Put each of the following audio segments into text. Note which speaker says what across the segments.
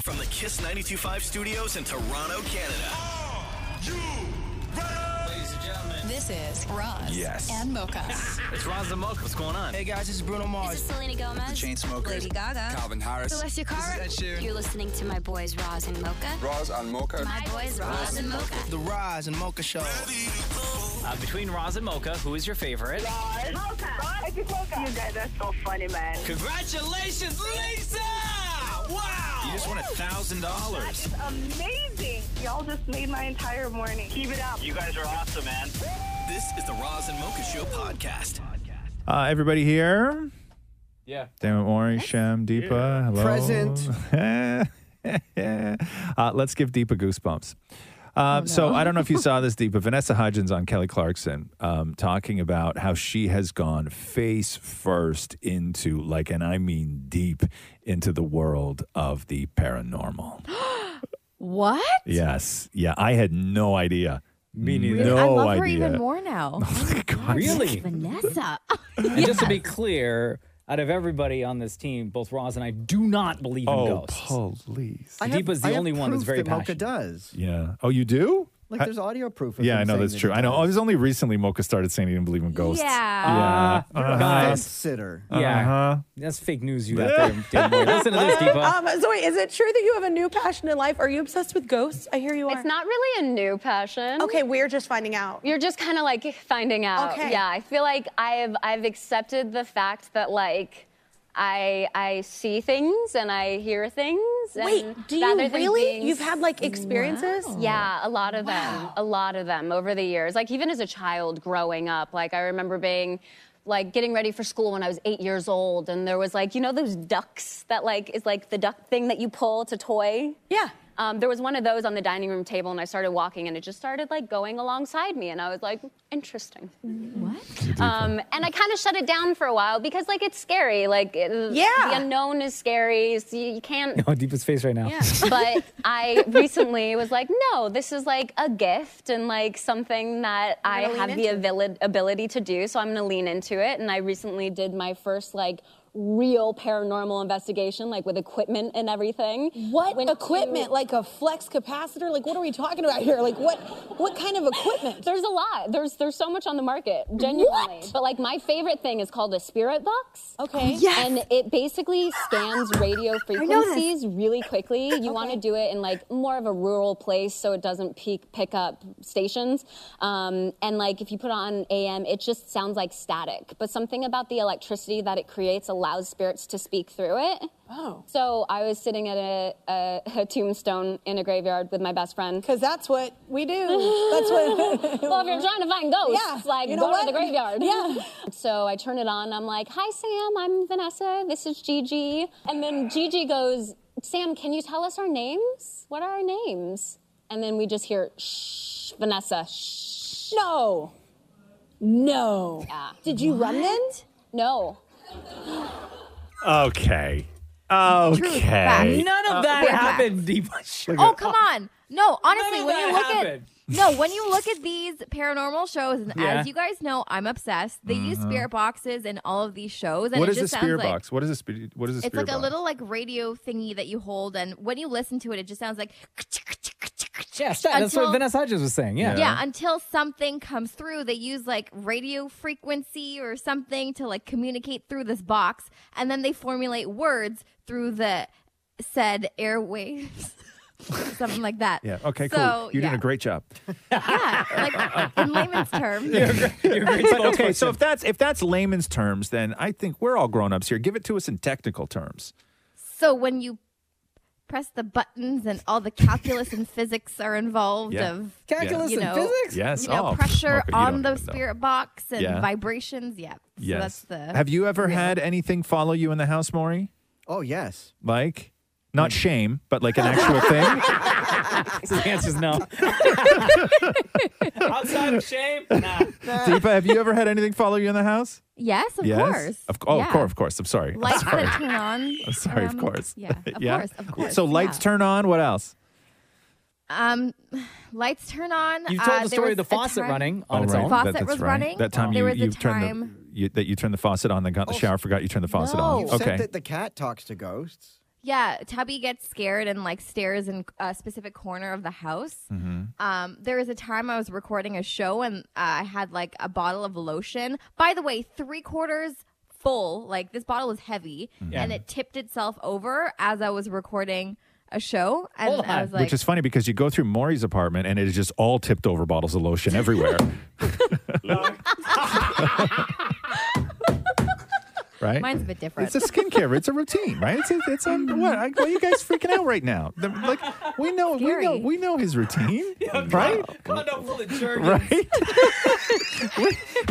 Speaker 1: From the Kiss 925 studios in Toronto, Canada.
Speaker 2: Ladies and gentlemen.
Speaker 3: This is Roz
Speaker 4: Yes.
Speaker 3: and Mocha.
Speaker 2: It's Roz the Mocha. What's going on?
Speaker 5: Hey guys, this is Bruno
Speaker 6: This
Speaker 5: Mars.
Speaker 6: is Selena Gomez.
Speaker 4: The Chainsmokers.
Speaker 6: Lady Gaga.
Speaker 4: Calvin Harris.
Speaker 6: Celestia Cara.
Speaker 4: This is Ed Sheeran.
Speaker 6: You're listening to my boys Roz and Mocha.
Speaker 4: Roz on Mocha.
Speaker 6: My boys Roz and Mocha.
Speaker 5: The Rise and Mocha Show.
Speaker 2: Uh, between Roz and Mocha, who is your favorite?
Speaker 7: You guys are so funny, man.
Speaker 2: Congratulations, Lisa! Wow!
Speaker 4: You just won a thousand dollars.
Speaker 7: Amazing. Y'all just made my entire morning. Keep it up.
Speaker 8: You guys are awesome, man.
Speaker 1: This is the Roz and Mocha Show podcast.
Speaker 9: Uh, everybody here?
Speaker 2: Yeah.
Speaker 9: Damon Mori, Shem, Deepa. Hello.
Speaker 5: Present.
Speaker 9: uh, let's give Deepa goosebumps.
Speaker 10: Oh,
Speaker 9: Um, So I don't know if you saw this, Deepa. Vanessa Hudgens on Kelly Clarkson um, talking about how she has gone face first into, like, and I mean deep into the world of the paranormal.
Speaker 10: What?
Speaker 9: yes. Yeah. I had no idea. Me neither. No
Speaker 10: I love her
Speaker 9: idea. Oh
Speaker 10: even more now.
Speaker 9: God.
Speaker 2: Really?
Speaker 10: Vanessa.
Speaker 2: And just to be clear, out of everybody on this team, both Roz and I do not believe in
Speaker 9: Oh,
Speaker 2: ghosts.
Speaker 9: please.
Speaker 11: I
Speaker 2: Deepa's the
Speaker 11: I
Speaker 2: only one that's
Speaker 11: proof
Speaker 2: very
Speaker 11: that Mocha
Speaker 2: passionate.
Speaker 11: does.
Speaker 9: Yeah. Oh, you do?
Speaker 11: Like there's audio proof. Of
Speaker 9: Yeah,
Speaker 11: him
Speaker 9: I know
Speaker 11: saying
Speaker 9: that's
Speaker 11: that
Speaker 9: true.
Speaker 11: he
Speaker 9: I know. Oh, it
Speaker 11: does.
Speaker 9: was only recently Mocha started saying he didn't believe in ghosts.
Speaker 10: Yeah.
Speaker 9: Yeah.
Speaker 11: A
Speaker 2: guys.
Speaker 11: fence
Speaker 9: Uh,
Speaker 11: sitter.
Speaker 2: Ah, Yeah.
Speaker 9: Uh-huh.
Speaker 2: That's fake news you out there. Dan Moore. Listen to this, Deepa.
Speaker 7: so wait, is it true that you have a new passion in life? Are you obsessed with ghosts? I hear you are.
Speaker 6: It's not really a new passion.
Speaker 7: Okay, we're just finding out.
Speaker 6: You're just kind of like finding out.
Speaker 7: Okay.
Speaker 6: Yeah, I feel like I've I've accepted the fact that like I I see things and I hear things. and
Speaker 7: Wait, do
Speaker 6: rather
Speaker 7: you
Speaker 6: than
Speaker 7: really?
Speaker 6: being
Speaker 7: You've had like experiences?
Speaker 6: Yeah, a lot of them. A lot of them over the years. Like even as a child growing up, like I remember being like getting ready for school when I was eight years old, and there was like, you know, those ducks that like is like the duck thing that you pull. It's a toy.
Speaker 7: Yeah.
Speaker 6: Um, there was one of those on the dining room table, and I started walking, and it just started like going alongside me, and I was like, interesting. Um, and I kind of shut it down for a while because like it's scary. Like it-
Speaker 7: Yeah.
Speaker 6: the unknown is scary. So you, you can't
Speaker 2: Oh, Deepa's face right now.
Speaker 6: but I recently was like, no, this is like a gift and like something that I
Speaker 7: gonna
Speaker 6: have
Speaker 7: lean
Speaker 6: the
Speaker 7: into
Speaker 6: abili- ability to do. So I'm going to lean into it. And I recently did my first like real paranormal investigation, like with equipment and everything.
Speaker 7: What
Speaker 6: Went to-
Speaker 7: equipment? like a flex capacitor? Like what are we talking about here? Like what what kind of equipment?
Speaker 6: There's a lot. There's there's so much on the market, genuinely.
Speaker 7: What?
Speaker 6: But like my favorite thing is called a spirit box.
Speaker 7: Okay.
Speaker 10: Yes.
Speaker 6: And it basically scans radio
Speaker 10: know this.
Speaker 6: frequencies really quickly. You want to do it in like more of a rural place so it doesn't peak pick up stations. Um, and like if you put on AM, it just sounds like static. But something about the electricity that it creates allows spirits to speak through it.
Speaker 7: Oh.
Speaker 6: So I was sitting at a, a, a tombstone in a graveyard with my best friend.
Speaker 7: Cuz that's what we do. That's what
Speaker 6: Well, if you're trying to find ghosts,
Speaker 7: Yeah,
Speaker 6: like
Speaker 7: you know
Speaker 6: go
Speaker 7: what?
Speaker 6: to the graveyard.
Speaker 7: Yeah.
Speaker 6: So I turn it on. I'm like, "Hi, Sam. I'm Vanessa. This is Gigi." And then Gigi goes, "Sam, can you tell us our names? What are our names?" And then we just hear, "Shh, Vanessa. Shh."
Speaker 7: No. No. Did you run then?
Speaker 6: No.
Speaker 9: Okay. Okay.
Speaker 2: None
Speaker 11: Uh,
Speaker 2: of that
Speaker 10: Uh, we're back.
Speaker 2: happened, Deepa.
Speaker 10: Oh, come on. No, honestly,
Speaker 2: of
Speaker 10: when you
Speaker 2: that
Speaker 10: look
Speaker 2: happened.
Speaker 10: at no, when you look at these paranormal shows, and
Speaker 2: Yeah.
Speaker 10: as you guys know, I'm obsessed. They use spirit boxes in all of these shows, and
Speaker 9: Mm-hmm. What
Speaker 10: it
Speaker 9: is a
Speaker 10: just sounds
Speaker 9: spirit
Speaker 10: like
Speaker 9: box? What is a spirit? What is a
Speaker 10: it's
Speaker 9: spirit
Speaker 10: like
Speaker 9: box?
Speaker 10: a little like radio thingy that you hold, and when you listen to it, it just sounds like
Speaker 2: Yeah, sta- that's what
Speaker 10: Until-
Speaker 2: Vanessa Hudgens was saying. Yeah.
Speaker 10: yeah. Until something comes through, they use like radio frequency or something to like communicate through this box, and then they formulate words through the said airwaves. Something like that.
Speaker 9: Yeah. Okay.
Speaker 10: So,
Speaker 9: cool. You're
Speaker 10: yeah.
Speaker 9: doing a great job.
Speaker 10: Yeah, like in layman's terms.
Speaker 2: You're a great
Speaker 9: But okay.
Speaker 2: spokesperson.
Speaker 9: So if that's if that's layman's terms, then I think we're all grown ups here. Give it to us in technical terms.
Speaker 10: So when you press the buttons and all the calculus and physics are involved
Speaker 9: Yeah.
Speaker 10: of
Speaker 2: calculus
Speaker 10: you
Speaker 2: and
Speaker 10: know,
Speaker 2: physics.
Speaker 9: Yes.
Speaker 10: you know
Speaker 9: oh,
Speaker 10: pressure
Speaker 9: Mocha, you
Speaker 10: on
Speaker 9: don't
Speaker 10: the
Speaker 9: even know.
Speaker 10: spirit box and
Speaker 9: Yeah.
Speaker 10: vibrations, yeah. So
Speaker 9: Yes.
Speaker 10: that's the
Speaker 9: Have you ever had anything follow you in the house, Maury?
Speaker 11: Oh yes.
Speaker 9: Like,
Speaker 10: Mm.
Speaker 9: not shame, but like an actual thing.
Speaker 2: So the answer's no. Outside of shame, nah.
Speaker 9: Deepa, have you ever had anything follow you in the house?
Speaker 10: Yes, of
Speaker 9: yes.
Speaker 10: course.
Speaker 9: Of, oh, of
Speaker 10: Yeah.
Speaker 9: course. Of course. I'm sorry. I'm
Speaker 10: Lights
Speaker 9: sorry.
Speaker 10: that turn on.
Speaker 9: I'm sorry, of
Speaker 10: um,
Speaker 9: course.
Speaker 10: Yeah, of course, of course.
Speaker 9: So lights
Speaker 10: yeah.
Speaker 9: turn on. What else?
Speaker 10: Um, lights turn on.
Speaker 2: You've told
Speaker 10: uh,
Speaker 2: the
Speaker 10: there
Speaker 2: story
Speaker 10: was
Speaker 2: of the
Speaker 10: a
Speaker 2: faucet
Speaker 10: time-
Speaker 2: running on
Speaker 9: Oh,
Speaker 2: its
Speaker 9: right.
Speaker 2: own.
Speaker 10: Faucet
Speaker 9: That- that's
Speaker 10: was
Speaker 9: right.
Speaker 10: running. Oh,
Speaker 9: That time
Speaker 10: There
Speaker 9: you,
Speaker 10: was a
Speaker 9: you turned
Speaker 10: time-
Speaker 9: the you, that you turned the faucet on, then got in the shower, forgot you turned the faucet
Speaker 10: No.
Speaker 9: on.
Speaker 10: You
Speaker 11: Said
Speaker 9: Okay.
Speaker 11: that the cat talks to ghosts.
Speaker 10: Yeah, Tubby gets scared and like stares in a specific corner of the house.
Speaker 9: Mm-hmm.
Speaker 4: Mm-hmm.
Speaker 10: Um, there was a time I was recording a show and uh, I had like a bottle of lotion. By the way, three quarters full. Like this bottle was heavy
Speaker 9: Mm.
Speaker 10: and it tipped itself over as I was recording a show. And
Speaker 2: Hold
Speaker 10: I
Speaker 2: on.
Speaker 10: was like,
Speaker 9: Which is funny because you go through Maury's apartment and it is just all tipped over bottles of lotion everywhere. right?
Speaker 3: Mine's a bit different.
Speaker 9: it's a skincare. It's a routine, right? It's a, it's a, what? I, why are you guys freaking out right now? The- like we know, we know,
Speaker 10: Scary.
Speaker 9: we know his routine, right?
Speaker 2: Condo full of jerky.
Speaker 9: Right?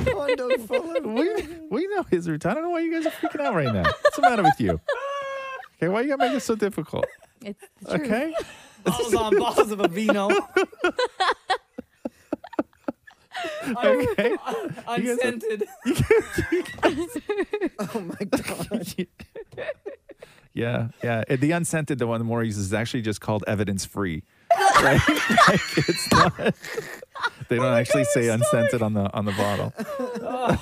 Speaker 11: Condo full of-
Speaker 9: we we know his routine. I don't know why you guys are freaking out right now. What's the matter with you? Okay, why you gotta make it so difficult?
Speaker 10: it's the truth.
Speaker 9: Okay.
Speaker 2: Balls on balls of a vino.
Speaker 9: Okay.
Speaker 2: Unscented.
Speaker 11: Oh my god.
Speaker 9: Yeah, yeah. And the unscented, the one more uses, is actually just called evidence free. Right? Like, it's not. They don't actually say unscented on the on the bottle.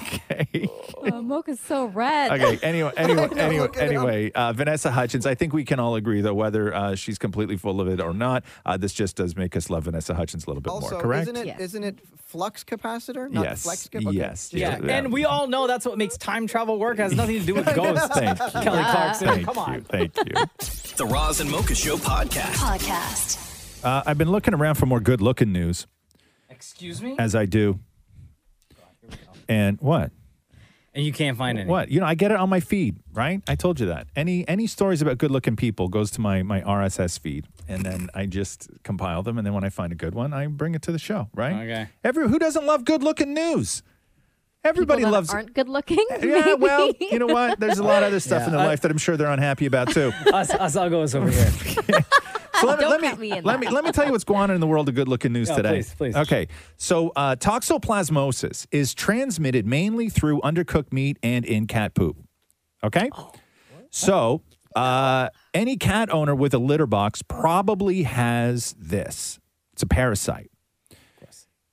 Speaker 9: Okay.
Speaker 3: Oh, mocha's so red.
Speaker 9: Okay. Anyway, anyway, anyway,
Speaker 11: look at it.
Speaker 9: anyway. Uh, Vanessa Hutchins. I think we can all agree that whether uh, she's completely full of it or not, uh, this just does make us love Vanessa Hutchins a little bit
Speaker 11: Also,
Speaker 9: more. Correct.
Speaker 11: isn't it
Speaker 3: Yes.
Speaker 11: not it flux capacitor? Not
Speaker 9: Yes.
Speaker 11: Flex cap- okay.
Speaker 9: Yes.
Speaker 11: Just-
Speaker 2: Yeah.
Speaker 9: Yeah.
Speaker 2: and we all know that's what makes time travel work. It has nothing to do with ghosts.
Speaker 9: Thank you.
Speaker 2: Kelly Clarkson,
Speaker 9: Thank
Speaker 2: come on.
Speaker 9: you. Thank you.
Speaker 1: The Roz and Mocha Show podcast.
Speaker 3: Podcast.
Speaker 9: Uh, I've been looking around for more good-looking news,
Speaker 2: Excuse me.
Speaker 9: as I do. And what?
Speaker 2: And you can't find any.
Speaker 9: What? You know, I get it on my feed, right? I told you that. Any any stories about good looking people goes to my my RSS feed, and then I just compile them, and then when I find a good one, I bring it to the show, right?
Speaker 2: Okay.
Speaker 9: Every who doesn't love good looking news?
Speaker 10: People
Speaker 9: Everybody
Speaker 10: that
Speaker 9: loves.
Speaker 10: aren't good looking.
Speaker 9: yeah, well,
Speaker 10: maybe.
Speaker 9: you know what? There's a lot of other stuff in their life that I'm sure they're unhappy about too.
Speaker 2: Us, us all goes over here.
Speaker 9: So let, me-
Speaker 10: Oh, Don't
Speaker 9: let me,
Speaker 10: count me in
Speaker 9: let
Speaker 10: that.
Speaker 9: me let me tell you what's going on in the world of good-looking news
Speaker 2: Yeah,
Speaker 9: today.
Speaker 2: please, please.
Speaker 9: Okay, so uh, toxoplasmosis is transmitted mainly through undercooked meat and in cat poop. Okay,
Speaker 10: Oh,
Speaker 9: so uh, any cat owner with a litter box probably has this. It's a parasite.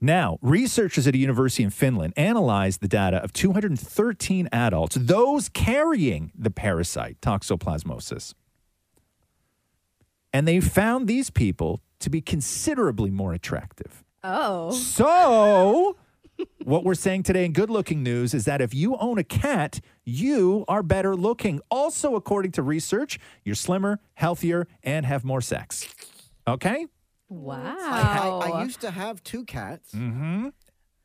Speaker 9: Now, researchers at a university in Finland analyzed the data of 213 adults, those carrying the parasite toxoplasmosis and they found these people to be considerably more attractive.
Speaker 10: oh,
Speaker 9: So, what we're saying today in good looking news is that if you own a cat, you are better looking. Also, according to research, you're slimmer, healthier, and have more sex. Okay?
Speaker 11: I,
Speaker 10: wow.
Speaker 11: I, I used to have two cats.
Speaker 9: Mm-hmm.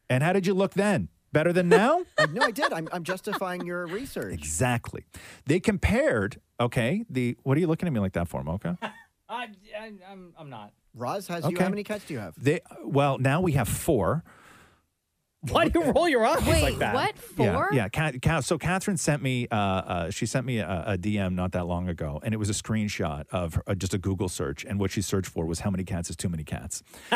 Speaker 9: And how did you look then? Better than now?
Speaker 11: I- Uh, no, I did. I'm, I'm justifying your research.
Speaker 9: exactly. They compared, okay, the what are you looking at me like that for, Mocha?
Speaker 2: I, I, I'm, I'm not.
Speaker 11: Roz has you.
Speaker 9: Okay.
Speaker 11: How many cats do you have?
Speaker 9: They well, now we have 4.
Speaker 2: Why do you roll your eyes
Speaker 10: Wait,
Speaker 2: like that?
Speaker 10: what? Four?
Speaker 9: Yeah, yeah. Ca- Ca- so Catherine sent me, uh, uh, she sent me a, a DM not that long ago, and it was a screenshot of her, uh, just a Google search, and what she searched for was how many cats is too many cats,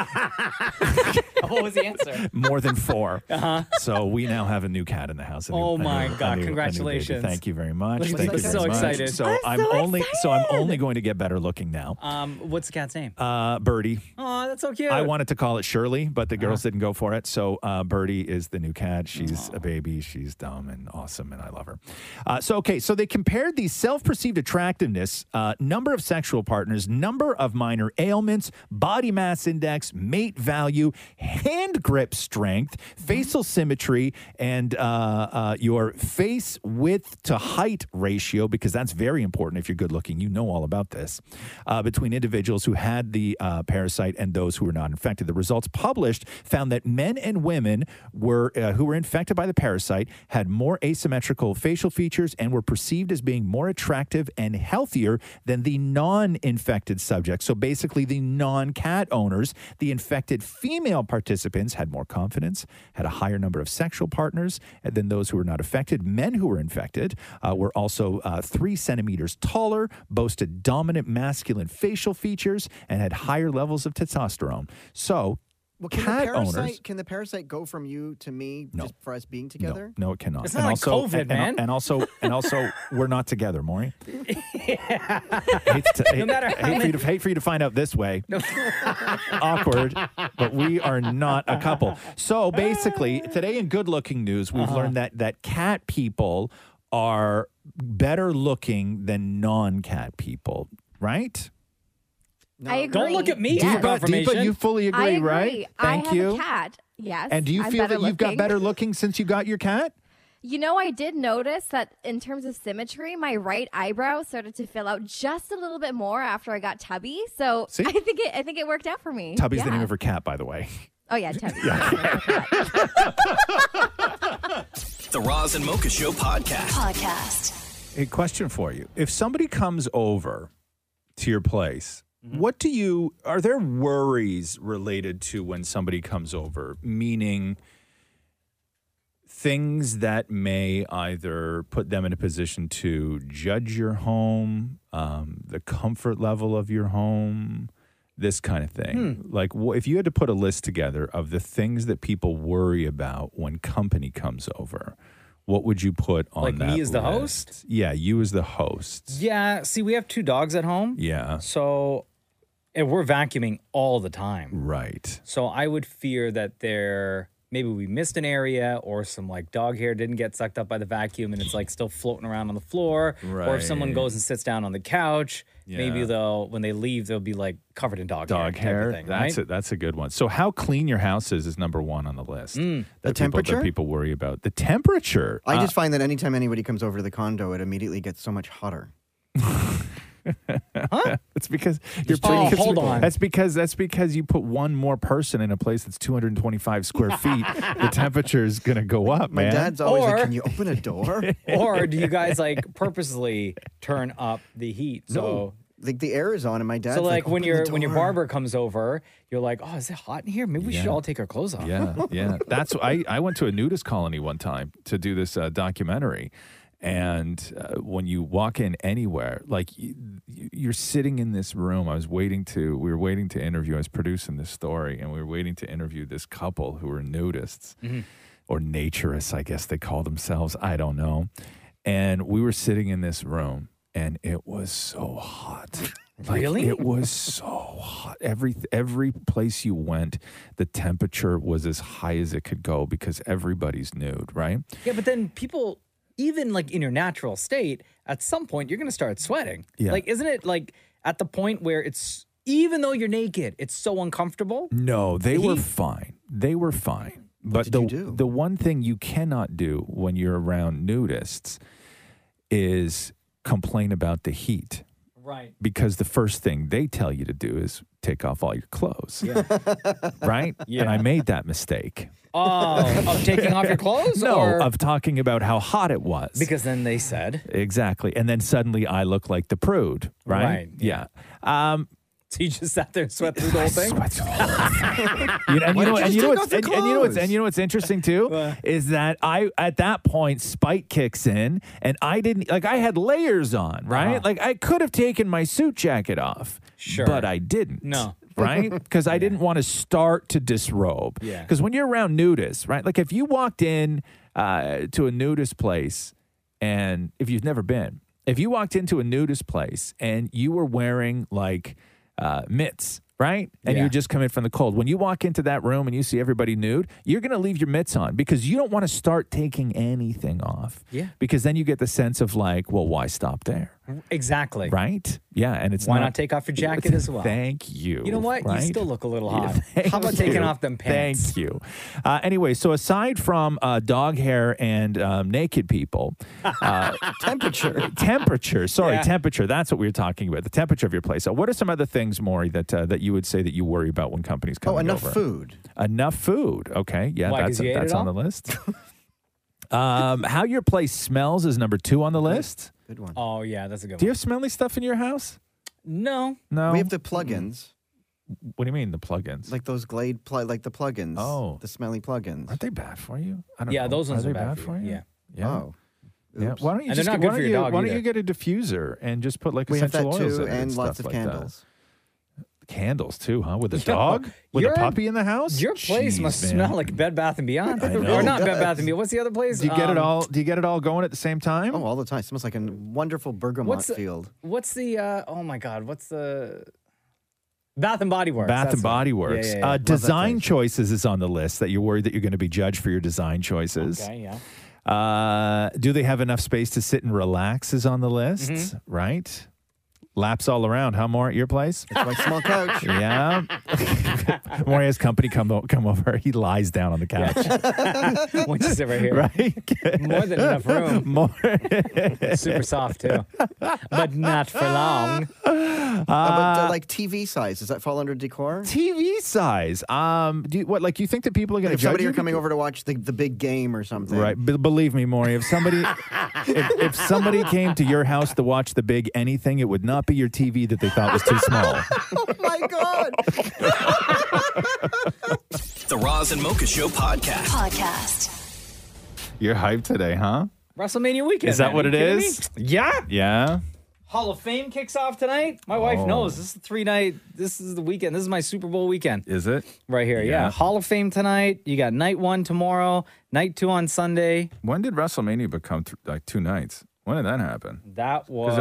Speaker 2: What was the answer?
Speaker 9: more than four. uh-huh. So we now have a new cat in the house. a new-
Speaker 2: Oh
Speaker 9: a new-
Speaker 2: my
Speaker 9: a new-
Speaker 2: God,
Speaker 9: a new baby.
Speaker 2: congratulations.
Speaker 9: Thank you very much.
Speaker 2: Look at
Speaker 9: Thank
Speaker 2: this.
Speaker 9: you
Speaker 2: I'm
Speaker 9: very
Speaker 2: so
Speaker 9: much.
Speaker 2: excited.
Speaker 9: So
Speaker 10: I'm so
Speaker 9: only, so I'm only going to get better looking now.
Speaker 2: Um, what's the cat's name?
Speaker 9: Uh, Birdie.
Speaker 2: Oh, that's so cute.
Speaker 9: I wanted to call it Shirley, but the girls didn't go for it. So uh, Birdie is the new cat. She's a baby. She's dumb and awesome, and I love her. Uh, so okay, so they compared the self-perceived attractiveness, uh, number of sexual partners, number of minor ailments, body mass index, mate value, hand grip strength, facial symmetry, and uh, uh, your face width to height ratio, because that's very important if you're good looking. You know all about this uh, between individuals who had the uh, parasite and those who were not infected. The results published found that men and women were uh, who were infected by the parasite had more asymmetrical facial features and were perceived as being more attractive and healthier than the non-infected subjects. So basically, the non-cat owners, the infected female participants had more confidence, had a higher number of sexual partners than those who were not affected. Men who were infected uh, were also uh, three centimeters taller, boasted dominant masculine facial features, and had higher levels of testosterone. So,
Speaker 11: Well, can
Speaker 9: cat
Speaker 11: the parasite
Speaker 9: owners.
Speaker 11: can the parasite go from you to me just for us being together?
Speaker 9: No, no, it cannot.
Speaker 2: It's not like
Speaker 9: and,
Speaker 2: COVID,
Speaker 9: and-
Speaker 2: man.
Speaker 9: And also, and also, we're not together, Maury. hate, to, hate,
Speaker 2: matter how
Speaker 9: hate for you to, hate for you to find out this way. Awkward, but we are not a couple. So basically, today in good looking news, we've learned that that cat people are better looking than non cat people, right?
Speaker 10: I agree.
Speaker 2: Don't look at me for
Speaker 10: Yes.
Speaker 9: Deepa,
Speaker 2: confirmation.
Speaker 9: Deepa, you fully agree,
Speaker 10: I agree.
Speaker 9: right?
Speaker 10: I
Speaker 9: Thank
Speaker 10: have
Speaker 9: you.
Speaker 10: a cat. Yes.
Speaker 9: And do you
Speaker 10: I'm
Speaker 9: feel that
Speaker 10: better
Speaker 9: you've got
Speaker 10: looking.
Speaker 9: better looking since you got your cat?
Speaker 10: You know, I did notice that in terms of symmetry, my right eyebrow started to fill out just a little bit more after I got Tubby. So
Speaker 9: See?
Speaker 10: I think it, I think it worked out for me.
Speaker 9: Tubby's
Speaker 10: yeah.
Speaker 9: the name of her cat, by the way.
Speaker 10: Oh yeah, Tubby.
Speaker 1: The Roz and Mocha Show podcast.
Speaker 3: Podcast.
Speaker 9: A question for you. If somebody comes over to your place, what do you are there worries related to when somebody comes over? Meaning things that may either put them in a position to judge your home, um, the comfort level of your home, this kind of thing. Like, wh- if you had to put a list together of the things that people worry about when company comes over, what would you put on
Speaker 2: Like me
Speaker 9: that?
Speaker 2: as the
Speaker 9: list?
Speaker 2: host?
Speaker 9: Yeah, you as the host.
Speaker 2: Yeah, see, we have two dogs at home,
Speaker 9: Yeah,
Speaker 2: so and we're vacuuming all the time.
Speaker 9: right.
Speaker 2: So I would fear that there maybe we missed an area or some like dog hair didn't get sucked up by the vacuum and it's like still floating around on the floor. Or if someone
Speaker 9: Right.
Speaker 2: goes and sits down on the couch, maybe
Speaker 9: Yeah.
Speaker 2: they'll when they leave they'll be like covered in dog,
Speaker 9: Dog
Speaker 2: hair.
Speaker 9: hair.
Speaker 2: type of thing,
Speaker 9: that's
Speaker 2: right?
Speaker 9: it. That's a good one. So, how clean your house is is number one on the list.
Speaker 2: Mm.
Speaker 11: The
Speaker 9: that people-
Speaker 11: temperature?
Speaker 9: that people worry about. The temperature. Uh,
Speaker 11: I just find that anytime anybody comes over to the condo, it immediately gets so much hotter.
Speaker 9: It's because you're
Speaker 2: put- Oh,
Speaker 9: because-
Speaker 2: hold on.
Speaker 9: That's because that's because you put one more person in a place that's 225 square feet. the temperature is gonna go up,
Speaker 11: My
Speaker 9: man.
Speaker 11: dad's always
Speaker 2: Or-
Speaker 11: like, "Can you open a door?"
Speaker 2: Or do you guys like purposely turn up the heat? So
Speaker 11: like the air is on, and my dad's
Speaker 2: So like,
Speaker 11: "Open
Speaker 2: when
Speaker 11: the
Speaker 2: your when your
Speaker 11: door."
Speaker 2: barber comes over, you're like, oh, is it hot in here? Maybe we should
Speaker 9: Yeah.
Speaker 2: all take our clothes off.
Speaker 9: yeah, yeah. That's I I went to a nudist colony one time to do this uh, documentary. And uh, when you walk in anywhere, like you, you're sitting in this room. I was waiting to, we were waiting to interview. I was producing this story, and we were waiting to interview this couple who were nudists.
Speaker 2: Mm-hmm.
Speaker 9: or naturists, I guess they call themselves. I don't know. And we were sitting in this room and it was so hot. Like,
Speaker 2: Really?
Speaker 9: it was so hot. Every every place you went, the temperature was as high as it could go because everybody's nude, right?
Speaker 2: Yeah, but then people, even like in your natural state, at some point you're gonna start sweating.
Speaker 9: Yeah.
Speaker 2: Like, isn't it like at the point where it's even though you're naked, it's so uncomfortable?
Speaker 9: No, they were
Speaker 2: He-
Speaker 9: fine. They were fine. But
Speaker 11: did
Speaker 9: the
Speaker 11: you do?
Speaker 9: the one thing you cannot do when you're around nudists is complain about the heat.
Speaker 2: Right.
Speaker 9: because the first thing they tell you to do is take off all your clothes. right? And I made that mistake.
Speaker 2: Oh, of taking off your clothes?
Speaker 9: No,
Speaker 2: or-
Speaker 9: of talking about how hot it was.
Speaker 2: because then they said,
Speaker 9: exactly. And then suddenly I look like the prude, right?
Speaker 2: Right,
Speaker 9: Yeah. Um,
Speaker 2: so you just sat there and sweat through the whole thing.
Speaker 9: sweats- You know- and you
Speaker 11: Why
Speaker 9: know
Speaker 11: don't you
Speaker 9: and you
Speaker 11: just
Speaker 9: know
Speaker 11: take
Speaker 9: what's
Speaker 11: off
Speaker 9: and and you know
Speaker 11: your
Speaker 9: what's
Speaker 11: clothes?
Speaker 9: and you know what's interesting too is that I at that point spite kicks in and I didn't like I had layers on,
Speaker 11: Uh-huh.
Speaker 9: right? Like I could have taken my suit jacket off.
Speaker 2: Sure.
Speaker 9: But I didn't.
Speaker 2: No.
Speaker 9: right? Because I didn't want to start to disrobe.
Speaker 2: Yeah.
Speaker 9: Because when you're around nudists, right? Like if you walked in uh, to a nudist place and if you've never been, if you walked into a nudist place and you were wearing like uh, mitts, right? And you
Speaker 2: Yeah.
Speaker 9: just come in from the cold. When you walk into that room and you see everybody nude, you're going to leave your mitts on because you don't want to start taking anything off.
Speaker 2: Yeah.
Speaker 9: Because then you get the sense of like, well, why stop there?
Speaker 2: Exactly.
Speaker 9: Right? Yeah. And it's
Speaker 2: Why
Speaker 9: not,
Speaker 2: not take off your jacket as well?
Speaker 9: Thank you.
Speaker 2: You know what?
Speaker 9: right?
Speaker 2: You still look a little
Speaker 9: Yeah,
Speaker 2: hot.
Speaker 9: thank
Speaker 2: How about
Speaker 9: you.
Speaker 2: taking off them pants?
Speaker 9: Thank you. Uh, anyway, so aside from uh, dog hair and um, naked people, uh, temperature, temperature. Sorry,
Speaker 2: Yeah.
Speaker 9: temperature. That's what we were talking about. The temperature of your place. Uh, what are some other things, Maury, that uh, that you would say that you worry about when companies come
Speaker 11: Oh, enough
Speaker 9: over?
Speaker 11: food.
Speaker 9: Enough food. Okay, yeah,
Speaker 2: Why, 'cause
Speaker 9: that's
Speaker 2: you ate
Speaker 9: that's
Speaker 2: it
Speaker 9: on
Speaker 2: all?
Speaker 9: the list. um, how your place smells is number two
Speaker 2: Mm-hmm.
Speaker 9: on the list.
Speaker 11: Good one.
Speaker 2: Oh yeah, that's a good
Speaker 9: Do you
Speaker 2: one.
Speaker 9: have smelly stuff in your house?
Speaker 2: No.
Speaker 9: No.
Speaker 11: We have the plugins,
Speaker 9: what do you mean the plugins?
Speaker 11: like those Glade, pl- like the plugins.
Speaker 9: Oh.
Speaker 11: the smelly plugins.
Speaker 9: Aren't they bad for you? I don't
Speaker 2: Yeah,
Speaker 9: know.
Speaker 2: those ones
Speaker 9: they
Speaker 2: are bad for you. Yeah.
Speaker 9: Yeah.
Speaker 11: Oh,
Speaker 9: Yeah. Why don't you
Speaker 2: And they're
Speaker 9: just
Speaker 2: not
Speaker 9: get,
Speaker 2: good
Speaker 9: why
Speaker 2: for
Speaker 9: don't
Speaker 2: your
Speaker 9: you,
Speaker 2: dog
Speaker 9: why don't
Speaker 2: either.
Speaker 9: you get a diffuser and just put like
Speaker 11: we have
Speaker 9: essential
Speaker 11: that
Speaker 9: oils
Speaker 11: too,
Speaker 9: in it
Speaker 11: and
Speaker 9: stuff
Speaker 11: lots of
Speaker 9: like that.
Speaker 11: candles.
Speaker 9: Candles too, huh? With a
Speaker 2: Yo,
Speaker 9: dog, with a
Speaker 2: you're-
Speaker 9: puppy in the house.
Speaker 2: Your place
Speaker 9: Jeez,
Speaker 2: must
Speaker 9: man.
Speaker 2: smell like Bed Bath and Beyond,
Speaker 9: I know.
Speaker 2: or not
Speaker 11: It
Speaker 2: Bed
Speaker 11: does.
Speaker 2: Bath and Beyond. What's the other place?
Speaker 9: Do you get it
Speaker 2: Um,
Speaker 9: all? Do you get it all going at the same time?
Speaker 11: Oh, all the time. smells like a wonderful bergamot
Speaker 2: What's the-
Speaker 11: field.
Speaker 2: What's the? Uh, oh my God! What's the? Bath and Body Works.
Speaker 9: Bath
Speaker 2: that's
Speaker 9: and Body
Speaker 2: it. Yeah,
Speaker 9: Works.
Speaker 2: yeah, yeah.
Speaker 9: Uh, design choices is on the list that you're worried that you're going to be judged for your design choices.
Speaker 2: okay, yeah.
Speaker 9: Uh, do they have enough space to sit and relax? Is on the list,
Speaker 2: Mm-hmm.
Speaker 9: right? Laps all around. How more at your place?
Speaker 11: It's like small coach.
Speaker 9: yeah. Maury has company come o- come over. He lies down on the couch.
Speaker 2: Which is over here.
Speaker 9: right?
Speaker 2: More than enough room.
Speaker 9: More.
Speaker 2: Super soft too, but not for long.
Speaker 11: How about, uh, like TV size, does that fall under decor?
Speaker 9: TV size. Um, do you, what like you think that people are going to
Speaker 11: If
Speaker 9: judge
Speaker 11: somebody
Speaker 9: you?
Speaker 11: are coming over to watch the, the big game or something,
Speaker 9: Right. B- believe me, Maury, if somebody if, if somebody came to your house to watch the big anything, it would not be your TV that they thought was too small.
Speaker 11: Oh my god!
Speaker 1: The Roz and Mocha Show podcast.
Speaker 3: Podcast.
Speaker 9: You're hyped today, huh?
Speaker 2: WrestleMania weekend.
Speaker 9: Is that
Speaker 2: man.
Speaker 9: what
Speaker 2: Are you
Speaker 9: it
Speaker 2: kidding
Speaker 9: is?
Speaker 2: me? Yeah.
Speaker 9: Yeah.
Speaker 2: Hall of Fame kicks off tonight. My
Speaker 9: Oh.
Speaker 2: wife knows this is three night. This is the weekend. This is my Super Bowl weekend
Speaker 9: Is it?
Speaker 2: right here. Yeah.
Speaker 9: Yeah.
Speaker 2: Hall of Fame tonight. You got night one tomorrow, night two on Sunday.
Speaker 9: When did WrestleMania become th- like two nights? When did that happen?
Speaker 2: That was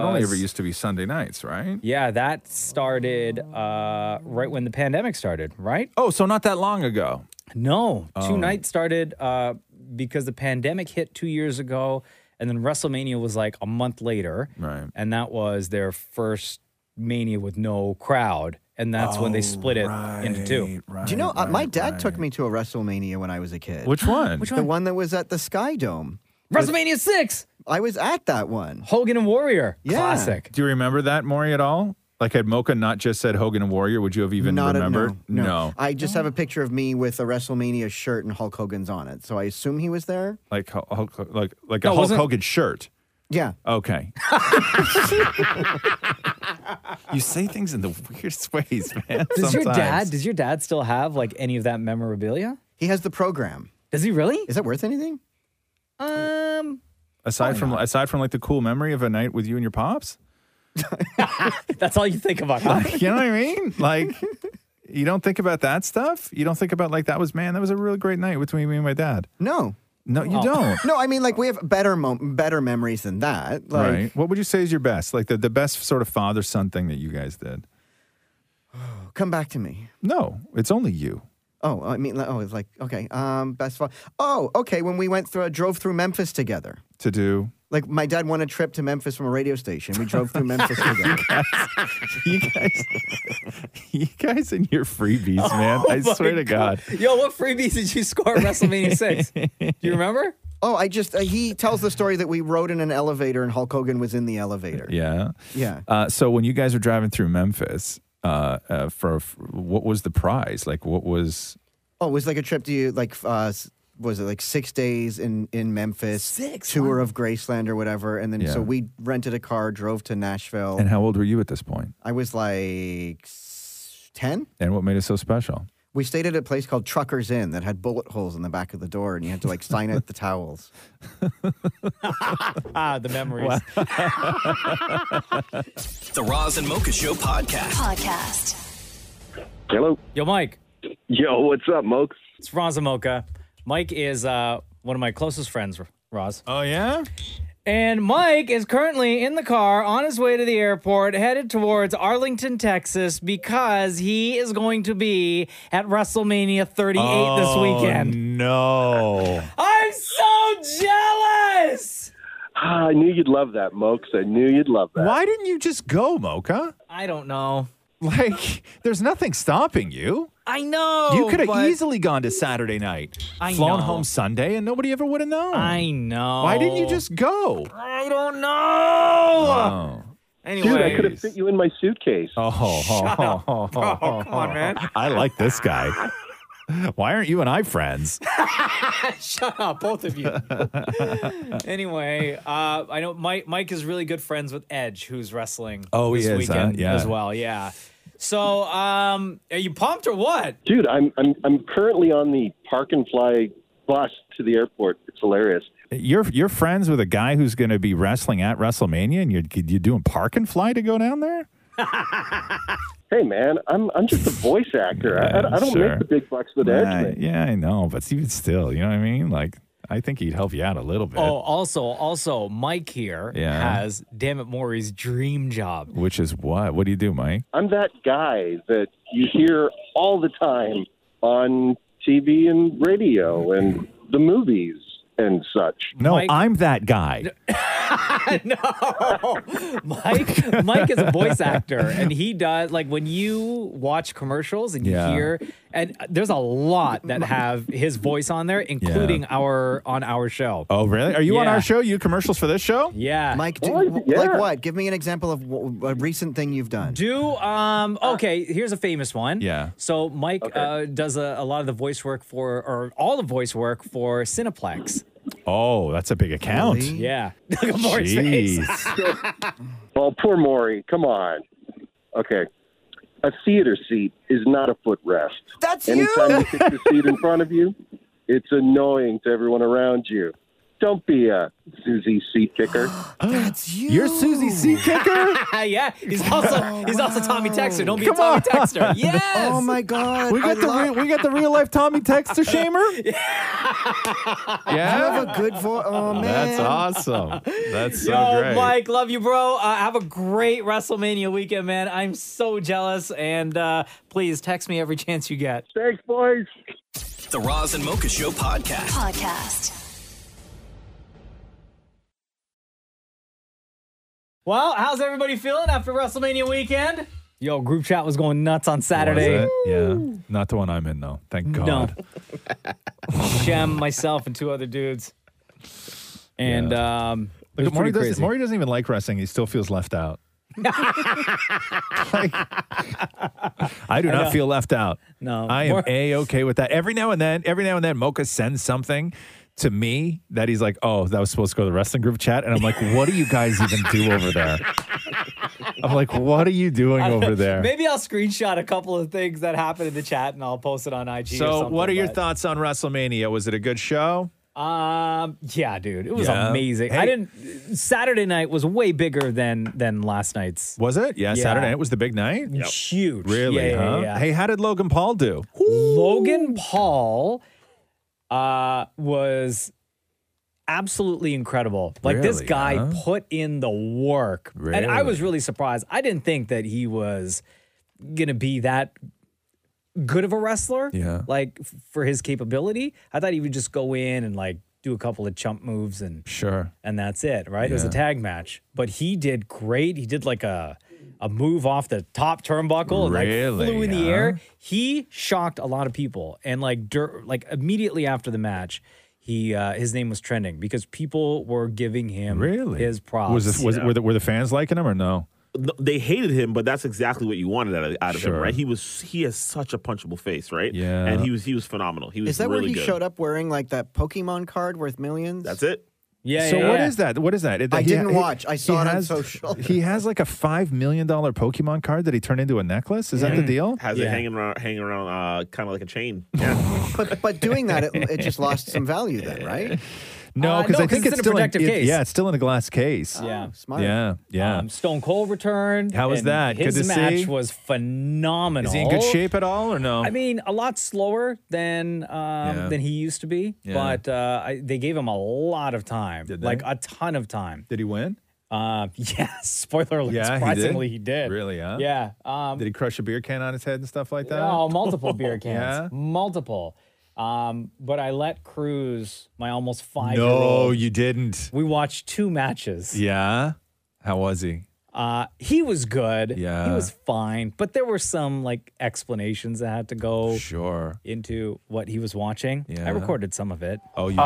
Speaker 9: to be Sunday nights, right?
Speaker 2: Yeah, that started uh, right when the pandemic started, right?
Speaker 9: Oh, so not that long ago.
Speaker 2: No, two nights started uh, because the pandemic hit two years ago, and then WrestleMania was like a month later,
Speaker 9: Right.
Speaker 2: And that was their first Mania with no crowd, and that's when they split it into two.
Speaker 9: Right,
Speaker 11: Do you know uh, my
Speaker 9: right,
Speaker 11: dad
Speaker 9: right.
Speaker 11: took me to a WrestleMania when I was a kid?
Speaker 9: Which one? Which
Speaker 11: the one that was at the Sky Dome.
Speaker 2: WrestleMania six,
Speaker 11: I was at that one.
Speaker 2: Hogan and Warrior,
Speaker 11: Yeah.
Speaker 2: classic.
Speaker 9: Do you remember that, Maury, at all? Like, had Mocha not just said Hogan and Warrior, would you have even
Speaker 11: Not a,
Speaker 9: remembered?
Speaker 11: no, no,
Speaker 9: Oh.
Speaker 11: I just have a picture of me with a WrestleMania shirt and Hulk Hogan's on it, so I assume he was there.
Speaker 9: Like, Hulk- Hulk, like, like
Speaker 2: No,
Speaker 9: a Hulk
Speaker 2: wasn't-
Speaker 9: Hogan shirt.
Speaker 11: Yeah.
Speaker 9: Okay. you say things in the weirdest ways, man.
Speaker 2: Does your dad?
Speaker 9: sometimes.
Speaker 2: Does your dad still have like any of that memorabilia?
Speaker 11: He has the program.
Speaker 2: Does he really?
Speaker 11: Is that worth anything?
Speaker 2: Um,
Speaker 9: aside from aside from like the cool memory of a night with you and your pops?
Speaker 2: that's all you think about. huh?
Speaker 9: you know what I mean? Like you don't think about that stuff? You don't think about like that was man, that was a really great night between me and my dad.
Speaker 2: Oh.
Speaker 11: No.
Speaker 9: No, you don't.
Speaker 11: No, I mean like we have better mom- better memories than that. Like
Speaker 9: right. What would you say is your best? Like the, the best sort of father son thing that you guys did?
Speaker 11: come back to me.
Speaker 9: No, it's only you.
Speaker 11: Oh, I mean like- oh, it's like okay. Um best fun. Oh, okay, when we went through drove through Memphis together.
Speaker 9: To do
Speaker 11: Like my dad won a trip to Memphis from a radio station. We drove through Memphis together.
Speaker 9: you guys, you guys and your freebies,
Speaker 2: Oh
Speaker 9: man. I swear to God.
Speaker 2: Yo, what freebies did you score at WrestleMania six? Do you remember?
Speaker 11: Oh, I just uh, he tells the story that we rode in an elevator and Hulk Hogan was in the elevator.
Speaker 9: Yeah.
Speaker 11: Yeah.
Speaker 9: Uh, so when you guys were driving through Memphis, uh, uh, for, for- what was the prize? Like, what was
Speaker 11: Oh, it was like a trip to you like uh s- was it like six days in in Memphis? Six tour of Graceland or whatever, and then
Speaker 9: Yeah.
Speaker 11: so we rented a car, drove to
Speaker 2: Oh.
Speaker 11: Nashville.
Speaker 9: and how old were you at this point?
Speaker 11: I was like ten.
Speaker 9: And what made it so special?
Speaker 11: We stayed at a place called Truckers Inn that had bullet holes in the back of the door, and you had to like sign out the towels.
Speaker 2: Ah, the memories.
Speaker 1: The Roz and Mocha Show podcast.
Speaker 3: Podcast.
Speaker 5: Hello.
Speaker 2: Yo, Mike.
Speaker 5: Yo, what's up, Mokes?
Speaker 2: It's Razamoka. Mike is uh, one of my closest friends, R- Roz.
Speaker 9: Oh yeah.
Speaker 2: And Mike is currently in the car on his way to the airport, headed towards Arlington, Texas, because he is going to be at WrestleMania 38 this weekend.
Speaker 9: No.
Speaker 2: I'm so jealous.
Speaker 5: Ah, I knew you'd love that, Mokes. I knew you'd love that.
Speaker 9: Why didn't you just go, Mocha?
Speaker 2: I don't know.
Speaker 9: Like, there's nothing stopping you.
Speaker 2: I know.
Speaker 9: You could have
Speaker 2: Oh, but
Speaker 9: easily gone to Saturday night,
Speaker 2: I
Speaker 9: flown
Speaker 2: know.
Speaker 9: home Sunday, and nobody ever would have known.
Speaker 2: I know.
Speaker 9: Why didn't you just go?
Speaker 2: I don't know.
Speaker 9: Oh.
Speaker 2: Anyway.
Speaker 5: Dude, I could have fit you in my suitcase.
Speaker 9: Oh, come on, man. oh, I like this guy. Why aren't you and I friends?
Speaker 2: Shut up, both of you. anyway, uh, I know Mike. Mike is really good friends with Edge, who's wrestling.
Speaker 9: Oh, he
Speaker 2: this
Speaker 9: is, huh?
Speaker 2: weekend
Speaker 9: Yeah.
Speaker 2: as well. Yeah. So, um, are you pumped or what?
Speaker 5: Dude, I'm, I'm, I'm currently on the park and fly bus to the airport. It's hilarious.
Speaker 9: You're you're friends with a guy who's going to be wrestling at WrestleMania, and you're you're doing park and fly to go down there.
Speaker 5: Hey, man, I'm, I'm just a voice actor. I- I, I don't
Speaker 9: Sure.
Speaker 5: make the big bucks with Edge.
Speaker 9: Uh,
Speaker 5: man.
Speaker 9: yeah, I know, but even still, you know what I mean? Like, I think he'd help you out a little bit.
Speaker 2: Oh, also, also, Mike here
Speaker 9: Yeah.
Speaker 2: has damn it, Maury's dream job.
Speaker 9: Which is what? What do you do, Mike?
Speaker 5: I'm that guy that you hear all the time on TV and radio and the movies. and such.
Speaker 9: No, I'm that guy.
Speaker 2: no, Mike. Mike is a voice actor, and he does like when you watch commercials and you
Speaker 9: Yeah.
Speaker 2: hear, and there's a lot that have his voice on there, including our on our show.
Speaker 9: Oh, really? Are you on
Speaker 2: Yeah.
Speaker 9: our show? You commercials for this show?
Speaker 2: Yeah.
Speaker 11: Mike, do, like what? Give me an example of w- a recent thing you've done.
Speaker 2: Do um
Speaker 9: Uh,
Speaker 2: okay. Here's a famous one.
Speaker 11: Yeah.
Speaker 2: So Mike uh, does a, a lot of the voice work for, or all the voice work for Cineplex.
Speaker 9: Oh, that's a big account.
Speaker 2: Yeah. Maury's face.
Speaker 9: Jeez.
Speaker 5: well, Oh, poor Maury. Come on. Okay. A theater seat is not a footrest.
Speaker 11: That's
Speaker 5: Anytime you kick the seat in front of you, it's annoying to everyone around you. Don't be a Susie seat kicker.
Speaker 11: That's you.
Speaker 9: You're Susie Seat Kicker?
Speaker 2: yeah. He's also he's also Tommy Texter. Don't be
Speaker 9: Come
Speaker 2: a Tommy
Speaker 9: on.
Speaker 2: Texter. Yes.
Speaker 11: Oh my God.
Speaker 9: We got
Speaker 11: I
Speaker 9: the
Speaker 11: love-
Speaker 9: real, we got the real life Tommy Texter Shamer.
Speaker 11: You
Speaker 9: yeah,
Speaker 11: have a good voice. Oh man.
Speaker 9: that's awesome. That's so
Speaker 2: Yo,
Speaker 9: great.
Speaker 2: Oh, Mike, love you, bro. Uh, have a great WrestleMania weekend, man. I'm so jealous. And uh, please text me every chance you get.
Speaker 5: Thanks, boys.
Speaker 1: The Roz and Mocha Show podcast.
Speaker 3: Podcast.
Speaker 2: Well, how's everybody feeling after WrestleMania weekend? Yo, group chat was going nuts on Saturday.
Speaker 9: Was it? Yeah, not the one I'm in though. Thank God.
Speaker 2: No. Shem, myself, and two other dudes.
Speaker 9: Oh.
Speaker 2: And um, it was
Speaker 9: Look, Maury
Speaker 2: pretty
Speaker 9: doesn't,
Speaker 2: crazy.
Speaker 9: Maury doesn't even like wrestling. He still feels left out. Like, I do not feel left out.
Speaker 2: No,
Speaker 9: I am
Speaker 2: Maury-
Speaker 9: a okay with that. Every now and then, every now and then, Mocha sends something to me that he's like, "Oh, that was supposed to go to the wrestling group chat," and I'm like, "What do you guys even do over there?" I'm like, "What are you doing over there?"
Speaker 2: Maybe I'll screenshot a couple of things that happened in the chat and I'll post it on IG. or
Speaker 9: So,
Speaker 2: something,
Speaker 9: what are your
Speaker 2: but-
Speaker 9: thoughts on WrestleMania? Was it a good show?
Speaker 2: Um. Yeah, dude, it was
Speaker 9: Yeah.
Speaker 2: amazing. I didn't. Saturday night was way bigger than than last night's.
Speaker 9: Was it? Yeah,
Speaker 2: Yeah.
Speaker 9: Saturday night was the big night.
Speaker 2: Huge.
Speaker 9: Really?
Speaker 2: Yeah, yeah,
Speaker 9: huh?
Speaker 2: yeah.
Speaker 9: Hey, how did Logan Paul do?
Speaker 2: Logan Paul, uh, was absolutely incredible. Like this
Speaker 9: Really,
Speaker 2: guy
Speaker 9: huh?
Speaker 2: put in the work, and I was
Speaker 9: Really?
Speaker 2: really surprised. I didn't think that he was gonna be that good of a wrestler.
Speaker 9: Yeah.
Speaker 2: Like f- for his capability, I thought he would just go in and like do a couple of chump moves and
Speaker 9: Sure.
Speaker 2: and that's it, right? It was a
Speaker 9: Yeah.
Speaker 2: tag match, but he did great. He did like a a move off the top turnbuckle and
Speaker 9: Really,
Speaker 2: like flew in the
Speaker 9: huh?
Speaker 2: air. He shocked a lot of people, and like dur- like immediately after the match, he uh, his name was trending because people were giving him
Speaker 9: Really?
Speaker 2: his props.
Speaker 9: Was this, was were, the, were the fans liking him or no?
Speaker 8: th- they hated him, but that's exactly what you wanted out of, out of
Speaker 9: Sure.
Speaker 8: him, right? He was he has such a punchable face, right?
Speaker 9: Yeah.
Speaker 8: and he was he was phenomenal. He was
Speaker 11: Is that
Speaker 8: really
Speaker 11: where he
Speaker 8: good.
Speaker 11: showed up wearing like that Pokemon card worth millions?
Speaker 8: That's it.
Speaker 2: yeah.
Speaker 9: so
Speaker 2: yeah,
Speaker 9: what
Speaker 2: yeah.
Speaker 9: is that? What is that?
Speaker 11: I
Speaker 9: He-
Speaker 11: didn't
Speaker 9: he-
Speaker 11: watch. I saw
Speaker 9: he
Speaker 11: it on
Speaker 9: has-
Speaker 11: social.
Speaker 9: He has like a five million dollar Pokemon card that he turned into a necklace. Is that the deal?
Speaker 8: Has
Speaker 2: Yeah.
Speaker 8: it hanging around, hanging around, uh, kind of like a chain. Yeah,
Speaker 11: But but doing that, it, it just lost some value then, right?
Speaker 9: No,
Speaker 2: Uh,
Speaker 9: because
Speaker 2: no,
Speaker 9: I
Speaker 2: 'cause
Speaker 9: think
Speaker 2: it's
Speaker 9: it's,
Speaker 2: in a
Speaker 9: still
Speaker 2: protective
Speaker 9: in, it-
Speaker 2: case.
Speaker 9: yeah, it's still in a glass case.
Speaker 2: Yeah.
Speaker 11: Smart.
Speaker 9: yeah, yeah.
Speaker 2: Um, Stone Cold returned.
Speaker 9: How was
Speaker 2: and
Speaker 9: that? Good
Speaker 2: His
Speaker 9: to
Speaker 2: match
Speaker 9: see?
Speaker 2: was phenomenal.
Speaker 9: Is he in good shape at all or no?
Speaker 2: I mean, a lot slower than um,
Speaker 9: Yeah.
Speaker 2: than he used to be,
Speaker 9: Yeah.
Speaker 2: but uh, I, they gave him a lot of time,
Speaker 9: Did they?
Speaker 2: like a ton of time.
Speaker 9: did he win?
Speaker 2: Um, yeah, spoiler alert.
Speaker 9: Yeah, he did?
Speaker 2: surprisingly, he did.
Speaker 9: Really? Huh?
Speaker 2: Yeah. Um,
Speaker 9: Did he crush a beer can on his head and stuff like that?
Speaker 2: no, multiple beer cans,
Speaker 9: Yeah?
Speaker 2: multiple. Um, but I let Cruz, my almost five year
Speaker 9: No,
Speaker 2: old.
Speaker 9: you didn't.
Speaker 2: We watched two matches.
Speaker 9: Yeah. How was he?
Speaker 2: Uh, he was good. He
Speaker 9: Yeah.
Speaker 2: was fine, but there were some like explanations that had to go
Speaker 9: Sure.
Speaker 2: into what he was watching. I
Speaker 9: Yeah.
Speaker 2: recorded some of it.
Speaker 9: Oh, you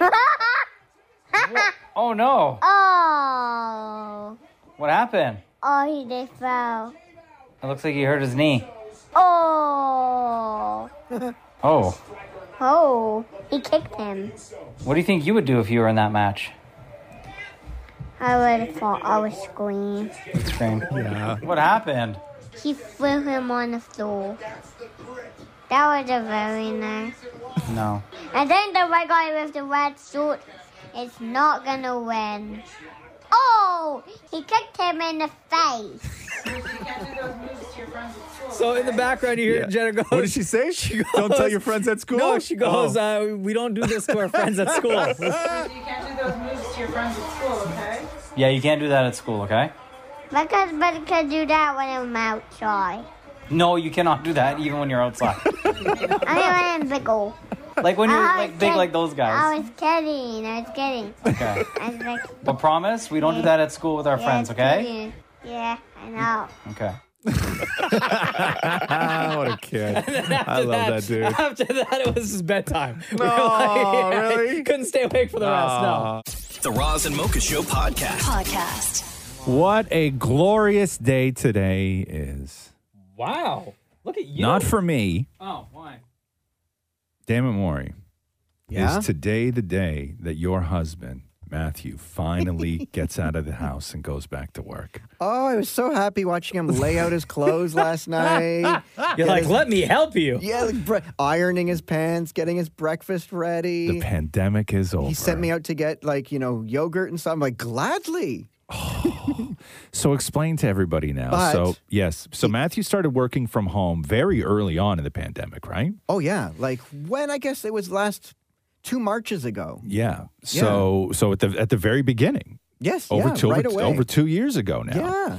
Speaker 2: Oh no!
Speaker 12: Oh,
Speaker 2: What happened?
Speaker 12: oh, he just fell.
Speaker 2: It looks like he hurt his knee.
Speaker 12: Oh,
Speaker 2: Oh,
Speaker 12: oh, he kicked him.
Speaker 2: what do you think you would do if you were in that match?
Speaker 12: I would fall. I would scream.
Speaker 2: Scream. Yeah. What happened?
Speaker 12: He threw him on the floor. That was a very nice.
Speaker 2: No.
Speaker 12: I think the red guy with the red suit is not gonna win. Oh, he kicked him in the face.
Speaker 2: So in the background, you hear
Speaker 9: Yeah.
Speaker 2: Jenna goes.
Speaker 9: What did she say? Don't tell your friends at school.
Speaker 2: No, she goes.
Speaker 9: Oh.
Speaker 2: Uh, we don't do this to our friends at school.
Speaker 13: You can't do those moves to your friends at school, okay?
Speaker 2: Yeah, you can't do that at school, okay?
Speaker 12: My husband can do that when I'm outside.
Speaker 2: No, you cannot do that even when you're outside.
Speaker 12: I mean, when I'm big old.
Speaker 2: Like when you're
Speaker 12: I
Speaker 2: like
Speaker 12: was
Speaker 2: big
Speaker 12: kid-
Speaker 2: like those
Speaker 12: I
Speaker 2: guys.
Speaker 12: was kidding. I was kidding.
Speaker 2: Okay.
Speaker 12: I was like,
Speaker 2: But promise, we don't do that at school with our
Speaker 12: yeah,
Speaker 2: friends,
Speaker 12: it's
Speaker 2: okay?
Speaker 12: kidding. Yeah, I know.
Speaker 2: Okay.
Speaker 9: what a kid. I love that, dude.
Speaker 2: After that, it was just bedtime. We were
Speaker 9: No,
Speaker 2: like-
Speaker 9: really?
Speaker 2: Couldn't stay awake for the rest. No.
Speaker 1: The Roz and Mocha Show podcast.
Speaker 3: Podcast.
Speaker 9: What a glorious day today is.
Speaker 2: Wow. Look at you.
Speaker 9: Not for me.
Speaker 2: Oh, why?
Speaker 9: Damn it, Maury.
Speaker 2: Yeah?
Speaker 9: Is today the day that your husband, Matthew, finally gets out of the house and goes back to work?
Speaker 11: Oh, I was so happy watching him lay out his clothes last night.
Speaker 9: You're like, "Let
Speaker 2: me help you.
Speaker 11: Ah, Yeah, like bre- ironing his pants, getting his breakfast ready.
Speaker 9: The pandemic is over.
Speaker 11: He sent me out to get like you know yogurt and stuff. I'm like gladly.
Speaker 9: So explain to everybody now.
Speaker 11: But-
Speaker 9: so yes, so Matthew started working from home very early on in the pandemic, right?
Speaker 11: Oh yeah, like when I guess it was last two marches ago.
Speaker 9: Yeah. So so at the at the very beginning.
Speaker 11: Yes,
Speaker 9: Over
Speaker 11: yeah,
Speaker 9: two
Speaker 11: right
Speaker 9: over,
Speaker 11: away.
Speaker 9: over two years ago now.
Speaker 11: Yeah.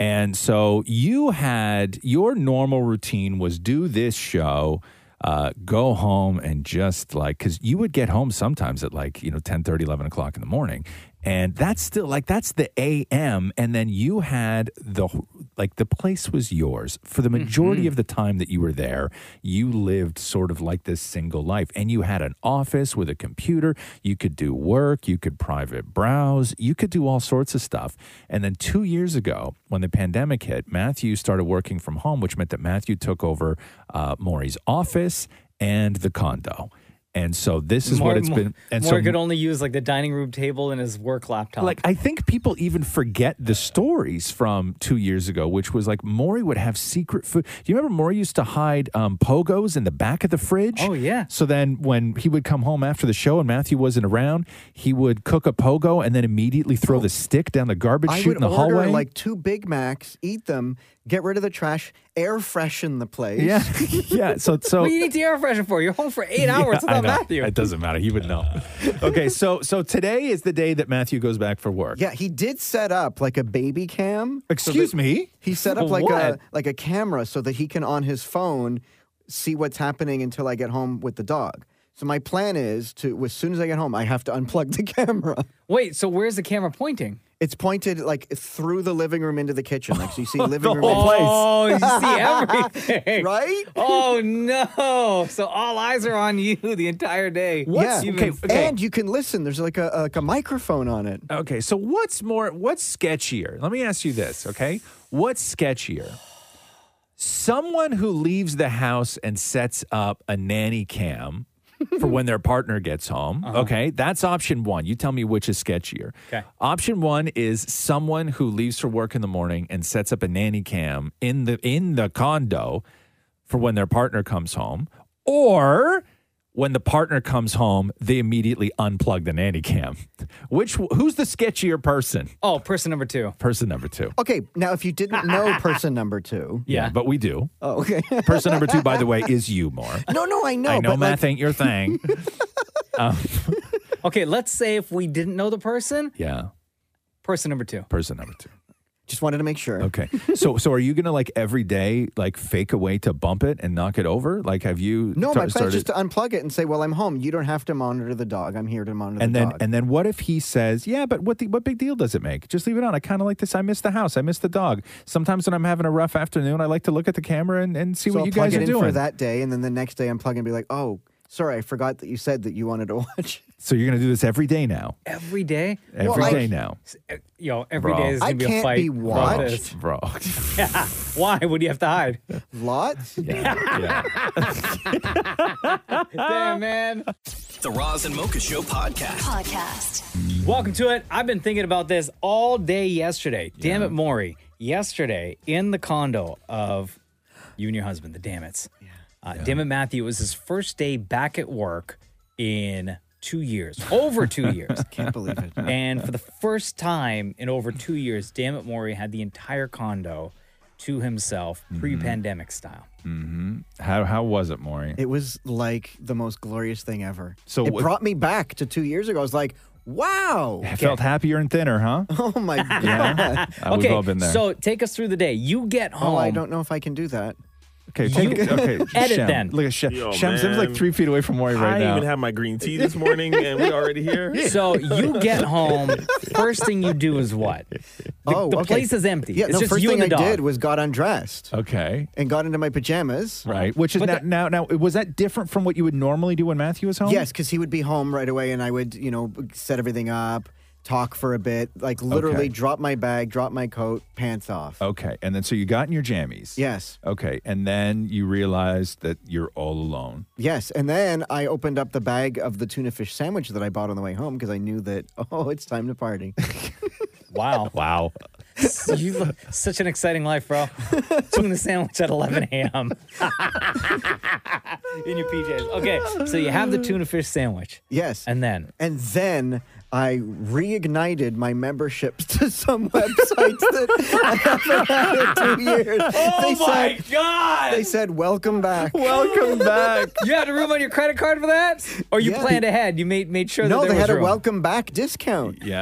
Speaker 9: And so you had your normal routine was do this show, uh, go home and just like because you would get home sometimes at like you know 10, 11 o'clock in the morning, and that's still like that's the a.m. And then you had the like the place was yours for the
Speaker 11: Mm-hmm.
Speaker 9: majority of the time that you were there. You lived sort of like this single life, and you had an office with a computer. You could do work, you could private browse, you could do all sorts of stuff. And then two years ago, when the pandemic hit, Matthew started working from home, which meant that Matthew took over uh, Maury's office and the condo. And so this is what
Speaker 2: Maury-
Speaker 9: it's been. And
Speaker 2: Maury
Speaker 9: so
Speaker 2: could only use like the dining room table and his work laptop.
Speaker 9: like I think people even forget the stories from two years ago, which was like Maury would have secret food. Do you remember Maury used to hide um, pogos in the back of the fridge? Oh
Speaker 2: yeah.
Speaker 9: So then when he would come home after the show and Matthew wasn't around, he would cook a pogo and then immediately throw the stick down the garbage
Speaker 11: I
Speaker 9: chute
Speaker 11: would
Speaker 9: in the
Speaker 11: order
Speaker 9: hallway.
Speaker 11: like two Big Macs, eat them, get rid of the trash, air freshen the place.
Speaker 9: yeah, yeah. So so
Speaker 2: what do you need the air freshener for? You're home for eight
Speaker 9: Yeah,
Speaker 2: hours
Speaker 9: I
Speaker 2: without
Speaker 9: know.
Speaker 2: Matthew.
Speaker 9: It doesn't matter. He would know. okay, so so today is the day that Matthew goes back for work.
Speaker 11: Yeah, he did set up like a baby cam.
Speaker 9: Excuse
Speaker 11: that-
Speaker 9: me?
Speaker 11: He set up like
Speaker 9: What?
Speaker 11: a like a camera so that he can on his phone see what's happening until I get home with the dog. So my plan is to as soon as I get home, I have to unplug the camera.
Speaker 2: Wait, so where's the camera pointing?
Speaker 11: It's pointed like through the living room into the kitchen. Like so you see living room
Speaker 2: whole
Speaker 11: into-
Speaker 2: Oh, you see everything.
Speaker 11: right?
Speaker 2: Oh no. So all eyes are on you the entire day.
Speaker 11: yeah.
Speaker 2: Even-
Speaker 11: And you can listen. There's like a, a- like a microphone on it.
Speaker 9: Okay, so what's more, what's sketchier? Let me ask you this, okay? What's sketchier? Someone who leaves the house and sets up a nanny cam for when their partner gets home, okay? That's option one. You tell me which is sketchier.
Speaker 2: Okay.
Speaker 9: Option one is someone who leaves for work in the morning and sets up a nanny cam in the in the condo for when their partner comes home, or when the partner comes home, they immediately unplug the nanny cam. Which who's the sketchier person?
Speaker 2: Oh, person number two.
Speaker 9: Person number two.
Speaker 11: Okay, now if you didn't know person number two.
Speaker 9: Yeah, but we do.
Speaker 11: Oh, okay.
Speaker 9: person number two, by the way, is you more.
Speaker 11: No, no, I know.
Speaker 9: I know
Speaker 11: but
Speaker 9: math ain't your thing. um,
Speaker 2: Okay, let's say if we didn't know the person,
Speaker 9: yeah,
Speaker 2: person number two.
Speaker 9: person number two.
Speaker 11: Just wanted to make sure.
Speaker 9: Okay. So, so are you gonna like every day like fake a way to bump it and knock it over? Like, have you tar-
Speaker 11: No, my plan
Speaker 9: started-
Speaker 11: is just to unplug it and say, "Well, I'm home. You don't have to monitor the dog. I'm here to monitor
Speaker 9: and
Speaker 11: the
Speaker 9: then
Speaker 11: dog."
Speaker 9: and then what if he says yeah but what the, what big deal does it make just leave it on i kind of like this i miss the house i miss the dog sometimes when i'm having a rough afternoon i like to look at the camera and, and see
Speaker 11: so
Speaker 9: what
Speaker 11: I'll
Speaker 9: you
Speaker 11: plug
Speaker 9: guys
Speaker 11: it
Speaker 9: are
Speaker 11: in
Speaker 9: doing
Speaker 11: for that day, and then the next day unplug and be like, "Oh, sorry, I forgot that you said that you wanted to watch."
Speaker 9: so you're gonna do this every day now
Speaker 2: Every day?
Speaker 9: Every day
Speaker 11: Well, I-
Speaker 9: now
Speaker 2: Yo, every
Speaker 9: Bro.
Speaker 2: day is
Speaker 11: I
Speaker 2: gonna be a
Speaker 11: can't
Speaker 2: fight.
Speaker 11: be
Speaker 2: about
Speaker 11: watched.
Speaker 2: this.
Speaker 9: bro
Speaker 2: Yeah. Why would you have to hide?
Speaker 11: Lots.
Speaker 2: Damn, man.
Speaker 1: The Roz and Mocha Show podcast.
Speaker 3: Podcast.
Speaker 2: Welcome to it. I've been thinking about this all day yesterday. Damn it, Maury. Yesterday in the condo of you and your husband, the Dammits. Uh, Damn it, Matthew. It was his first day back at work in two years, over two years.
Speaker 11: Can't believe it.
Speaker 2: and for the first time in over two years, Damn it, Maury had the entire condo to himself,
Speaker 11: Mm-hmm.
Speaker 2: pre pandemic style.
Speaker 9: mm-hmm. how, how was it Maury?
Speaker 11: It was like the most glorious thing ever.
Speaker 9: So
Speaker 11: it
Speaker 9: what-
Speaker 11: brought me back to two years ago. I was like, "Wow."
Speaker 9: I felt happier and thinner huh
Speaker 11: Oh my god.
Speaker 9: Yeah. Uh, we've all been there.
Speaker 2: So take us through the day. You get
Speaker 11: Oh,
Speaker 2: home.
Speaker 11: I don't know if I can do that.
Speaker 9: Okay, take it. Okay,
Speaker 2: Edit
Speaker 9: Shem.
Speaker 2: then.
Speaker 9: Look at Shem.
Speaker 8: Yo,
Speaker 9: Shem Sim's like
Speaker 8: man.
Speaker 9: three feet away from Maury right
Speaker 8: I
Speaker 9: now.
Speaker 8: even have my green tea this morning, and we're already here.
Speaker 2: So Oh, you get home. First thing you do is what? The,
Speaker 11: oh,
Speaker 2: the
Speaker 11: okay.
Speaker 2: place is empty.
Speaker 11: Yeah,
Speaker 2: it's
Speaker 11: no,
Speaker 2: just
Speaker 11: first
Speaker 2: you
Speaker 11: thing
Speaker 2: and the
Speaker 11: I
Speaker 2: dog.
Speaker 11: did was got undressed
Speaker 9: okay,
Speaker 11: and got into my pajamas.
Speaker 9: right. Which is
Speaker 11: But
Speaker 9: now,
Speaker 11: the-
Speaker 9: now now was that different from what you would normally do when Matthew was home?
Speaker 11: Yes, because he would be home right away, and I would, you know, set everything up, talk for a bit, like literally
Speaker 9: Okay.
Speaker 11: drop my bag, drop my coat, pants off.
Speaker 9: Okay, and then so you got in your jammies.
Speaker 11: Yes.
Speaker 9: Okay, and then you realized that you're all alone.
Speaker 11: Yes, and then I opened up the bag of the tuna fish sandwich that I bought on the way home because I knew that oh, it's time to party.
Speaker 2: Wow.
Speaker 9: wow.
Speaker 2: you live such an exciting life, bro. Tuna sandwich at 11 a.m. in your PJs. Okay, so you have the tuna fish sandwich.
Speaker 11: Yes.
Speaker 2: And then?
Speaker 11: And then I reignited my memberships to some websites that I haven't had in two years.
Speaker 2: Oh my God!
Speaker 11: They said, welcome back.
Speaker 9: Welcome back.
Speaker 2: You had room on your credit card for that? Or you
Speaker 11: Yeah.
Speaker 2: planned ahead? You made made sure
Speaker 11: no,
Speaker 2: that
Speaker 11: they
Speaker 2: there was
Speaker 11: had a
Speaker 2: room.
Speaker 11: welcome back discount.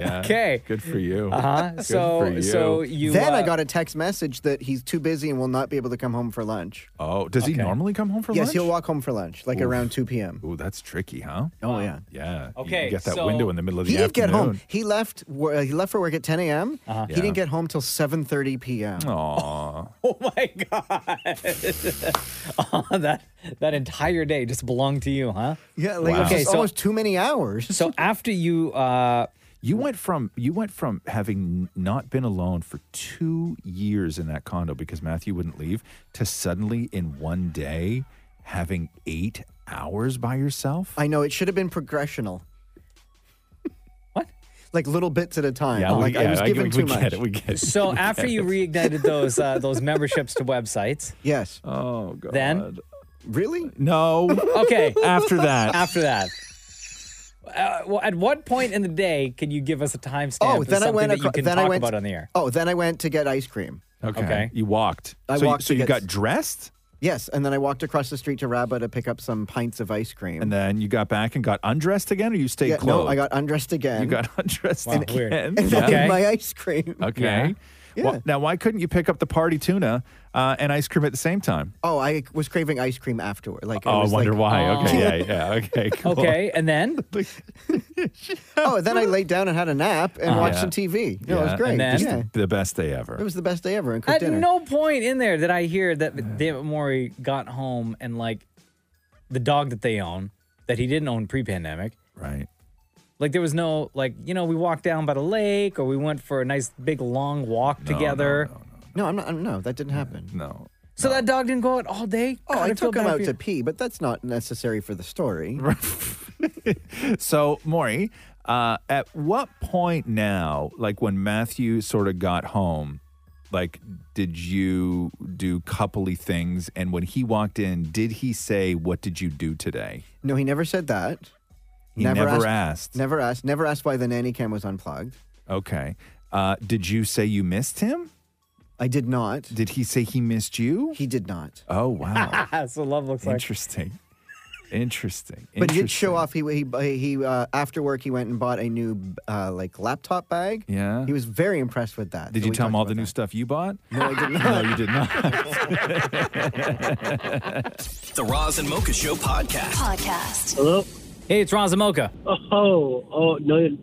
Speaker 9: Yeah.
Speaker 2: Okay.
Speaker 9: Good for you.
Speaker 2: Uh-huh.
Speaker 9: Good
Speaker 2: So-
Speaker 9: for you.
Speaker 2: so you,
Speaker 11: then I
Speaker 2: uh,
Speaker 11: got a text message that he's too busy and will not be able to come home for lunch.
Speaker 9: Oh, does he
Speaker 11: Okay.
Speaker 9: normally come home for
Speaker 11: yes,
Speaker 9: lunch?
Speaker 11: he'll walk home for lunch, like
Speaker 9: Oof.
Speaker 11: around 2 p.m.
Speaker 9: Oh, that's tricky, huh?
Speaker 11: Oh yeah.
Speaker 9: Yeah.
Speaker 11: Okay,
Speaker 9: You get that
Speaker 11: so-
Speaker 9: window in the middle of the
Speaker 11: He didn't
Speaker 9: afternoon.
Speaker 11: get home. He left. wo- uh, He left for work at 10 a.m.
Speaker 2: Uh-huh.
Speaker 11: He
Speaker 9: Yeah.
Speaker 11: didn't get home till 7:30 p.m.
Speaker 9: Aw.
Speaker 2: Oh my God. Oh, that, that entire day just belonged to you, huh?
Speaker 11: Yeah, like it was just almost too many hours.
Speaker 2: So after you, uh,
Speaker 9: you went from you went from having n- not been alone for two years in that condo because Matthew wouldn't leave to suddenly in one day having eight hours by yourself.
Speaker 11: I know it should have been progressional. what? Like little bits at a time.
Speaker 9: Yeah, we-
Speaker 11: like I
Speaker 9: yeah,
Speaker 11: was
Speaker 9: I-
Speaker 11: given
Speaker 9: we
Speaker 11: too
Speaker 9: get
Speaker 11: much.
Speaker 9: it, we get it.
Speaker 2: So after you reignited those uh, those memberships to websites,
Speaker 11: yes.
Speaker 9: Oh god.
Speaker 2: Then,
Speaker 11: really?
Speaker 9: No.
Speaker 2: Okay.
Speaker 9: After that.
Speaker 2: After that. Uh, well, at what point in the day can you give us a timestamp?
Speaker 11: Oh,
Speaker 2: of
Speaker 11: then I
Speaker 2: something
Speaker 11: went.
Speaker 2: That you
Speaker 11: acro-
Speaker 2: can
Speaker 11: then
Speaker 2: talk
Speaker 11: I went
Speaker 2: about on the air.
Speaker 11: Oh, then I went to get ice cream.
Speaker 9: Okay. You walked.
Speaker 11: I
Speaker 9: so You,
Speaker 11: walked to
Speaker 9: so you
Speaker 11: get-
Speaker 9: got dressed,
Speaker 11: Yes, and then I walked across the street to Rabba to pick up some pints of ice cream.
Speaker 9: and then you got back and got undressed again, or you stayed
Speaker 11: yeah,
Speaker 9: clothed.
Speaker 11: no, I got undressed again.
Speaker 9: You got undressed
Speaker 11: Wow,
Speaker 9: again.
Speaker 11: weird. And then
Speaker 9: Yeah.
Speaker 11: my ice cream.
Speaker 9: Okay.
Speaker 11: Yeah.
Speaker 9: Well, now, why couldn't you pick up the party tuna uh, and ice cream at the same time?
Speaker 11: Oh, I was craving ice cream afterward. Like,
Speaker 9: oh,
Speaker 11: I
Speaker 9: I
Speaker 11: was
Speaker 9: wonder
Speaker 11: like,
Speaker 9: why. Okay, yeah, yeah, okay, cool.
Speaker 2: Okay, and then
Speaker 11: oh, and then I laid down and had a nap and
Speaker 9: Uh,
Speaker 11: watched
Speaker 9: yeah.
Speaker 11: some TV. No, it was
Speaker 9: Yeah,
Speaker 11: great.
Speaker 9: just
Speaker 11: yeah.
Speaker 9: the best day
Speaker 11: It
Speaker 9: ever.
Speaker 11: was the best day ever. And cooked
Speaker 2: At
Speaker 11: dinner.
Speaker 2: no point in there did I hear that David Maury got home and like the dog that they own that he didn't own pre-pandemic.
Speaker 9: Right.
Speaker 2: Like there was no like you know we walked down by the lake or we went for a nice big long walk
Speaker 11: no,
Speaker 2: together.
Speaker 11: No, I'm not. I'm, no, that didn't happen.
Speaker 9: No.
Speaker 2: So that dog didn't go out all day.
Speaker 11: Oh,
Speaker 2: God,
Speaker 11: I
Speaker 2: feel
Speaker 11: took him
Speaker 2: bad for
Speaker 11: out
Speaker 2: you.
Speaker 11: to pee, but that's not necessary for the story.
Speaker 9: So, Maury, uh, at what point now, like when Matthew sort of got home, like did you do coupley things? And when he walked in, did he say, "What did you do today"?
Speaker 11: No, he never said that.
Speaker 9: He never asked.
Speaker 11: Never asked. Never asked why the nanny cam was unplugged.
Speaker 9: Okay. Uh, did you say you missed him?
Speaker 11: I did not.
Speaker 9: Did he say he missed you?
Speaker 11: He did not.
Speaker 9: Oh wow.
Speaker 2: That's what love looks like.
Speaker 9: Interesting. Interesting.
Speaker 11: But he did
Speaker 9: Interesting.
Speaker 11: show off. He he he. Uh, after work, he went and bought a new uh, like laptop bag.
Speaker 9: Yeah.
Speaker 11: He was very impressed with that.
Speaker 9: Did
Speaker 11: So
Speaker 9: you
Speaker 11: we
Speaker 9: tell him
Speaker 11: talked
Speaker 9: all the new stuff you bought?
Speaker 11: No, I did
Speaker 9: no, you did not.
Speaker 1: The Roz and Mocha Show podcast.
Speaker 14: Podcast.
Speaker 15: Hello.
Speaker 2: Hey, it's Ron Zamoka.
Speaker 15: Oh, oh no!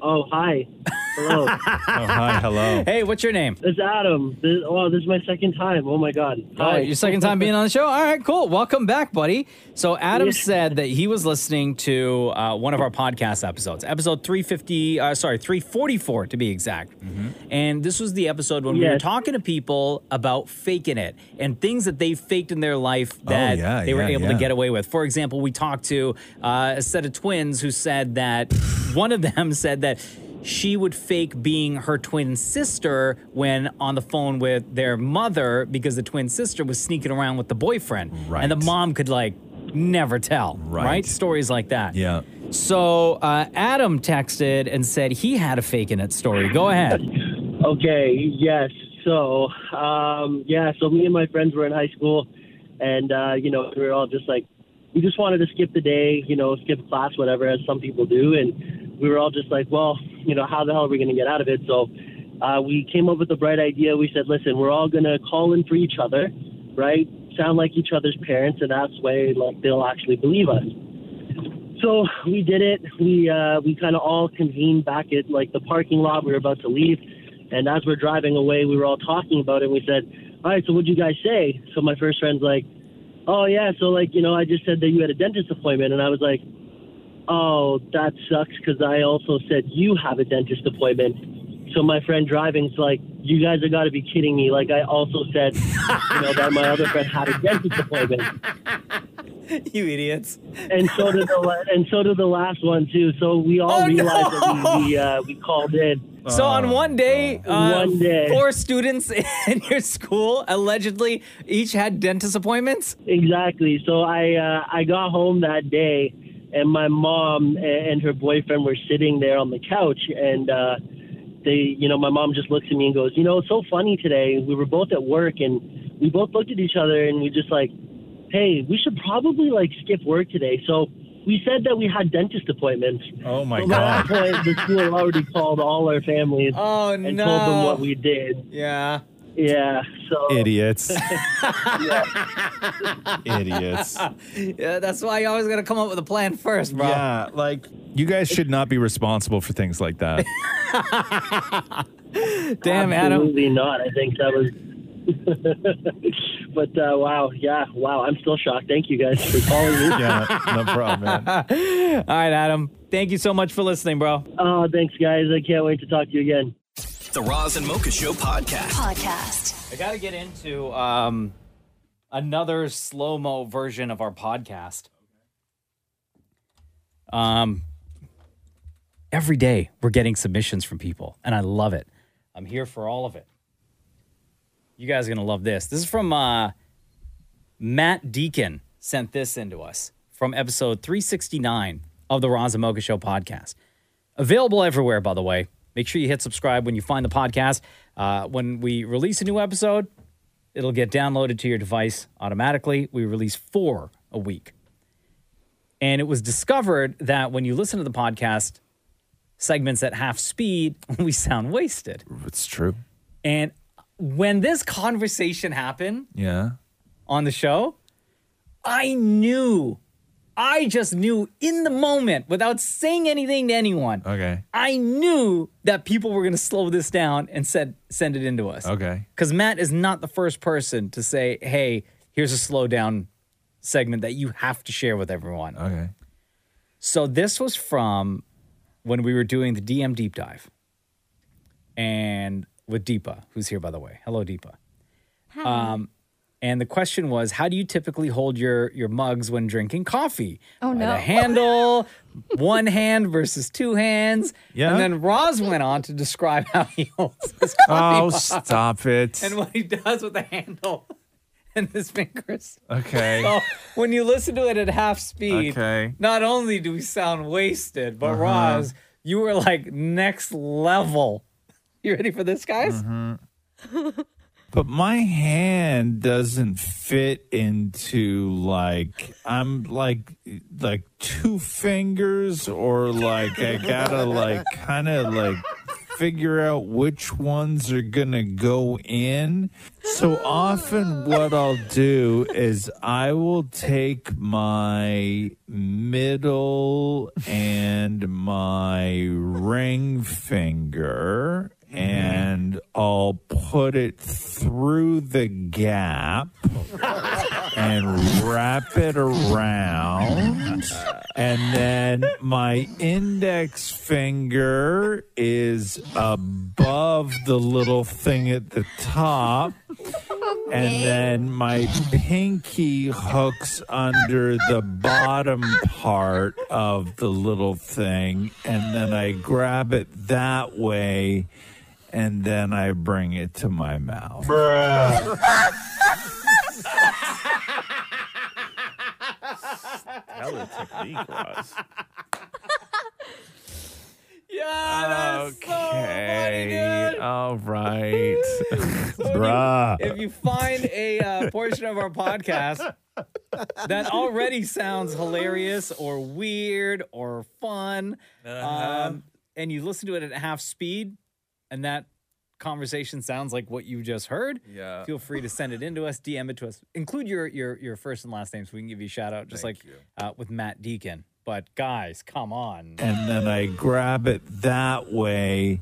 Speaker 15: Oh, hi. Hello. oh,
Speaker 9: hi. Hello.
Speaker 2: Hey, what's your name?
Speaker 15: It's Adam. This, oh, this is my second time. Oh my God.
Speaker 2: Oh,
Speaker 15: Hi.
Speaker 2: your second time being on the show. All right, cool. Welcome back, buddy. So Adam said that he was listening to uh, one of our podcast episodes, episode three fifty, uh, sorry, three forty four to be exact. And this was the episode when we were
Speaker 15: Yes.
Speaker 2: talking to people about faking it and things that they faked in their life that
Speaker 9: Oh, yeah,
Speaker 2: they were
Speaker 9: yeah,
Speaker 2: able to
Speaker 9: yeah.
Speaker 2: get away with. For example, we talked to uh, a set of twins who said that one of them said that she would fake being her twin sister when on the phone with their mother because the twin sister was sneaking around with the boyfriend. Right. And the mom could, like, never tell. Right. Stories like that.
Speaker 9: Yeah.
Speaker 2: So uh, Adam texted and said he had a fake in it story. Go ahead.
Speaker 15: Okay. Yes. So, um, yeah. So me and my friends were in high school, and uh, you know we were all just like, we just wanted to skip the day, you know, skip class, whatever, as some people do, and we were all just like, well, you know, how the hell are we going to get out of it? So, uh, we came up with a bright idea. We said, listen, we're all going to call in for each other, right? Sound like each other's parents, and that's way like they'll actually believe us. So we did it. We uh, we kind of all convened back at like the parking lot. We were about to leave, and as we're driving away, we were all talking about it. And we said, all right, so what'd you guys say? So my first friend's like, oh yeah, so like you know, I just said that you had a dentist appointment, and I was like. Oh, that sucks because I also said you have a dentist appointment. So my friend driving's like, you guys have got to be kidding me. Like I also said, you know, that my other friend had a dentist appointment.
Speaker 2: you idiots.
Speaker 15: And so did the la- and so did the last one too. So we all
Speaker 2: Oh,
Speaker 15: realized
Speaker 2: no! Oh,
Speaker 15: that we we, uh, we called in.
Speaker 2: So on one day, uh,
Speaker 15: One day.
Speaker 2: four students in your school allegedly each had dentist appointments.
Speaker 15: Exactly. So I uh, I got home that day, and my mom a- and her boyfriend were sitting there on the couch, and uh, they, you know, my mom just looks at me and goes, you know, it's so funny today. We were both at work, and we both looked at each other, and we just like, hey, we should probably like skip work today. So. We said that we had dentist appointments.
Speaker 9: Oh my
Speaker 15: At that point, the school already called all our families
Speaker 2: Oh,
Speaker 15: and
Speaker 2: no.
Speaker 15: told them what we did.
Speaker 2: Yeah.
Speaker 15: Yeah. So
Speaker 9: Idiots.
Speaker 2: yeah, that's why you always got to come up with a plan first, bro.
Speaker 9: Yeah, like you guys should not be responsible for things like that.
Speaker 2: Damn, Adam.
Speaker 15: Absolutely not. I think that was. but uh, wow, yeah, wow. I'm still shocked. Thank you guys for calling me.
Speaker 9: no problem,
Speaker 2: man. All right, Adam. Thank you so much for listening, bro.
Speaker 15: Oh, thanks, guys. I can't wait to talk to you again.
Speaker 1: The Roz and Mocha Show podcast.
Speaker 2: Podcast. I got to get into um, another slow mo version of our podcast. Um, every day we're getting submissions from people, and I love it. I'm here for all of it. You guys are gonna love this. This is from uh, Matt Deacon sent this into us from episode 369 of the Ron Mocha Show podcast. Available everywhere, by the way. Make sure you hit subscribe when you find the podcast. Uh, when we release a new episode, it'll get downloaded to your device automatically. We release four a week. And it was discovered that when you listen to the podcast segments at half speed, we sound wasted.
Speaker 9: It's true.
Speaker 2: And when this conversation happened
Speaker 9: Yeah.
Speaker 2: on the show, I knew, I just knew in the moment without saying anything to anyone.
Speaker 9: Okay.
Speaker 2: I knew that people were going to slow this down and said send it into us.
Speaker 9: Okay.
Speaker 2: Because Matt is not the first person to say, hey, here's a slow down segment that you have to share with everyone.
Speaker 9: Okay.
Speaker 2: So this was from when we were doing the DM deep dive and with Deepa, who's here, by the way. Hello, Deepa. Um,
Speaker 10: Hi.
Speaker 2: and the question was, how do you typically hold your, your mugs when drinking coffee?
Speaker 10: Oh,
Speaker 2: By
Speaker 10: no.
Speaker 2: The handle, one hand versus two hands.
Speaker 9: Yeah.
Speaker 2: And then Roz went on to describe how he holds his coffee
Speaker 9: Oh,
Speaker 2: mug
Speaker 9: stop it.
Speaker 2: and what he does with the handle and his fingers.
Speaker 9: Okay.
Speaker 2: So when you listen to it at half speed,
Speaker 9: Okay.
Speaker 2: not only do we sound wasted, but
Speaker 9: Uh-huh.
Speaker 2: Roz, you were like next level. You ready for this, guys?
Speaker 9: Mm-hmm. Mm. But my hand doesn't fit into like I'm like like two fingers or like I gotta like kind of like figure out which ones are gonna go in. So often what I'll do is I will take my middle and my ring finger and I'll put it through the gap and wrap it around. And then my index finger is above the little thing at the top. And then my pinky hooks under the bottom part of the little thing. And then I grab it that way. And then I bring it to my mouth.
Speaker 8: Hella technique was.
Speaker 2: Yeah, that's so
Speaker 9: Okay. All right. Bruh.
Speaker 2: If you find a uh, portion of our podcast that already sounds hilarious or weird or fun,
Speaker 9: Uh-huh.
Speaker 2: um, and you listen to it at half speed, and that conversation sounds like what you just heard,
Speaker 9: Uh,
Speaker 8: Yeah.
Speaker 2: feel free to send it in to us, DM it to us. Include your your your first and last name so we can give you a shout out, just like uh, with Matt Deacon. But guys, come on.
Speaker 9: and then I grab it that way,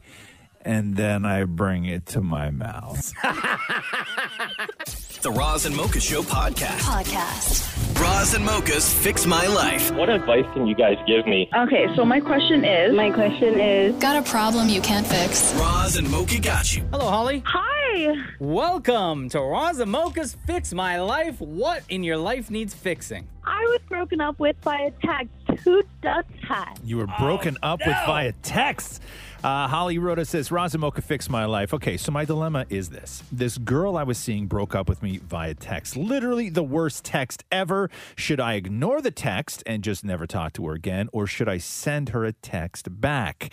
Speaker 9: and then I bring it to my mouth.
Speaker 1: The Roz and Mocha Show podcast. Podcast. Roz and Mocha's Fix My Life.
Speaker 14: What advice can you guys give me?
Speaker 13: Okay, so my question is. My question is.
Speaker 1: Got a problem you can't fix. Roz and Mocha got you.
Speaker 2: Hello, Holly. Hi. Welcome to Raza Mocha's Fix My Life. What in your life needs fixing?
Speaker 13: I was broken up with by a tattooed duck hat.
Speaker 9: You were broken up with via text. Uh, Holly Rhoda says, Razamoka fixed my life. Okay, so my dilemma is this. This girl I was seeing broke up with me via text. Literally the worst text ever. Should I ignore the text and just never talk to her again, or should I send her a text back?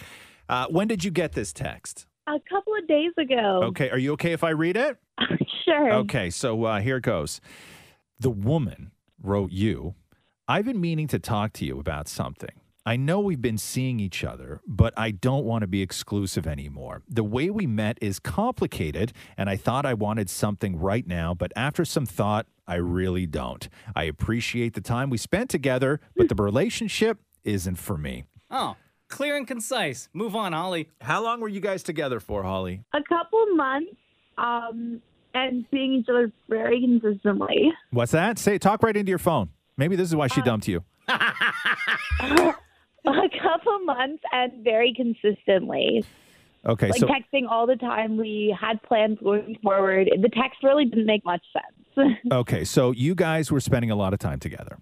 Speaker 9: Uh, when did you get this text?
Speaker 13: A couple of days ago.
Speaker 9: Okay, are you okay if I read it?
Speaker 13: Oh. Sure.
Speaker 9: Okay, so uh, here it goes. The woman wrote you, I've been meaning to talk to you about something. I know we've been seeing each other, but I don't want to be exclusive anymore. The way we met is complicated, and I thought I wanted something right now, but after some thought, I really don't. I appreciate the time we spent together, but the relationship isn't for me.
Speaker 2: Oh, clear and concise. Move on, Holly.
Speaker 9: How long were you guys together for, Holly?
Speaker 13: A couple months, um, and seeing each other very consistently.
Speaker 9: What's that? Say, talk right into your phone. Maybe this is why
Speaker 13: Uh,
Speaker 9: she dumped you.
Speaker 13: A couple months and very consistently.
Speaker 9: Okay,
Speaker 13: like
Speaker 9: so
Speaker 13: texting all the time. We had plans going forward. The text really didn't make much sense.
Speaker 9: Okay, so you guys were spending a lot of time together.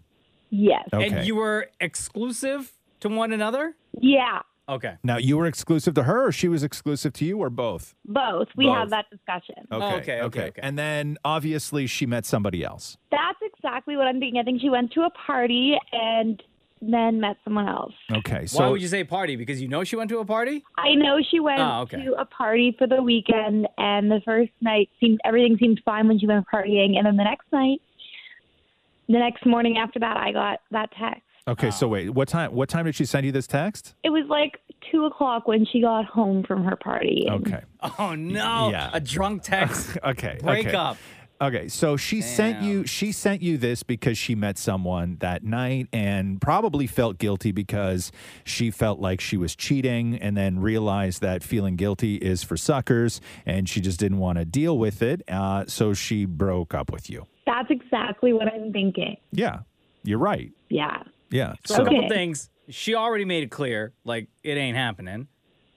Speaker 13: yes.
Speaker 9: Okay.
Speaker 2: And you were exclusive to one another?
Speaker 13: Yeah.
Speaker 2: Okay.
Speaker 9: Now you were exclusive to her, or she was exclusive to you, or both.
Speaker 13: Both. We
Speaker 9: Both.
Speaker 13: have that discussion.
Speaker 9: Oh, Okay, okay, okay, And then obviously she met somebody else.
Speaker 13: That's exactly what I'm thinking. I think she went to a party and then met someone else.
Speaker 9: Okay,
Speaker 2: Why
Speaker 9: so
Speaker 2: would you say party? Because you know she went to a party?
Speaker 13: I know she went
Speaker 9: Ah,
Speaker 2: Oh, okay.
Speaker 13: to a party for the weekend, and the first night seemed everything seemed fine when she went partying, and then the next night, the next morning after that, I got that text.
Speaker 9: okay, so wait, what time? What time did she send you this text?
Speaker 13: It was like two o'clock when she got home from her party.
Speaker 9: Okay,
Speaker 2: Oh no.
Speaker 9: Yeah.
Speaker 2: A drunk text.
Speaker 9: okay,
Speaker 2: Break
Speaker 9: okay.
Speaker 2: up.
Speaker 9: Okay, so she sent you she sent you this because she met someone that night and probably felt guilty because she felt like she was cheating and then realized that feeling guilty is for suckers and she just didn't want to deal with it. Uh, so she broke up with you.
Speaker 13: That's exactly what I'm thinking.
Speaker 9: Yeah, you're right.
Speaker 13: Yeah.
Speaker 9: Yeah.
Speaker 2: So a couple things. She already made it clear, like it ain't happening,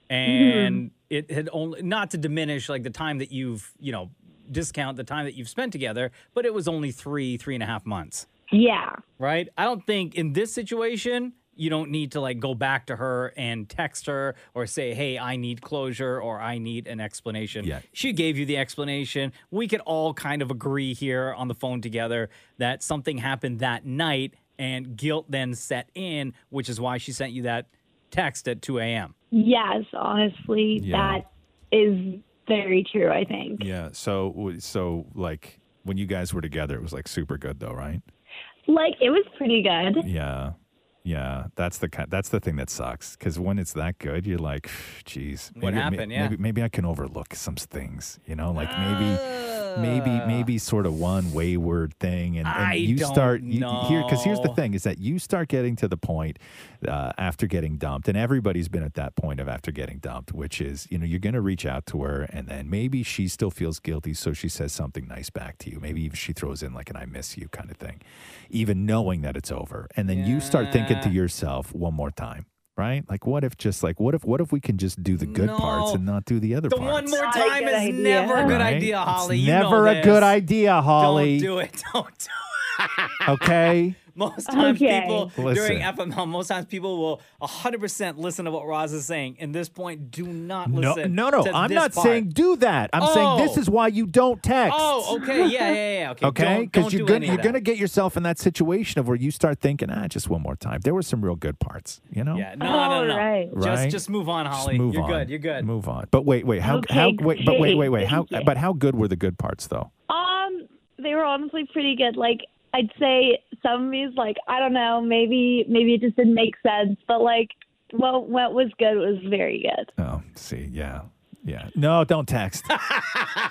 Speaker 2: and it had only not to diminish like the time that you've you know discount the time that you've spent together, but it was only three three and a half months,
Speaker 13: Yeah.
Speaker 2: right? I don't think in this situation you don't need to like go back to her and text her or say, "Hey, I need closure" or "I need an explanation." Yeah. She gave you the explanation. We could all kind of agree here on the phone together that something happened that night and guilt then set in, which is why she sent you that text at 2 a.m.
Speaker 13: Yes, honestly,
Speaker 9: Yeah.
Speaker 13: that is very true, I think.
Speaker 9: Yeah. So w- so like when you guys were together, it was like super good though, right?
Speaker 13: Like, it was pretty good.
Speaker 9: Yeah. Yeah, that's the kind, that's the thing that sucks because when it's that good, you're like, geez,
Speaker 2: What
Speaker 9: maybe- may-
Speaker 2: happened? Yeah.
Speaker 9: maybe maybe I can overlook some things, you know, like maybe maybe maybe sort of one wayward thing, and, and
Speaker 2: Ah. I
Speaker 9: you
Speaker 2: don't
Speaker 9: start you, here because here's the thing is that you start getting to the point uh, after getting dumped, and everybody's been at that point of after getting dumped, which is you know you're gonna reach out to her, and then maybe she still feels guilty, so she says something nice back to you, maybe even she throws in like an "I miss you" kind of thing, even knowing that it's over, and then you start thinking to
Speaker 2: Yeah.
Speaker 9: yourself one more time. Right? Like, what if just like, what if, what if we can just do the good parts
Speaker 2: No.
Speaker 9: and not do the other
Speaker 2: The
Speaker 9: parts?
Speaker 2: one more
Speaker 13: Not a
Speaker 2: time
Speaker 13: good
Speaker 2: is
Speaker 13: idea.
Speaker 2: never a good
Speaker 9: Right?
Speaker 2: idea,
Speaker 9: It's
Speaker 2: Holly. you know
Speaker 9: never a
Speaker 2: this.
Speaker 9: good idea, Holly.
Speaker 2: Don't do it. Don't do it.
Speaker 9: Okay.
Speaker 2: Most times
Speaker 13: Okay.
Speaker 2: people
Speaker 9: Listen.
Speaker 2: during FML, most times people will 100% listen to what Roz is saying. In this point, do not
Speaker 9: No,
Speaker 2: listen.
Speaker 9: no, no.
Speaker 2: to
Speaker 9: I'm
Speaker 2: this
Speaker 9: not
Speaker 2: part.
Speaker 9: saying do that. I'm saying this
Speaker 2: Oh.
Speaker 9: is why you don't text.
Speaker 2: Oh, okay. Yeah, yeah, yeah. Okay.
Speaker 9: Okay,
Speaker 2: Don't, don't
Speaker 9: because you're
Speaker 2: do
Speaker 9: gonna
Speaker 2: any of
Speaker 9: you're
Speaker 2: that.
Speaker 9: gonna get yourself in that situation of where you start thinking, ah, just one more time. There were some real good parts, you know.
Speaker 2: Yeah, no, no, no. no.
Speaker 13: Right.
Speaker 9: Right?
Speaker 2: Just, just move on,
Speaker 9: Just
Speaker 2: Holly.
Speaker 9: move
Speaker 2: you're
Speaker 9: on.
Speaker 2: good. You're good.
Speaker 9: Move on. But wait, wait, how,
Speaker 13: Okay,
Speaker 9: how, wait, but wait,
Speaker 13: great.
Speaker 9: wait, wait, how,
Speaker 13: Thank you.
Speaker 9: but how good were the good parts though?
Speaker 13: Um, they were honestly pretty good. Like I'd say some of these, like I don't know, maybe maybe it just didn't make sense, but like what what was good was very good.
Speaker 9: Oh, see, yeah, Yeah. No, don't text.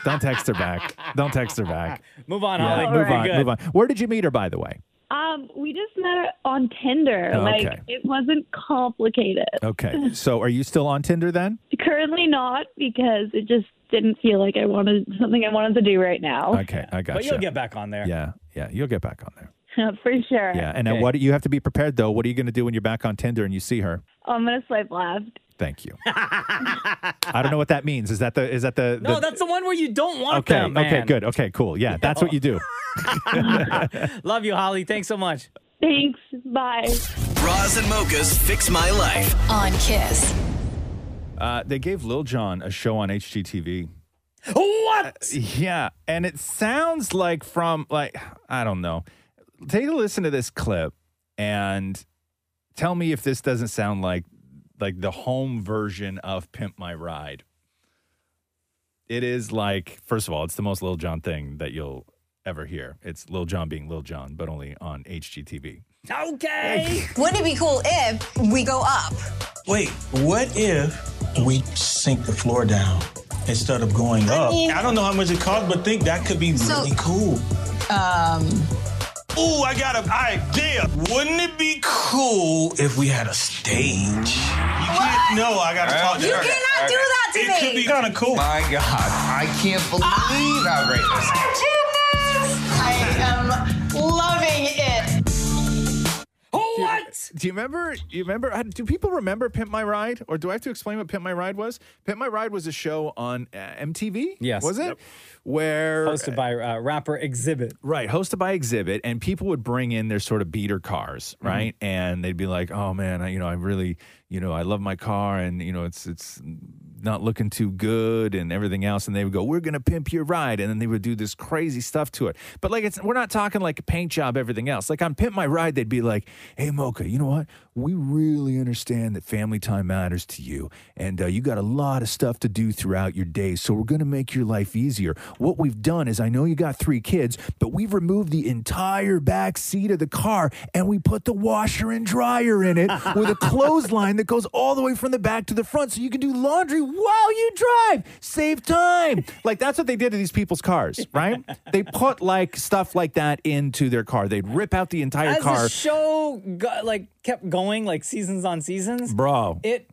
Speaker 9: don't text her back. Don't text her back.
Speaker 2: Move on,
Speaker 9: Yeah,
Speaker 2: Holly.
Speaker 9: Move
Speaker 2: Okay,
Speaker 9: on.
Speaker 2: good.
Speaker 9: Move on. Where did you meet her, by the way?
Speaker 13: Um, we just met on Tinder.
Speaker 9: Oh, okay. Oh.
Speaker 13: Like it wasn't complicated.
Speaker 9: Okay. So are you still on Tinder then?
Speaker 13: Currently not because it just didn't feel like I wanted something I wanted to do right now.
Speaker 9: Okay, I got
Speaker 2: Oh, But you'll get back on there.
Speaker 9: Yeah, yeah, you'll get back on there.
Speaker 13: For sure.
Speaker 9: Yeah, and then what you have to be prepared though. What are you going to do when you're back on Tinder and you see her?
Speaker 13: I'm gonna swipe left.
Speaker 9: Thank you. I don't know what that means. Is that the is that the,
Speaker 2: No,
Speaker 9: the-
Speaker 2: that's the one where you don't want
Speaker 9: okay
Speaker 2: them.
Speaker 9: okay
Speaker 2: man.
Speaker 9: good okay cool yeah that's what you do.
Speaker 2: Love you, Holly. Thanks so much.
Speaker 13: Thanks. Bye.
Speaker 1: Bras and Mocha's Fix My Life.
Speaker 3: On Kiss.
Speaker 9: Uh, they gave Lil Jon a show on HGTV.
Speaker 2: What?
Speaker 9: Uh, yeah, and it sounds like from like I don't know. Take a listen to this clip and tell me if this doesn't sound like like the home version of Pimp My Ride. It is like first of all, it's the most Lil Jon thing that you'll ever hear. It's Lil Jon being Lil Jon, but only on HGTV.
Speaker 2: Okay.
Speaker 16: Wouldn't it be cool if we go up?
Speaker 17: Wait, what if we sink the floor down instead of going up?
Speaker 16: mean-
Speaker 17: I don't know how much it costs, but think that could be
Speaker 16: So-
Speaker 17: really cool.
Speaker 16: Um.
Speaker 17: Ooh, I got an idea. Wouldn't it be cool if we had a stage? You can't. No, I gotta talk to
Speaker 16: You
Speaker 17: her.
Speaker 16: cannot do that to
Speaker 17: it
Speaker 16: me.
Speaker 17: could be kind of cool. My God, I can't believe how great this is.
Speaker 16: I am loving it.
Speaker 9: What? uh, Do you remember? You remember? uh, Do people remember Pimp My Ride? Or do I have to explain what Pimp My Ride was? Pimp My Ride was a show on uh, MTV.
Speaker 2: Yes.
Speaker 9: was it?
Speaker 2: Yep.
Speaker 9: Where
Speaker 2: hosted by uh, rapper Exhibit.
Speaker 9: Right, hosted by Exhibit, and people would bring in their sort of beater cars, right? And they'd be like, "Oh man, I, you know, I really, you know, I love my car, and you know, it's it's not looking too good, and everything else." And they would go, "We're gonna pimp your ride," and then they would do this crazy stuff to it. But like, it's we're not talking like a paint job, everything else. Like on Pimp My Ride, they'd be like, "Hey Mocha, you know what? We really understand that family time matters to you, and uh, you got a lot of stuff to do throughout your day. So we're gonna make your life easier. What we've done is, I know you got three kids, but we've removed the entire back seat of the car and we put the washer and dryer in it with a clothesline that goes all the way from the back to the front, so you can do laundry while you drive. Save time. Like that's what they did to these people's cars, right? they put like stuff like that into their car. They'd rip out the entire
Speaker 2: As
Speaker 9: car.
Speaker 2: the show go- like kept going, like seasons on seasons,
Speaker 9: Bro.
Speaker 2: It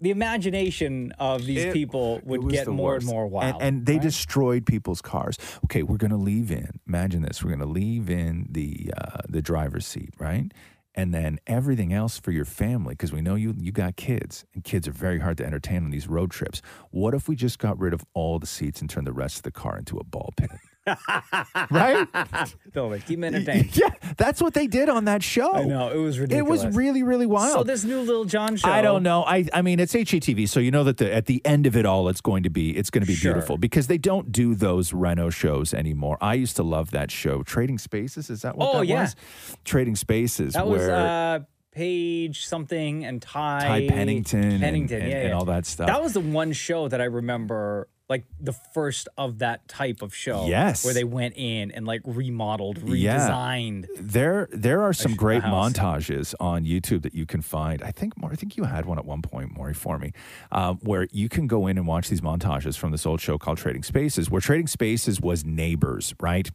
Speaker 2: the imagination of these people would get more and more wild.
Speaker 9: And, they destroyed people's cars. Okay, we're going to leave in. Imagine this: we're going to leave in the uh, the driver's seat, right? And then everything else for your family, because we know you you got kids, and kids are very hard to entertain on these road trips. What if we just got rid of all the seats and turned the rest of the car into a ball pit? right?
Speaker 2: Bill, like, keep 'em entertained.
Speaker 9: yeah, that's what they did on that show.
Speaker 2: I know it was
Speaker 9: It
Speaker 2: ridiculous.
Speaker 9: was really, really wild.
Speaker 2: So this new Lil John show,
Speaker 9: I don't know. I I mean, it's HGTV, so you know that the, at the end of it all, it's going to be it's going to be
Speaker 2: Sure.
Speaker 9: beautiful because they don't do those Reno shows anymore. I used to love that show, Trading Spaces. Is that what
Speaker 2: Oh,
Speaker 9: that
Speaker 2: yeah.
Speaker 9: was? Trading Spaces,
Speaker 2: That was
Speaker 9: where
Speaker 2: uh, Paige something and Ty
Speaker 9: Ty Pennington and-
Speaker 2: Pennington,
Speaker 9: and-
Speaker 2: yeah,
Speaker 9: and
Speaker 2: yeah.
Speaker 9: all that stuff.
Speaker 2: That was the one show that I remember, like the first of that type of show.
Speaker 9: Yes.
Speaker 2: where they went in and like remodeled,
Speaker 9: Yeah.
Speaker 2: redesigned.
Speaker 9: there there are some great
Speaker 2: house.
Speaker 9: montages on YouTube that you can find. I think Maury, I think you had one at one point, Maury, for me, um, where you can go in and watch these montages from this old show called Trading Spaces, where Trading Spaces was neighbors, right?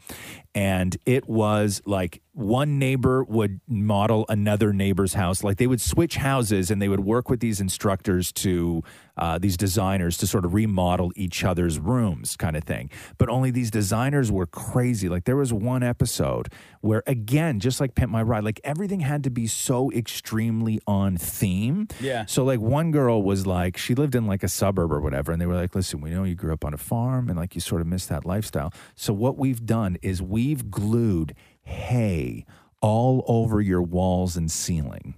Speaker 9: And it was like one neighbor would model another neighbor's house, like they would switch houses and they would work with these instructors to uh, these designers to sort of remodel each other's rooms, kind of thing. But only these designers were crazy. Like there was one episode where, again, just like Pimp My Ride, like everything had to be so extremely on theme.
Speaker 18: Yeah.
Speaker 9: So like one girl was like, she lived in like a suburb or whatever, and they were like, listen, we know you grew up on a farm and like you sort of miss that lifestyle. So what we've done is we've glued hay all over your walls and ceiling.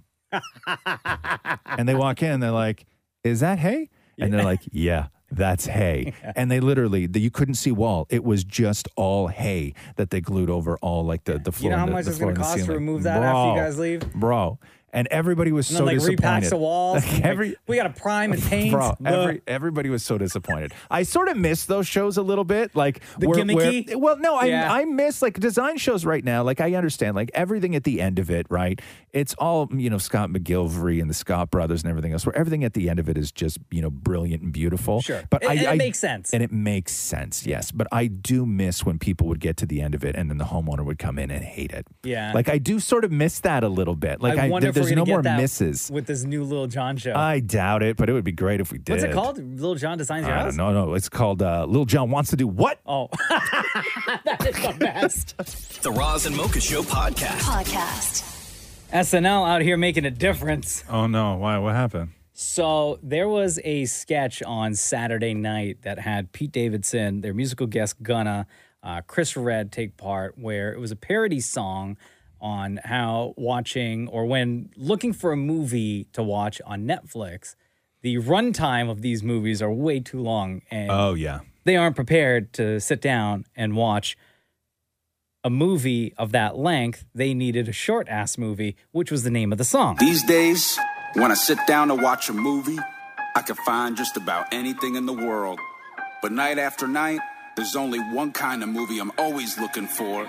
Speaker 9: and they walk in and they're like, is that hay? And they're like, yeah, that's hay. And they literally, the, you couldn't see wall. It was just all hay that they glued over all like the, the floor.
Speaker 2: You know how
Speaker 9: and the,
Speaker 2: much
Speaker 9: the
Speaker 2: it's going
Speaker 9: floor
Speaker 2: to
Speaker 9: and the
Speaker 2: cost to
Speaker 9: ceiling.
Speaker 2: remove that after you
Speaker 9: Bro.
Speaker 2: guys leave?
Speaker 9: Bro, and everybody was
Speaker 2: And
Speaker 9: so
Speaker 2: then, like,
Speaker 9: disappointed.
Speaker 2: repacks the walls.
Speaker 9: Like, every
Speaker 2: we got to prime and paint.
Speaker 9: Bro, every,
Speaker 2: Ugh.
Speaker 9: everybody was so disappointed. I sort of miss those shows a little bit, like
Speaker 2: The gimmicky?
Speaker 9: well, no, I
Speaker 2: Yeah.
Speaker 9: I miss like design shows right now. Like I understand, like everything at the end of it, right? It's all you know, Scott McGilvery and the Scott brothers and everything else. Where everything at the end of it is just you know brilliant and beautiful.
Speaker 2: Sure.
Speaker 9: but
Speaker 2: And-
Speaker 9: I,
Speaker 2: and it
Speaker 9: I-
Speaker 2: makes sense.
Speaker 9: and it makes sense. Yes, but I do miss when people would get to the end of it and then the homeowner would come in and hate it.
Speaker 2: Yeah.
Speaker 9: like I do sort of miss that a little bit. Like I,
Speaker 2: wonder if
Speaker 9: there's
Speaker 2: we're
Speaker 9: no
Speaker 2: gonna get
Speaker 9: more
Speaker 2: that
Speaker 9: misses.
Speaker 2: with this new Little John show.
Speaker 9: I doubt it, but it would be great if we did.
Speaker 2: What's it called? Little John designs your
Speaker 9: I
Speaker 2: house.
Speaker 9: don't know. No, it's called uh, Little John wants to do what?
Speaker 2: Oh, that is the best.
Speaker 1: The Roz and Mocha Show podcast.
Speaker 2: Podcast. SNL out here making a difference.
Speaker 9: Oh no! Why? What happened?
Speaker 2: So there was a sketch on Saturday night that had Pete Davidson, their musical guest Gunna, uh, Chris Red take part, where it was a parody song on how watching or when looking for a movie to watch on Netflix, the runtime of these movies are way too long, and
Speaker 9: Oh yeah.
Speaker 2: they aren't prepared to sit down and watch a movie of that length. They needed a short ass movie, which was the name of the song.
Speaker 4: These days, when I sit down to watch a movie, I can find just about anything in the world. But night after night, there's only one kind of movie I'm always looking for.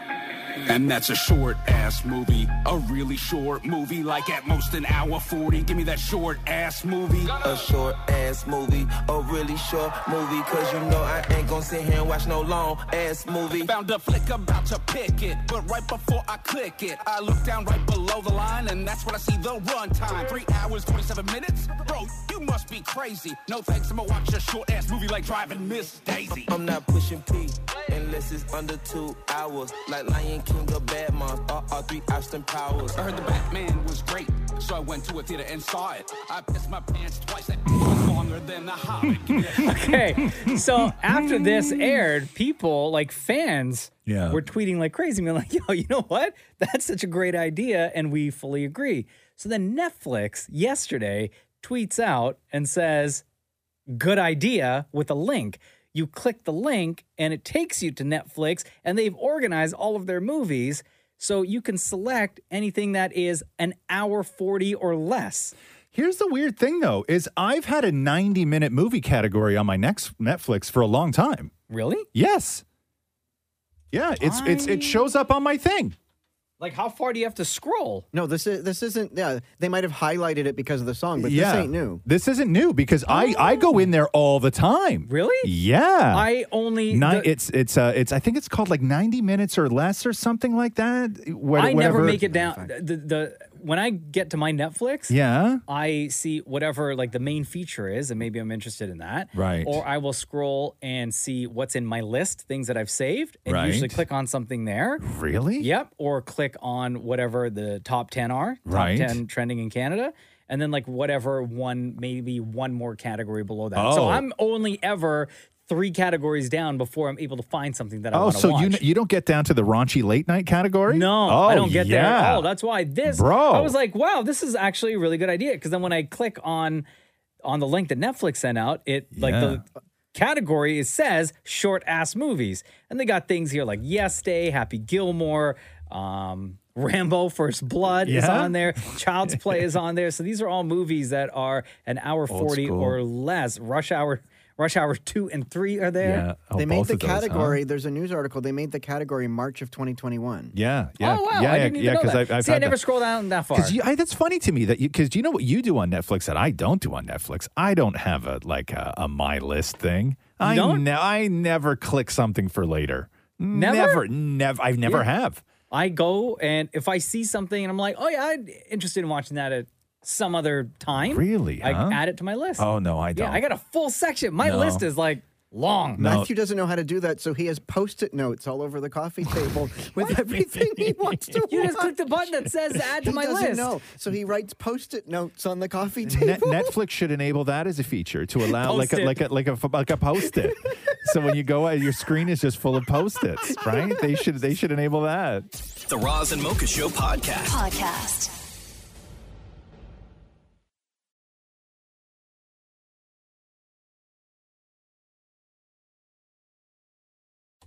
Speaker 4: And that's a short ass movie. A really short movie, like at most an hour 40. Give me that short ass movie.
Speaker 18: A short ass movie, a really short movie, cause you know I ain't gonna sit here and watch no long ass movie.
Speaker 4: Found a flick about to pick it, but right before I click it, I look down right below the line, and that's when I see the runtime. Three hours, 27 minutes? Bro, you must be crazy. No thanks, I'ma watch a short ass movie like Driving Miss Daisy.
Speaker 18: I'm not pushing P unless it's under two hours, like Lion King or Batman, or all three Austin Powers.
Speaker 4: I heard the Batman was great, so I went to a theater and saw it. I pissed my pants twice, that was longer than the Hobbit.
Speaker 2: okay. So after this aired, people like fans
Speaker 9: Yeah.
Speaker 2: were tweeting like crazy, being like, yo, you know what? That's such a great idea. And we fully agree. So then Netflix yesterday tweets out and says, good idea with a link. You click the link and it takes you to Netflix, and they've organized all of their movies. So you can select anything that is an hour 40 or less.
Speaker 9: Here's the weird thing though is I've had a 90 minute movie category on my next Netflix for a long time.
Speaker 2: Really?
Speaker 9: Yes. Yeah, it's it's it shows up on my thing.
Speaker 2: Like, how far do you have to scroll?
Speaker 11: No, this is this isn't. Yeah, they might have highlighted it because of the song, but
Speaker 9: yeah.
Speaker 11: this ain't new.
Speaker 9: This isn't new because I I go in there all the time.
Speaker 2: Really?
Speaker 9: Yeah.
Speaker 2: I only
Speaker 9: Nine,
Speaker 2: the-
Speaker 9: it's it's uh it's I think it's called like 90 minutes or less or something like that. What-
Speaker 2: I never
Speaker 9: whatever-
Speaker 2: make it down. The, the when I get to my Netflix,
Speaker 9: Yeah.
Speaker 2: I see whatever like the main feature is, and maybe I'm interested in that.
Speaker 9: Right.
Speaker 2: Or I will scroll and see what's in my list, things that I've saved, and usually
Speaker 9: Right.
Speaker 2: click on something there.
Speaker 9: Really?
Speaker 2: Yep. Or click on whatever the top ten are. Top
Speaker 9: Right.
Speaker 2: Ten trending in Canada. And then like whatever one, maybe one more category below that. So
Speaker 9: Oh.
Speaker 2: I'm only ever three categories down before I'm able to find something that I
Speaker 9: Oh,
Speaker 2: want to
Speaker 9: so
Speaker 2: watch.
Speaker 9: you you don't get down to the raunchy late night category? No,
Speaker 2: I don't get
Speaker 9: Oh, yeah.
Speaker 2: there at all. That's why this
Speaker 9: Bro.
Speaker 2: I was like, wow, this is actually a really good idea. Because then when I click on on the link that Netflix sent out, it like the category it says short ass movies, and they got things here like Yes Day, Happy Gilmore, um, Rambo: First Blood is
Speaker 9: Yeah?
Speaker 2: on there, Child's Play is on there. So these are all movies that are an hour
Speaker 9: Old
Speaker 2: forty
Speaker 9: school.
Speaker 2: or less. Rush Hour, Rush Hour two and three are there.
Speaker 9: oh,
Speaker 11: they made the category. There's a news article. They made the category March of 2021.
Speaker 9: Yeah, yeah,
Speaker 2: oh wow!
Speaker 9: yeah,
Speaker 2: I didn't
Speaker 9: yeah,
Speaker 2: even
Speaker 9: yeah,
Speaker 2: know
Speaker 9: 'cause
Speaker 2: that.
Speaker 9: I've- I've
Speaker 2: See, I
Speaker 9: had
Speaker 2: never
Speaker 9: that.
Speaker 2: scrolled down that far.
Speaker 9: Because that's funny to me that you because you know what you do on Netflix that I don't do on Netflix. I don't have a like a, a my list thing. I
Speaker 2: don't?
Speaker 9: ne- I never click something for later.
Speaker 2: Never?
Speaker 9: never, nev- I've never
Speaker 2: Yeah.
Speaker 9: have.
Speaker 2: I go and if I see something and I'm like, oh yeah, I'm interested in watching that at some other time.
Speaker 9: Really,
Speaker 2: I
Speaker 9: huh?
Speaker 2: add it to my list.
Speaker 9: Oh no, I don't.
Speaker 2: Yeah, I got a full section. My
Speaker 9: No.
Speaker 2: list is like long.
Speaker 11: Matthew doesn't know how to do that, so he has post-it notes all over the coffee table with everything he wants to
Speaker 2: You just
Speaker 11: watch.
Speaker 2: click the button that says add to
Speaker 11: He
Speaker 2: my
Speaker 11: doesn't
Speaker 2: list.
Speaker 11: know, so he writes post-it notes on the coffee
Speaker 9: Net-
Speaker 11: table.
Speaker 9: Netflix should enable that as a feature to allow like a,
Speaker 11: Post-it.
Speaker 9: like a like a like a post it. so when you go out, your screen is just full of post its. Right? They should they should enable that.
Speaker 1: The Roz and Mocha Show podcast.
Speaker 3: Podcast.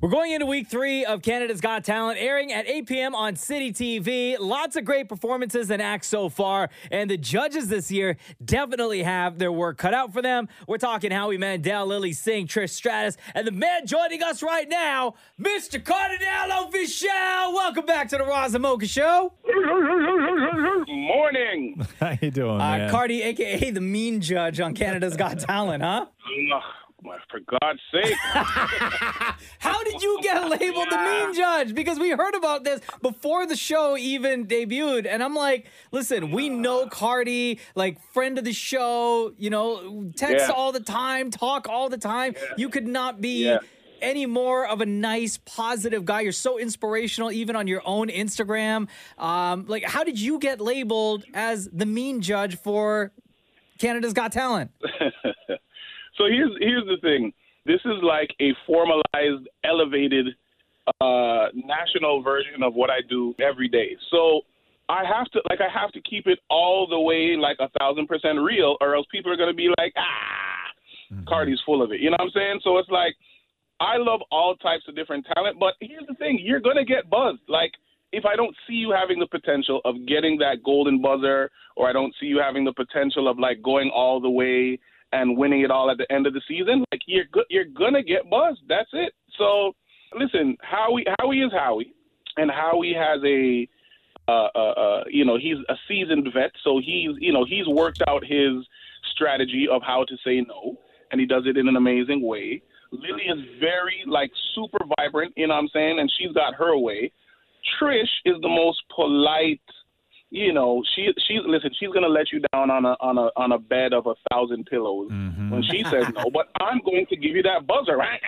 Speaker 2: We're going into week three of Canada's Got Talent, airing at 8 p.m. on City TV. Lots of great performances and acts so far, and the judges this year definitely have their work cut out for them. We're talking Howie Mandel, Lily Singh, Trish Stratus, and the man joining us right now, Mr. Cardinal Fischel. Welcome back to the Roz and Mocha Show.
Speaker 19: Morning.
Speaker 9: How you doing,
Speaker 2: Uh,
Speaker 9: man?
Speaker 2: Cardi, aka the mean judge on Canada's Got Talent, huh?
Speaker 19: Ugh, Oh, For God's sake.
Speaker 2: How did you get labeled the mean judge? Because we heard about this before the show even debuted. And I'm like, listen, we know Cardi, like friend of the show, you know, text
Speaker 19: Yeah.
Speaker 2: all the time, talk all the time. You could not be
Speaker 19: Yeah.
Speaker 2: any more of a nice, positive guy. You're so inspirational, even on your own Instagram. Um, like, how did you get labeled as the mean judge for Canada's Got Talent?
Speaker 19: so here's here's the thing. This is like a formalized, elevated, uh, national version of what I do every day. So I have to like I have to keep it all the way like a thousand percent real, or else people are gonna be like, ah, Cardi's full of it. You know what I'm saying? So it's like I love all types of different talent, but here's the thing: you're gonna get buzzed. Like if I don't see you having the potential of getting that golden buzzer, or I don't see you having the potential of like going all the way and winning it all at the end of the season, like you're go- you're gonna get buzzed. That's it. So listen, Howie Howie is Howie, and Howie has a uh, uh, uh, you know he's a seasoned vet, so he's you know he's worked out his strategy of how to say no, and he does it in an amazing way. Lily is very like super vibrant, you know what I'm saying, and she's got her way. Trish is the most polite, you know. She she's listen. She's gonna let you down on a on a on a bed of a thousand pillows when she says no. But I'm going to give you that buzzer, right?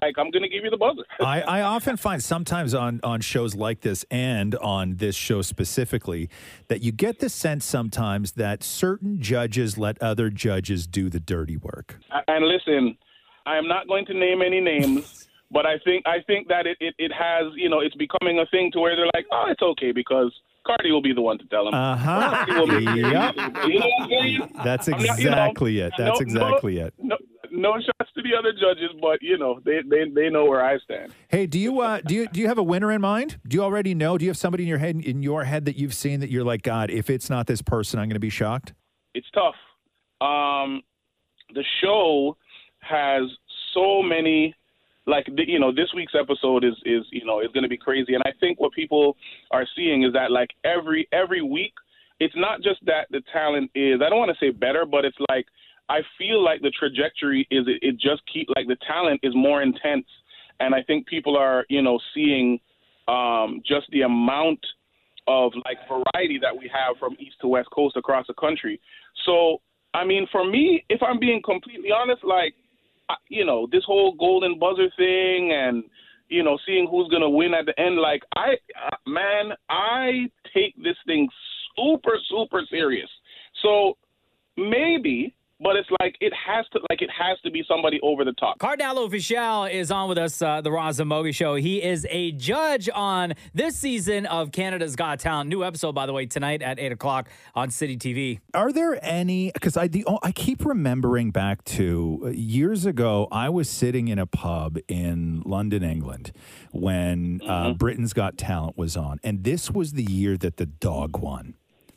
Speaker 19: Like I'm gonna give you the buzzer.
Speaker 9: I, I often find sometimes on, on shows like this and on this show specifically that you get the sense sometimes that certain judges let other judges do the dirty work.
Speaker 19: And listen, I am not going to name any names, but I think I think that it, it, it has you know it's becoming a thing to where they're like, oh, it's okay because Cardi will be the one to tell him.
Speaker 9: Uh-huh.
Speaker 19: Cardi will be-
Speaker 9: Yep.
Speaker 19: You know what I'm saying?
Speaker 9: That's
Speaker 19: I'm not- Uh, you know,
Speaker 9: exactly it. That's
Speaker 19: no-
Speaker 9: exactly
Speaker 19: no,
Speaker 9: it.
Speaker 19: No, no shots to the other judges, but you know they, they they know where I stand.
Speaker 9: Hey, do you uh, do you do you have a winner in mind? Do you already know? Do you have somebody in your head in your head that you've seen that you're like, God, if it's not this person, I'm going to be shocked.
Speaker 19: It's tough. Um, the show has so many like the, you know this week's episode is is you know is going to be crazy and i think what people are seeing is that like every every week it's not just that the talent is i don't want to say better but it's like i feel like the trajectory is it, it just keep like the talent is more intense and i think people are you know seeing um just the amount of like variety that we have from east to west coast across the country so i mean for me if i'm being completely honest like I- you know this whole golden buzzer thing and you know seeing who's gonna win at the end like i uh, man i take this thing super super serious so maybe but it's like it has to like it has to be somebody over the top
Speaker 2: Cardalo Fischel is on with us, uh, the Roz and Mogi Show. He is a judge on this season of Canada's Got Talent. New episode, by the way, tonight at 8 o'clock on City TV.
Speaker 9: Are there any? Because I the, oh, I keep remembering back to uh, years ago. I was sitting in a pub in London, England, when uh,
Speaker 2: Mm-hmm.
Speaker 9: Britain's Got Talent was on, and this was the year that the dog won.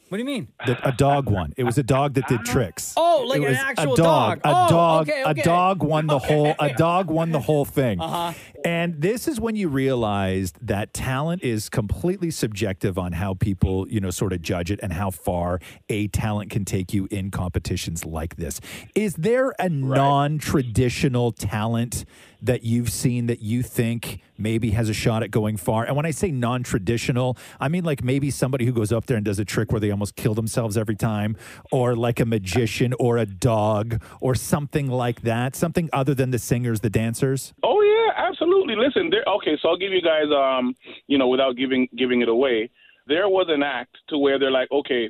Speaker 2: What do you mean?
Speaker 9: The, a dog won. It was a dog that did tricks.
Speaker 2: Oh, like
Speaker 9: It
Speaker 2: an
Speaker 9: was
Speaker 2: actual
Speaker 9: a dog.
Speaker 2: dog. Oh,
Speaker 9: A dog.
Speaker 2: okay, okay.
Speaker 9: A dog won the whole. A dog won the whole thing.
Speaker 2: Uh-huh.
Speaker 9: And this is when you realized that talent is completely subjective on how people, you know, sort of judge it and how far a talent can take you in competitions like this. Is there a non-traditional talent that you've seen that you think maybe has a shot at going far? And when I say non-traditional, I mean like maybe somebody who goes up there and does a trick where they almost kill themselves every time, or like a magician or a dog or something like that, something other than the singers, the dancers.
Speaker 19: Oh yeah, absolutely. Listen, there. Okay, so I'll give you guys, um, you know, without giving giving it away, there was an act to where they're like, okay,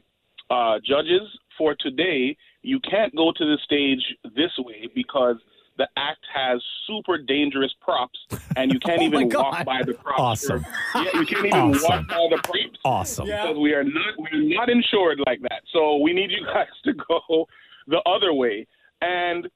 Speaker 19: uh, judges for today, you can't go to the stage this way because the act has super dangerous props, and you can't
Speaker 9: Oh, my
Speaker 19: even
Speaker 9: God.
Speaker 19: walk by the props.
Speaker 9: Awesome.
Speaker 19: Yeah, you can't even
Speaker 9: Awesome.
Speaker 19: walk by the props.
Speaker 9: Awesome.
Speaker 19: Because we are not we're not insured like that. So we need you guys to go the other way. And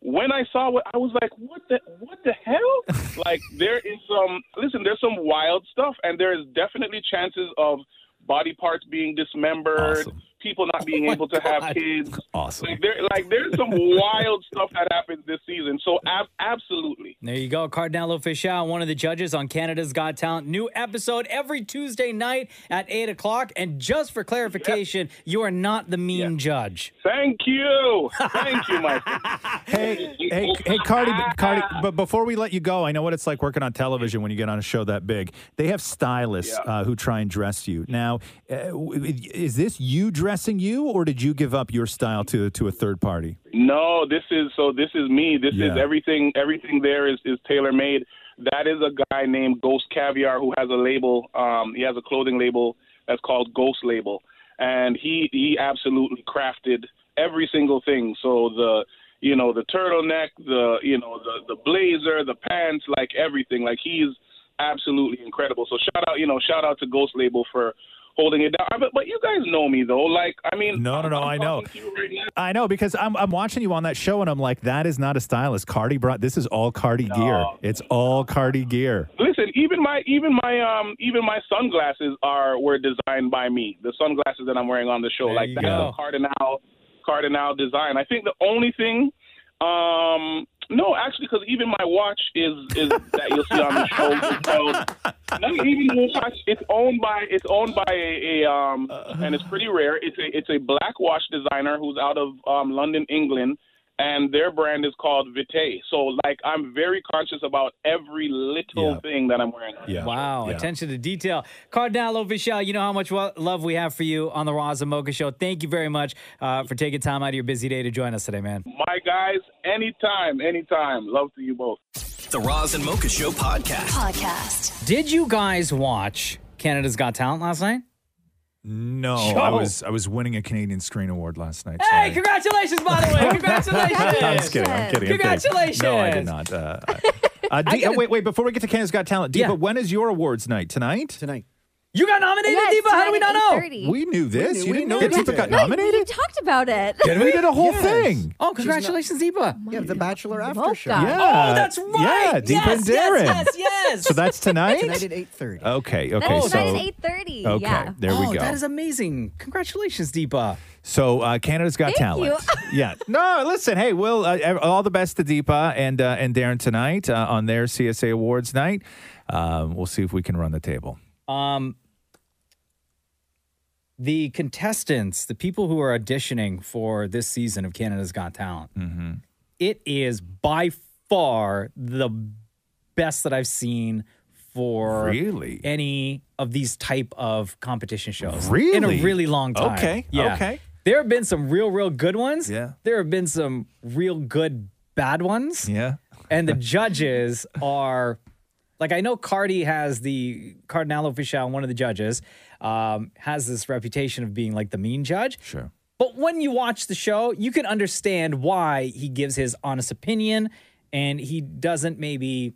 Speaker 19: when I saw what I was like, what the what the hell? like there is some listen, there's some wild stuff, and there is definitely chances of body parts being dismembered, people not being able to have kids.
Speaker 9: Oh Awesome.
Speaker 19: Like there, like there's some wild stuff that happens this season. So ab- absolutely,
Speaker 2: There you go. Cardinal Fischel, one of the judges on Canada's Got Talent. New episode every Tuesday night at 8 o'clock. And just for clarification, you are not the mean judge.
Speaker 19: Thank you. Thank you, Mike.
Speaker 9: hey, hey, hey, Cardi, Cardi. But before we let you go, I know what it's like working on television when you get on a show that big. They have stylists uh, who try and dress you. Now, uh, w- is this you dressing you, or did you give up your style to to a third party?
Speaker 19: No, this is so. This is me. This is
Speaker 9: Yeah.
Speaker 19: everything. Everything there is is tailor made. That is a guy named Ghost Caviar who has a label. Um, he has a clothing label that's called Ghost Label, and he he absolutely crafted every single thing. So the you know the turtleneck, the you know the the blazer, the pants, like everything. Like he's absolutely incredible. So shout out, you know, shout out to Ghost Label for holding it down. But, but you guys know me though. Like I mean,
Speaker 9: No, no, no. I know.
Speaker 19: right now.
Speaker 9: I know because I'm I'm watching you on that show, and I'm like, that is not a stylist. Cardi brought this is all Cardi gear. It's all Cardi gear.
Speaker 19: Listen, even my even my um even my sunglasses are were designed by me. The sunglasses that I'm wearing on the show, like
Speaker 9: you
Speaker 19: that's
Speaker 9: go.
Speaker 19: a Cardinal Cardinal design. I think the only thing, um, no, actually, because even my watch is is that you'll see on the show. is held- no, even the watch, it's owned by it's owned by a, a um and it's pretty rare. It's a it's a black watch designer who's out of um London, England and their brand is called Vite. So like I'm very conscious about every little thing that I'm wearing.
Speaker 9: Yeah.
Speaker 2: Wow. Attention to detail. Cardinal Fischel, you know how much wel- love we have for you on the Raza Mocha Show. Thank you very much uh, for taking time out of your busy day to join us today, man.
Speaker 19: My guys, anytime, anytime. Love to you both.
Speaker 1: The Roz and Mocha Show podcast.
Speaker 2: Podcast. Did you guys watch Canada's Got Talent last night?
Speaker 9: No,
Speaker 2: Show.
Speaker 9: I was I was winning a Canadian Screen Award last night.
Speaker 2: Hey, congratulations, by the way. Congratulations.
Speaker 9: I'm just kidding. I'm kidding. I'm kidding.
Speaker 2: Congratulations.
Speaker 9: No, I did not. Uh, uh, Dee- oh, wait, wait. Before we get to Canada's Got Talent, Deepa, when is your awards night? Tonight? Tonight.
Speaker 2: You got nominated,
Speaker 10: Yeah, it's
Speaker 2: Deepa. How do we
Speaker 10: tonight
Speaker 2: not
Speaker 10: at
Speaker 2: know?
Speaker 10: 8:30.
Speaker 9: We knew this. you didn't know that
Speaker 10: knew
Speaker 9: Deepa got
Speaker 10: No,
Speaker 9: nominated?
Speaker 10: You talked about it.
Speaker 9: Did we? We did a whole
Speaker 10: Yes.
Speaker 9: thing.
Speaker 2: Oh, congratulations, Deepa.
Speaker 11: Yeah, the Bachelor after show.
Speaker 9: Yeah.
Speaker 2: Oh, that's right.
Speaker 9: Yeah, Deepa
Speaker 2: Yes,
Speaker 9: and
Speaker 2: yes,
Speaker 9: Darren.
Speaker 2: yes, yes.
Speaker 9: So that's tonight?
Speaker 11: Tonight at eight thirty.
Speaker 9: Okay. Okay.
Speaker 2: That is
Speaker 9: so
Speaker 2: tonight at
Speaker 10: 8:30.
Speaker 9: Okay,
Speaker 10: Yeah.
Speaker 9: there we
Speaker 2: Oh,
Speaker 9: go.
Speaker 2: That is amazing. Congratulations, Deepa.
Speaker 9: So uh, Canada's Got
Speaker 2: Thank you.
Speaker 9: Talent. yeah. No, listen. Hey, Will. Uh, ev- all the best to Deepa and uh, and Darren tonight uh, on their CSA Awards night. Um, we'll see if we can run the table.
Speaker 2: Um, the contestants, the people who are auditioning for this season of Canada's Got Talent,
Speaker 9: Hmm. Mm-hmm.
Speaker 2: it is by far the best that I've seen for
Speaker 9: Really?
Speaker 2: any of these type of competition shows in
Speaker 9: Really?
Speaker 2: a really long time.
Speaker 9: Okay,
Speaker 2: Yeah.
Speaker 9: okay.
Speaker 2: There have been some real, real good ones.
Speaker 9: Yeah.
Speaker 2: There have been some real good bad ones.
Speaker 9: Yeah.
Speaker 2: And the judges are like I know Cardi has the Cardinal Fischel, one of the judges, um, has this reputation of being like the mean judge.
Speaker 9: Sure.
Speaker 2: But when you watch the show, you can understand why he gives his honest opinion and he doesn't maybe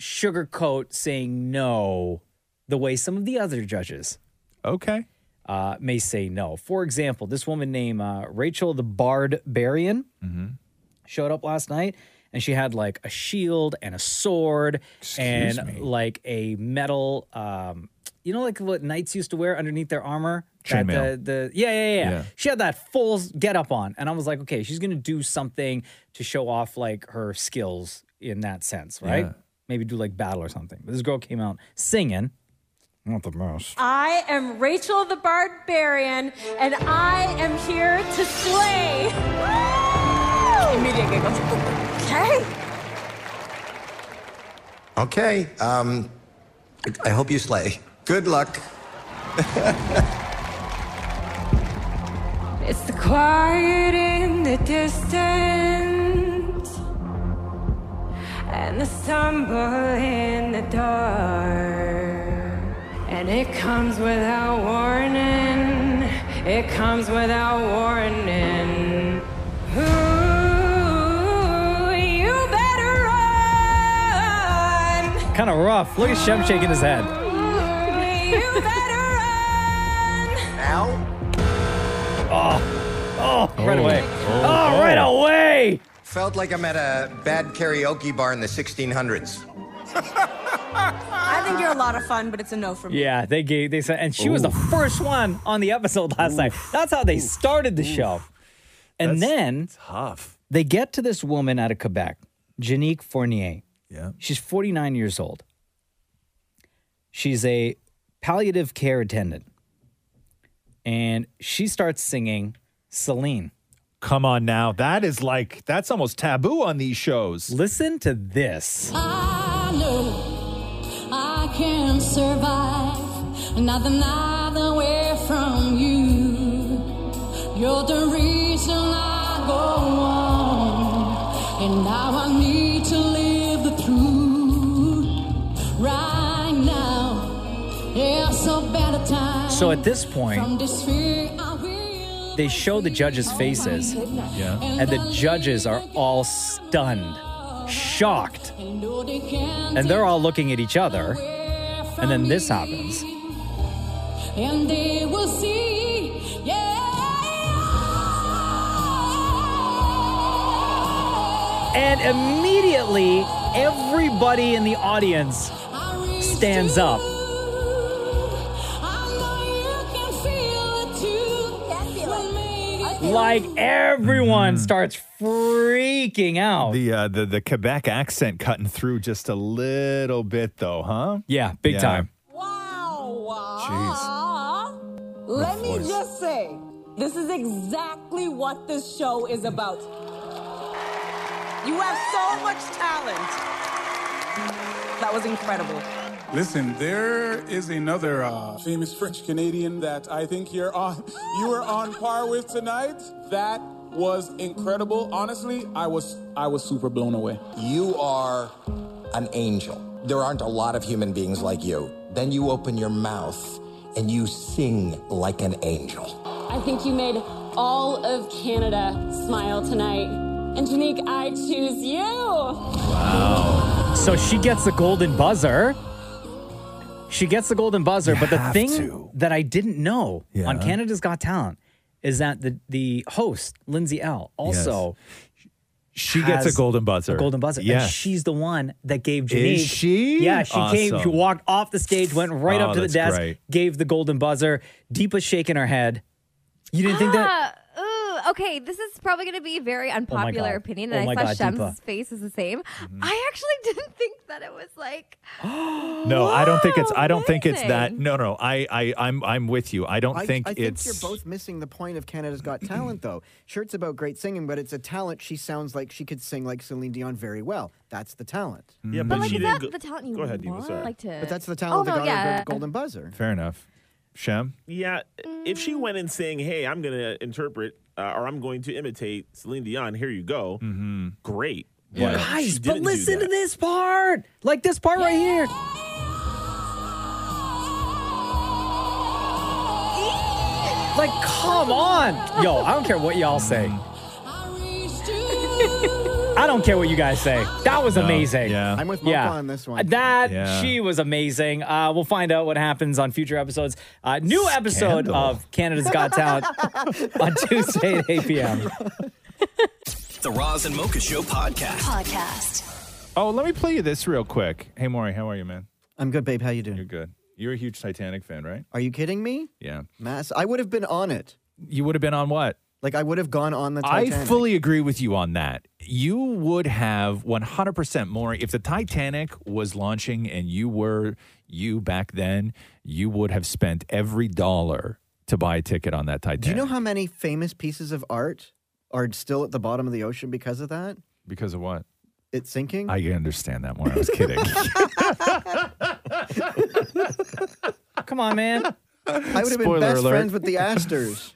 Speaker 2: sugarcoat saying no the way some of the other judges
Speaker 9: okay
Speaker 2: uh, may say no for example this woman named uh, rachel the bard barian showed up last night and she had like a shield and a sword and
Speaker 9: me.
Speaker 2: like a metal um you know like what knights used to wear underneath their armor That uh,
Speaker 9: Chainmail.
Speaker 2: the, the yeah, yeah yeah
Speaker 9: Yeah.
Speaker 2: yeah she had that full get up on and i was like okay she's gonna do something to show off like her skills in that sense right
Speaker 9: Yeah.
Speaker 2: maybe do like battle or something but this girl came out singing not the most
Speaker 20: I am Rachel the Barbarian, and I am here to slay. Immediate giggles. okay.
Speaker 21: Okay. Um, I hope you slay. Good luck.
Speaker 20: It's the quiet in the distance and the stumble in the dark. And it comes without warning. It comes without warning. Ooh, you better run.
Speaker 2: kind of rough look at shem shaking his head
Speaker 20: Ooh, you better run.
Speaker 21: Ow.
Speaker 2: oh oh right away oh,
Speaker 9: oh.
Speaker 2: right away
Speaker 21: Felt like I'm at a bad karaoke bar in the 1600s.
Speaker 20: I think you're a lot of fun, but it's a no for me.
Speaker 2: Yeah, they gave they said, and she was the first one on the episode last night. That's how they started the show. And then
Speaker 9: tough.
Speaker 2: They get to this woman out of Quebec, Janique Fournier.
Speaker 9: Yeah,
Speaker 2: she's 49 years old. She's a palliative care attendant, and she starts singing Celine.
Speaker 9: Come on now, that is like that's almost taboo on these shows.
Speaker 2: Listen to this.
Speaker 7: I know I can survive. Nothing I've away from you. You're the reason I go on. And now I need to live the truth right now. Yes, a better time.
Speaker 2: So at this
Speaker 7: From
Speaker 2: point,
Speaker 7: this fear I will
Speaker 2: they show the judges' faces,
Speaker 7: Yeah.
Speaker 2: and the judges are all stunned, shocked.
Speaker 7: and know they can't
Speaker 2: and they're all looking at each other. And then this happens.
Speaker 7: and they will see.
Speaker 2: And immediately, everybody in the audience stands up. Like everyone starts freaking out.
Speaker 9: The uh, the the Quebec accent cutting through just a little bit though, huh?
Speaker 2: Yeah, big time.
Speaker 9: Jeez.
Speaker 22: Let me
Speaker 9: voice.
Speaker 22: just say, this is exactly what this show is about. You have so much talent. That was incredible.
Speaker 23: Listen, there is another uh, famous French Canadian that I think you're on. You were on par with tonight. That was incredible. Honestly, I was I was super blown away.
Speaker 21: You are an angel. There aren't a lot of human beings like you. Then you open your mouth and you sing like an angel.
Speaker 22: I think you made all of Canada smile tonight. And Janique, I choose you.
Speaker 2: So she gets the golden buzzer. She gets the golden buzzer. but the thing that I didn't know on Canada's Got Talent is that the, the host, Lindsay L, also.
Speaker 9: She gets a
Speaker 2: has
Speaker 9: golden buzzer.
Speaker 2: A golden buzzer. And
Speaker 9: Yes.
Speaker 2: she's the one that gave Janique.
Speaker 9: Is she?
Speaker 2: Yeah, she came, she
Speaker 9: Awesome.
Speaker 2: walked off the stage, went right
Speaker 9: Oh,
Speaker 2: up to the
Speaker 9: that's
Speaker 2: desk,
Speaker 9: great.
Speaker 2: gave the golden buzzer. Deepa's shaking her head. You didn't think that? Oh
Speaker 10: Ah, ooh, okay, this is probably going to be a very unpopular
Speaker 2: God.
Speaker 10: opinion,
Speaker 2: Oh
Speaker 10: and
Speaker 2: my
Speaker 10: I saw
Speaker 2: God,
Speaker 10: Shem's
Speaker 2: Deepa. Mm-hmm.
Speaker 10: face is the same. I actually didn't think that it was like.
Speaker 9: No, I don't think it's. I don't think it's that.
Speaker 10: amazing.
Speaker 9: No, no. I, I, I'm, I'm with you. I don't
Speaker 11: I,
Speaker 9: think
Speaker 11: I think
Speaker 9: it's.
Speaker 11: you're both missing the point of Canada's Got Talent, though. Sure, it's about great singing, but it's a talent. She sounds like she could sing like Celine Dion very well. That's the talent.
Speaker 8: Yeah,
Speaker 10: but, like, is that the talent you want? Like to...
Speaker 11: But that's the talent
Speaker 10: oh,
Speaker 11: that
Speaker 10: no,
Speaker 11: got
Speaker 10: yeah.
Speaker 11: her the golden buzzer.
Speaker 9: Fair enough. Shem.
Speaker 8: Yeah, if she went in saying, "Hey, I'm going to interpret uh, or I'm going to imitate Celine Dion," here you go. Great.
Speaker 2: Yeah.
Speaker 8: she
Speaker 2: Guys, but
Speaker 8: didn't do
Speaker 2: listen
Speaker 8: that.
Speaker 2: to this part. Like this part right here. Like, come on. Yo, I don't care what y'all say. I don't care what you guys say. That was
Speaker 11: No,
Speaker 2: amazing.
Speaker 11: yeah. I'm with Mocha on this one.
Speaker 2: That
Speaker 11: Yeah.
Speaker 2: she was amazing. Uh, we'll find out what happens on future episodes. Uh, new episode
Speaker 1: Scandal.
Speaker 2: of Canada's Got Talent on Tuesday at 8 p.m.
Speaker 1: The Roz and Mocha Show podcast. Podcast.
Speaker 9: Oh, let me play you this real quick. Hey, Maury, how are you, man?
Speaker 11: I'm good, babe. How you doing?
Speaker 9: You're good. You're a huge Titanic fan, right?
Speaker 11: Are you kidding me?
Speaker 9: Yeah.
Speaker 11: Mass. I would have been on it.
Speaker 9: You would have been on what?
Speaker 11: Like I would have gone on the
Speaker 9: I
Speaker 11: Titanic.
Speaker 9: fully agree with you on that. You would have 100% more if the Titanic was launching and you were you back then, you would have spent every dollar to buy a ticket on that Titanic.
Speaker 11: Do you know how many famous pieces of art are still at the bottom of the ocean because of that?
Speaker 9: because of what?
Speaker 11: It's sinking.
Speaker 9: I understand that more. I was kidding.
Speaker 2: Come on, man.
Speaker 11: I would have been
Speaker 9: Spoiler
Speaker 11: best
Speaker 9: alert.
Speaker 11: friends with the Astors.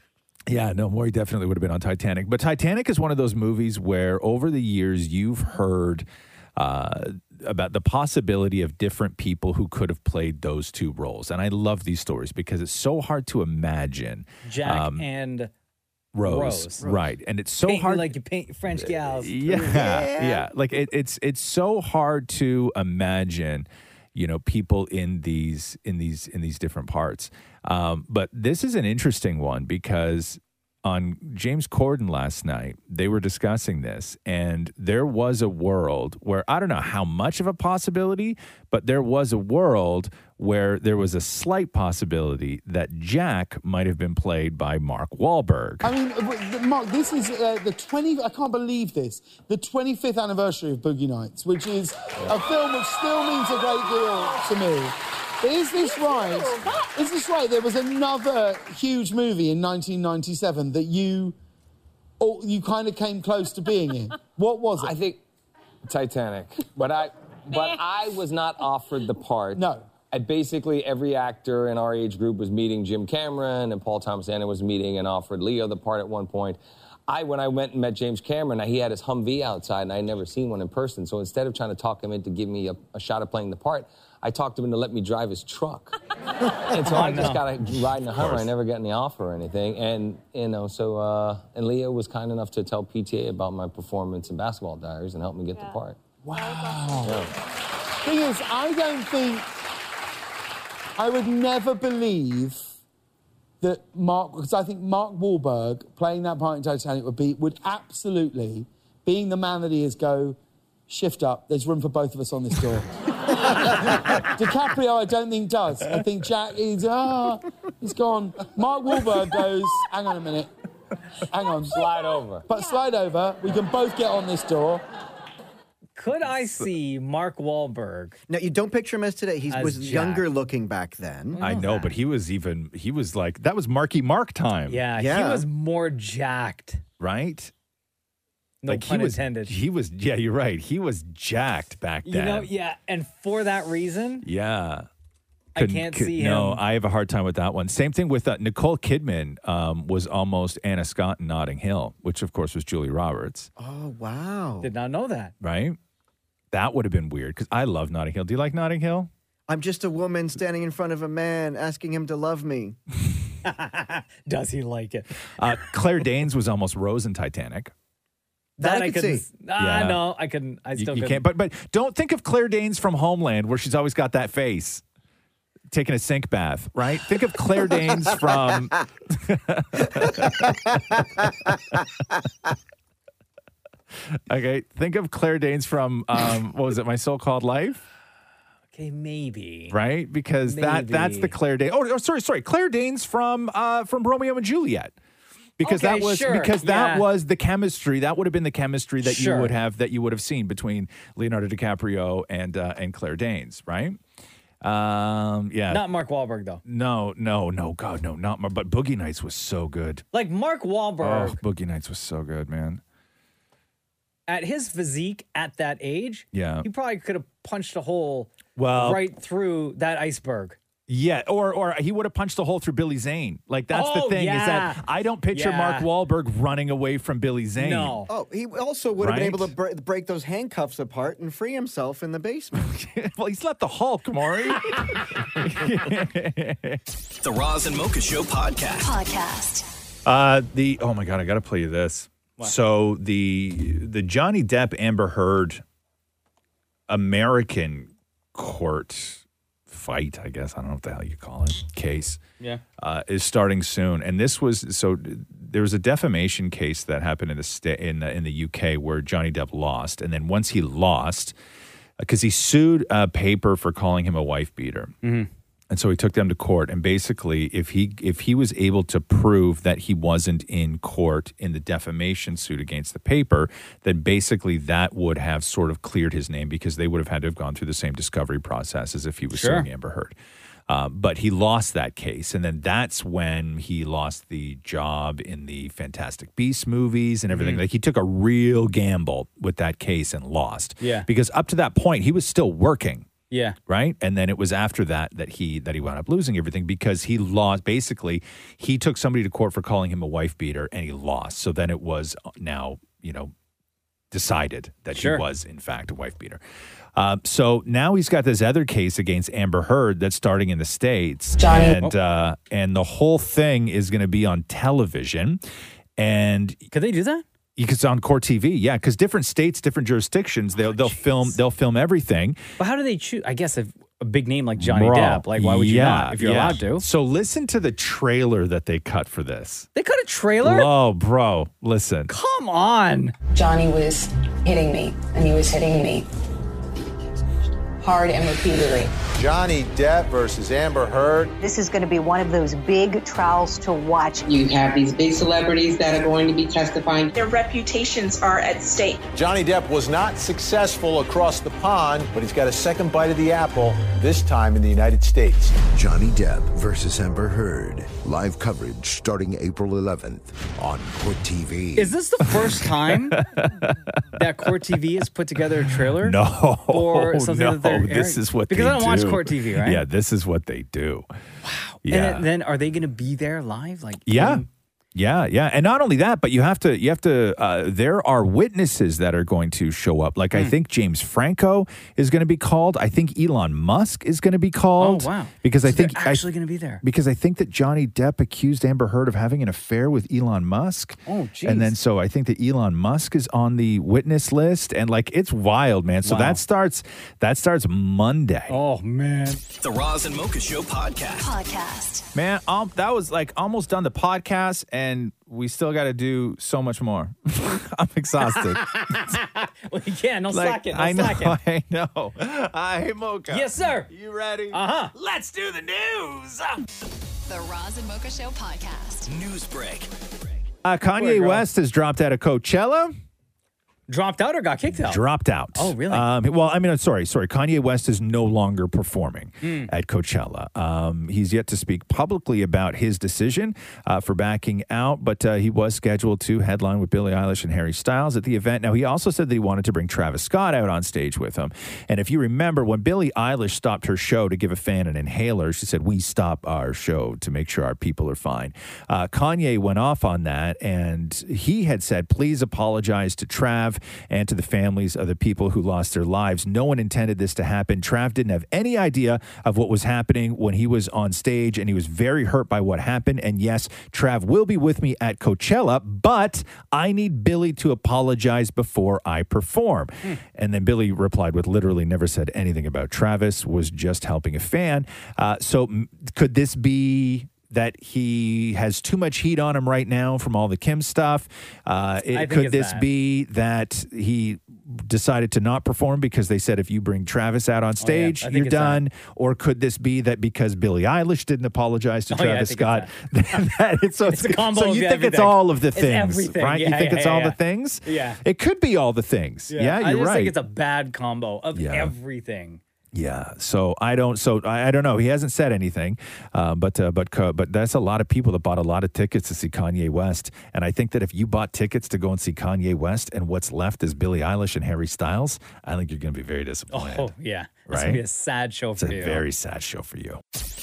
Speaker 9: Yeah, no, Maury definitely would have been on Titanic. But Titanic is one of those movies where over the years you've heard uh, about the possibility of different people who could have played those two roles. And I love these stories because it's so hard to imagine.
Speaker 2: Jack
Speaker 9: um,
Speaker 2: and
Speaker 9: Rose,
Speaker 2: Rose.
Speaker 9: Right. And it's so
Speaker 2: Paint me
Speaker 9: hard.
Speaker 2: like you paint French gals.
Speaker 9: yeah, yeah. Like it, it's it's so hard to imagine, you know, people in these in these in these different parts. Um, but this is an interesting one because on James Corden last night. They were discussing this, and there was a world where I don't know how much of a possibility, but there was a world where there was a slight possibility that Jack might have been played by Mark Wahlberg.
Speaker 5: I mean, uh, but the- Mark, this is uh, the 20. I can't believe this. The 25th anniversary of Boogie Nights, which is a film which still means a great deal to me. But is this right? Is this right? There was another huge movie in 1997 that you, or you kind of came close to being in. What was it? I think
Speaker 6: Titanic. But I, but I was not offered the part. No. I basically every actor in our age group was meeting Jim Cameron, and Paul Thomas Anna was meeting and offered Leo the part at one point. I when I went and met James Cameron, he had his Humvee outside, and I had never seen one in person. So instead of trying to talk him into giving me a, a shot at playing the part, I talked him into let me drive his truck. and so I
Speaker 12: Oh,
Speaker 6: just
Speaker 12: no.
Speaker 6: got to ride in the
Speaker 12: Of
Speaker 6: Hummer. I
Speaker 12: course.
Speaker 6: never got any offer or anything. And, you know, so, uh, and Leo was kind enough to tell PTA about my performance in Basketball Diaries and help me get the part.
Speaker 5: Wow.
Speaker 6: Yeah.
Speaker 5: Thing is, I don't think I would never believe that Mark, because I think Mark Wahlberg playing that part in Titanic would be would absolutely, being the man that he is, go shift up. There's room for both of us on this door. DiCaprio, I don't think does. I think Jack is ah, he's gone. Mark Wahlberg goes, hang on a minute, hang on, slide
Speaker 6: over.
Speaker 5: But slide over. We can both get on this door.
Speaker 2: Could I see Mark Wahlberg?
Speaker 11: Now you don't picture him as today. He
Speaker 2: As
Speaker 11: was
Speaker 2: Jack.
Speaker 11: younger looking back then.
Speaker 9: I know, but he was even, he was like, that was Marky Mark time.
Speaker 2: Yeah, he was more jacked.
Speaker 9: Right?
Speaker 2: No pun
Speaker 9: he was,
Speaker 2: intended.
Speaker 9: He was, yeah, you're right. He was jacked back then.
Speaker 2: You know, yeah, and for that reason,
Speaker 9: Yeah.
Speaker 2: I can't see
Speaker 9: No,
Speaker 2: him.
Speaker 9: I have a hard time with that one. Same thing with uh, Nicole Kidman um, was almost Anna Scott in Notting Hill, which of course was Julie Roberts,
Speaker 11: Oh wow!
Speaker 2: Did not know that.
Speaker 9: right? That would have been weird because I love Notting Hill. Do you like Notting Hill?
Speaker 11: I'm just a woman standing in front of a man asking him to love me.
Speaker 2: does he like it?
Speaker 9: Uh, Claire Danes was almost Rose in Titanic.
Speaker 2: That, I couldn't. s- Ah,
Speaker 9: Yeah.
Speaker 2: no, I couldn't. I
Speaker 9: You-
Speaker 2: still
Speaker 9: you, can't.
Speaker 2: couldn't.
Speaker 9: But but don't think of Claire Danes from Homeland, where she's always got that face, taking a sink bath, right? Think of Claire Danes from. okay, think of Claire Danes from um, what was it? My so called life,
Speaker 2: okay, maybe.
Speaker 9: right? Because that that's the
Speaker 2: Maybe.
Speaker 9: Claire Danes. Oh, oh, sorry, sorry, Claire Danes from uh, from Romeo and Juliet. Because
Speaker 2: Okay,
Speaker 9: that was
Speaker 2: sure,
Speaker 9: because that
Speaker 2: yeah.
Speaker 9: was the chemistry. That would have been the chemistry that
Speaker 2: Sure.
Speaker 9: you would have that you would have seen between Leonardo DiCaprio and uh, and Claire Danes, right? Um, yeah.
Speaker 2: Not Mark Wahlberg though.
Speaker 9: no, no, no, God, no, not my. But Boogie Nights was so good.
Speaker 2: Like Mark Wahlberg
Speaker 9: Oh, Boogie Nights was so good, man.
Speaker 2: at his physique at that age,
Speaker 9: Yeah.
Speaker 2: he probably could have punched a hole
Speaker 9: Well-
Speaker 2: right through that iceberg.
Speaker 9: Yeah, or or he would have punched the hole through Billy Zane. Like that's
Speaker 2: Oh,
Speaker 9: the thing is
Speaker 2: yeah.
Speaker 9: that I don't picture
Speaker 2: Yeah.
Speaker 9: Mark Wahlberg running away from Billy Zane.
Speaker 11: Oh, he also would have been
Speaker 9: Right?
Speaker 11: able to bre- break those handcuffs apart and free himself in the basement.
Speaker 9: well, he's not the Hulk, Maury.
Speaker 1: The Roz and Mocha Show podcast.
Speaker 3: Podcast.
Speaker 9: Uh, the oh my god, I got to play you this. So the the Johnny Depp Amber Heard American court fight, I guess I don't know what the hell you call it, case
Speaker 24: Yeah.
Speaker 9: uh, is starting soon. And this was so there was a defamation case that happened in the sta- in the, in the UK where Johnny Depp lost, and then once he lost, because he sued a paper for calling him a wife beater. And so he took them to court, and basically, if he if he was able to prove that he wasn't in court in the defamation suit against the paper, then basically that would have sort of cleared his name because they would have had to have gone through the same discovery process as if he was
Speaker 25: Sure.
Speaker 9: suing Amber Heard. Uh, but he lost that case, and then that's when he lost the job in the Fantastic Beasts movies and everything.
Speaker 25: Mhm.
Speaker 9: Like he took a real gamble with that case and lost.
Speaker 25: Yeah.
Speaker 9: because up to that point he was still working
Speaker 25: Yeah.
Speaker 9: right and then it was after that that he that he wound up losing everything because he lost basically he took somebody to court for calling him a wife beater and he lost so then it was uh, now you know decided that
Speaker 25: Sure.
Speaker 9: he was in fact a wife beater uh, so now he's got this other case against Amber Heard that's starting in the states,
Speaker 25: Johnny.
Speaker 9: and uh, and the whole thing is going to be on television. And
Speaker 2: could they do that?
Speaker 9: It's on Court TV, yeah,
Speaker 2: Oh,
Speaker 9: because different states, different jurisdictions, they'll they'll film they'll film everything,
Speaker 2: But how do they choose? I guess if a big name like Johnny
Speaker 9: Bro,
Speaker 2: Depp. Like, why would you
Speaker 9: yeah,
Speaker 2: not if you're
Speaker 9: yeah.
Speaker 2: allowed to?
Speaker 9: So listen to the trailer that they cut for this.
Speaker 2: They cut a trailer?
Speaker 9: Oh, bro, listen.
Speaker 2: Come on.
Speaker 12: Johnny was hitting me, and he was hitting me hard and repeatedly.
Speaker 14: Johnny Depp versus Amber Heard.
Speaker 15: This is going to be one of those big trials to watch.
Speaker 14: You have these big celebrities that are going to be testifying.
Speaker 15: Their reputations are at stake.
Speaker 14: Johnny Depp was not successful across the pond, but he's got a second bite of the apple, this time in the United States.
Speaker 24: Johnny Depp versus Amber Heard. Live coverage starting April 11th on Court TV.
Speaker 2: Is this the first time that Court TV has put together a trailer?
Speaker 9: No.
Speaker 2: Or something
Speaker 9: no,
Speaker 2: that they're
Speaker 9: this
Speaker 2: airing?
Speaker 9: is what
Speaker 2: Because
Speaker 9: they
Speaker 2: I don't watch
Speaker 9: do.
Speaker 2: Court TV, right?
Speaker 9: Yeah, this is what they do. Wow.
Speaker 2: And
Speaker 9: Yeah.
Speaker 2: then- then are they going to be there live? Like,
Speaker 9: Yeah. Yeah, yeah, and not only that, but you have to, you have to. Uh, there are witnesses that are going to show up. Like I
Speaker 2: Hmm.
Speaker 9: think James Franco is going to be called. I think Elon Musk is going to be called.
Speaker 2: Oh, wow.
Speaker 9: Because I
Speaker 2: So they're
Speaker 9: think
Speaker 2: actually gonna be there.
Speaker 9: Because I think that Johnny Depp accused Amber Heard of having an affair with Elon Musk.
Speaker 2: Oh, geez.
Speaker 9: And then so I think that Elon Musk is on the witness list, and like it's wild, man. So
Speaker 1: Wow.
Speaker 9: that starts that starts Monday.
Speaker 2: Oh man.
Speaker 1: The Roz and Mocha Show podcast. Podcast.
Speaker 9: Man, um, that was like almost done the podcast, and we still got to do so much more. I'm exhausted.
Speaker 2: well, yeah, no
Speaker 9: Like,
Speaker 2: slack it. No
Speaker 9: I know,
Speaker 2: slack it.
Speaker 9: I know. Uh, hey, Mocha.
Speaker 2: Yes, sir.
Speaker 9: You ready?
Speaker 2: Uh huh.
Speaker 1: Let's do the news.
Speaker 25: The Roz and Mocha Show podcast.
Speaker 1: News break.
Speaker 9: Uh, Kanye West has dropped out of Coachella.
Speaker 2: Dropped out or got kicked out?
Speaker 9: Dropped out.
Speaker 2: Oh, really?
Speaker 9: Um, well, I mean, I'm sorry, sorry. Kanye West is no longer performing
Speaker 2: Mm.
Speaker 9: at Coachella. Um, he's yet to speak publicly about his decision uh, for backing out, but uh, he was scheduled to headline with Billie Eilish and Harry Styles at the event. Now, he also said that he wanted to bring Travis Scott out on stage with him. And if you remember, when Billie Eilish stopped her show to give a fan an inhaler, she said, We stop our show to make sure our people are fine. Uh, Kanye went off on that, and he had said, Please apologize to Trav and to the families of the people who lost their lives. No one intended this to happen. Trav didn't have any idea of what was happening when he was on stage, and he was very hurt by what happened. And yes, Trav will be with me at Coachella, but I need Billy to apologize before I perform.
Speaker 2: Hmm.
Speaker 9: And then Billy replied with literally never said anything about Travis, was just helping a fan. Uh, so, m- could this be that he has too much heat on him right now from all the Kim stuff? Uh, it-
Speaker 2: I think
Speaker 9: could
Speaker 2: it's
Speaker 9: this
Speaker 2: that.
Speaker 9: be that he decided to not perform because they said if you bring Travis out on stage,
Speaker 2: Oh, I think
Speaker 9: you're
Speaker 2: it's that.
Speaker 9: done? Or could this be that because Billie Eilish didn't apologize to
Speaker 2: Oh, yeah, I
Speaker 9: Travis
Speaker 2: think
Speaker 9: Scott, that, it's, so
Speaker 2: It's a combo
Speaker 9: So
Speaker 2: of
Speaker 9: you think it's
Speaker 2: everything.
Speaker 9: all of the
Speaker 2: It's
Speaker 9: things,
Speaker 2: everything.
Speaker 9: right? you
Speaker 2: Yeah,
Speaker 9: think
Speaker 2: yeah,
Speaker 9: it's
Speaker 2: yeah,
Speaker 9: all
Speaker 2: yeah.
Speaker 9: the things?
Speaker 2: Yeah.
Speaker 9: It could be all the things. Yeah,
Speaker 2: I
Speaker 9: you're
Speaker 2: just
Speaker 9: right.
Speaker 2: think it's a bad combo of
Speaker 9: Yeah.
Speaker 2: everything.
Speaker 9: Yeah. So I don't. So I, I don't know. He hasn't said anything, uh, but uh, but co- but that's a lot of people that bought a lot of tickets to see Kanye West, and I think that if you bought tickets to go and see Kanye West, and what's left is Billie Eilish and Harry Styles, I think you're going to be very disappointed.
Speaker 2: Oh yeah. That's gonna
Speaker 9: Right?
Speaker 2: be a sad show
Speaker 9: it's
Speaker 2: for
Speaker 9: a
Speaker 2: you.
Speaker 9: very sad show for you.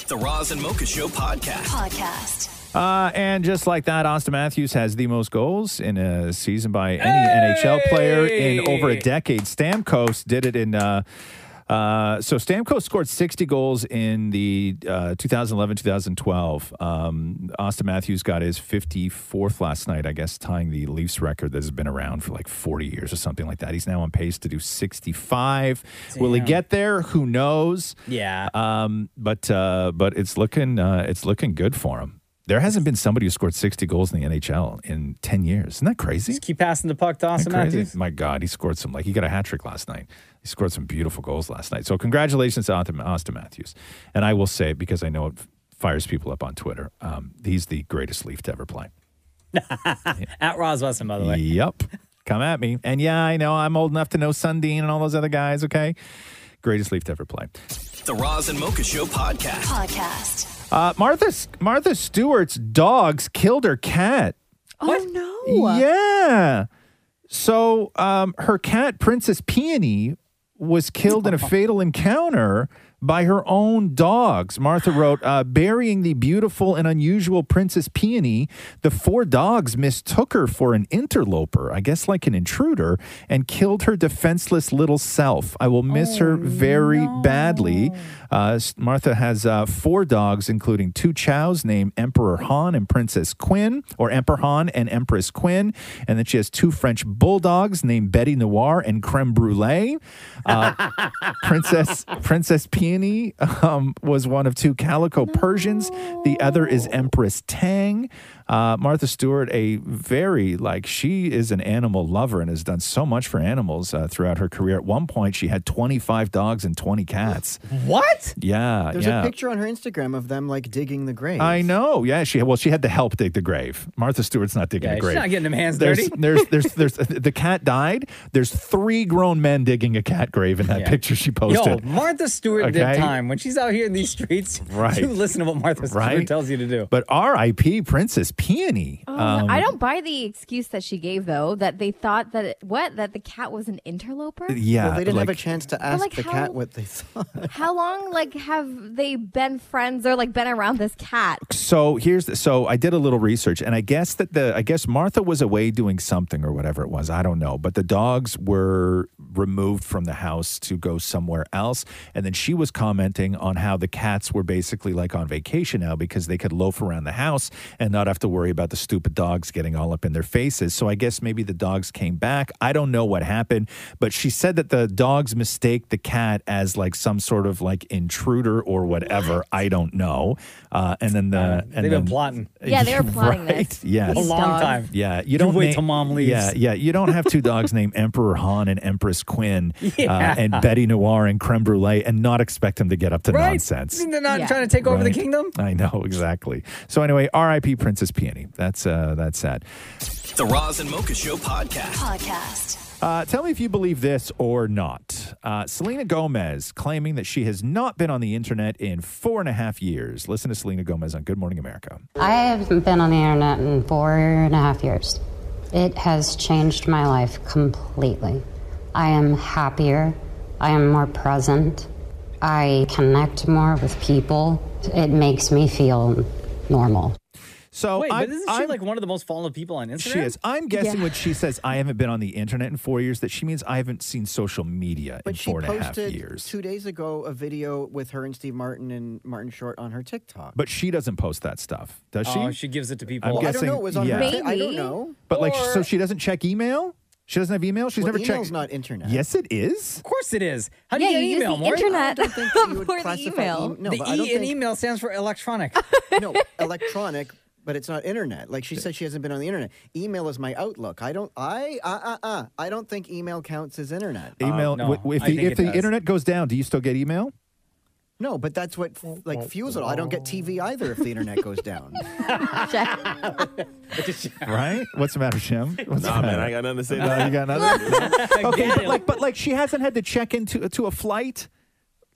Speaker 1: The Roz and Mocha Show podcast. Podcast.
Speaker 9: Uh, and just like that, Austin Matthews has the most goals in a season by any NHL player in over a decade. Stamkos did it in. Uh, uh, so Stamkos scored 60 goals in the uh, 2011 2012. Um, Austin Matthews got his 54th last night, I guess, tying the Leafs record that has been around for like 40 years or something like that. He's now on pace to do 65. Will he
Speaker 2: Damn.
Speaker 9: get there? Who knows?
Speaker 2: Yeah.
Speaker 9: Um, but uh, but it's looking uh, it's looking good for him. There hasn't been somebody who scored 60 goals in the NHL in 10 years. Isn't that crazy?
Speaker 2: Just keep passing the puck to Austin
Speaker 9: Isn't that crazy?
Speaker 2: Matthews.
Speaker 9: My God, he scored some like he got a hat trick last night. He scored some beautiful goals last night. So congratulations to Austin- Austin Matthews. And I will say because I know it f- fires people up on Twitter, um, he's the greatest Leaf to ever play.
Speaker 2: At Roz Weston, by the way.
Speaker 9: Yep. Come at me. And yeah, I know I'm old enough to know Sundin and all those other guys. Okay, greatest Leaf to ever play.
Speaker 1: The Roz and Mocha Show podcast. Podcast.
Speaker 9: Uh, Martha Martha Stewart's dogs killed her cat.
Speaker 1: Oh
Speaker 9: Yeah. So um, her cat Princess Peony was killed in a fatal encounter by her own dogs. Martha wrote, uh, burying the beautiful and unusual Princess Peony, the four dogs mistook her for an interloper, I guess like an intruder, and killed her defenseless little self. I will miss her very badly. Uh, s- Martha has uh, four dogs, including two chows named Emperor Han and Princess Quinn, or Emperor Han and Empress Quinn. And then she has two French bulldogs named Betty Noir and Creme Brulee. Uh, Princess Princess Peony um, was one of two calico Persians. The other
Speaker 11: Oh.
Speaker 9: is Empress Tang. Uh, Martha Stewart, a very like she is an animal lover and has done so much for animals uh, throughout her career. At one point, she had 25 dogs and 20 cats.
Speaker 11: What?
Speaker 9: Yeah,
Speaker 11: There's
Speaker 9: yeah.
Speaker 11: a picture on her Instagram of them like digging the grave.
Speaker 9: I know. Yeah, she well, she had to help dig the grave. Martha Stewart's not digging
Speaker 11: Yeah,
Speaker 9: the
Speaker 11: she's
Speaker 9: grave.
Speaker 11: not getting them hands
Speaker 9: there's,
Speaker 11: dirty.
Speaker 9: There's, there's, there's, the cat died. There's three grown men digging a cat grave in that
Speaker 2: Yeah.
Speaker 9: picture she
Speaker 2: Yo,
Speaker 9: posted.
Speaker 2: Martha Stewart
Speaker 9: Okay?
Speaker 2: did time. When she's out here in these streets,
Speaker 9: Right.
Speaker 2: you listen to what Martha Stewart
Speaker 9: Right?
Speaker 2: tells you to do.
Speaker 9: but R.I.P. Princess Peony.
Speaker 10: Oh,
Speaker 9: Um,
Speaker 10: I don't buy the excuse that she gave though that they thought that it, what that the cat was an interloper.
Speaker 9: Yeah,
Speaker 11: Well, they didn't have a
Speaker 9: like-
Speaker 11: chance to ask
Speaker 10: like,
Speaker 11: the
Speaker 10: how-
Speaker 11: cat what they thought.
Speaker 10: How long like have they been friends or like been around this cat?
Speaker 9: So here's the, so I did a little research, and I guess that the I guess Martha was away doing something or whatever it was. I don't know, but the dogs were removed from the house to go somewhere else, and then she was commenting on how the cats were basically like on vacation now because they could loaf around the house and not have to worry about the stupid dogs getting all up in their faces. So I guess maybe the dogs came back. I don't know what happened, but she said that the dogs mistake the cat as like some sort of like intruder or whatever. I don't know. Uh, and then the and
Speaker 2: they've been
Speaker 9: then-
Speaker 2: plotting.
Speaker 10: Yeah, they were plotting
Speaker 9: right?
Speaker 10: this.
Speaker 9: Yes.
Speaker 10: These A long dogs.
Speaker 2: time.
Speaker 9: Yeah, you
Speaker 2: You
Speaker 9: don't
Speaker 2: wait
Speaker 9: na-
Speaker 2: till mom leaves.
Speaker 9: Yeah, yeah, you don't have two dogs named Emperor Han and Empress Quinn
Speaker 2: Yeah.
Speaker 9: uh, and Betty Noir and Creme Brulee and not expect them to get up to
Speaker 2: right?
Speaker 9: nonsense.
Speaker 2: They're not trying to take over the
Speaker 9: Right.
Speaker 2: kingdom.
Speaker 9: I know exactly. So anyway, R.I.P. Princess Peony. That's uh, that's sad.
Speaker 1: The Roz and Mocha Show podcast.
Speaker 25: Podcast.
Speaker 9: Uh, tell me if you believe this or not. Uh, Selena Gomez claiming that she has not been on the internet in four and a half years. Listen to Selena Gomez on Good Morning America.
Speaker 4: I haven't been on the internet in four and a half years. It has changed my life completely. I am happier. I am more present. I connect more with people. It makes me feel normal.
Speaker 9: So
Speaker 2: Wait,
Speaker 9: I'm-
Speaker 2: but isn't she
Speaker 9: I'm-
Speaker 2: like one of the most followed people on Instagram?
Speaker 9: She is. I'm guessing
Speaker 2: Yeah.
Speaker 9: when she says I haven't been on the internet in four years, that she means I haven't seen social media in four and a half
Speaker 11: Posted
Speaker 9: years.
Speaker 11: two days ago a video with her and Steve Martin and Martin Short on her TikTok.
Speaker 9: But she doesn't post that stuff, does she?
Speaker 2: Oh, she gives it to people.
Speaker 9: I'm
Speaker 11: I don't
Speaker 9: guessing.
Speaker 11: know. It was on
Speaker 9: yeah.
Speaker 11: her. Ti- I don't know.
Speaker 9: But like, so she doesn't check email. She doesn't have email. She's
Speaker 11: Well,
Speaker 9: never checked.
Speaker 11: email's not internet.
Speaker 9: Yes, it is. Of
Speaker 2: course it is. How do you get email? Maury?
Speaker 11: would classify em- no,
Speaker 2: the
Speaker 11: but
Speaker 2: E
Speaker 11: I don't
Speaker 2: in
Speaker 11: think-
Speaker 2: email stands for electronic.
Speaker 11: no, electronic, but it's not internet. Like she said, she hasn't been on the internet. Email is my outlook. I don't. I uh uh uh. I don't think email counts as internet.
Speaker 9: Uh,
Speaker 2: Uh,
Speaker 9: Email. w- w- if the if the internet goes down, do you still get email?
Speaker 11: No, but that's what f- like fuels it. all. I don't get TV either if the internet goes down.
Speaker 9: Right? What's the matter, Shem? What's the
Speaker 8: Nah, man,
Speaker 9: matter?
Speaker 8: I got nothing to say.
Speaker 9: No, you got nothing. okay,
Speaker 8: Get
Speaker 9: but like, but like, she hasn't had to check into to a flight,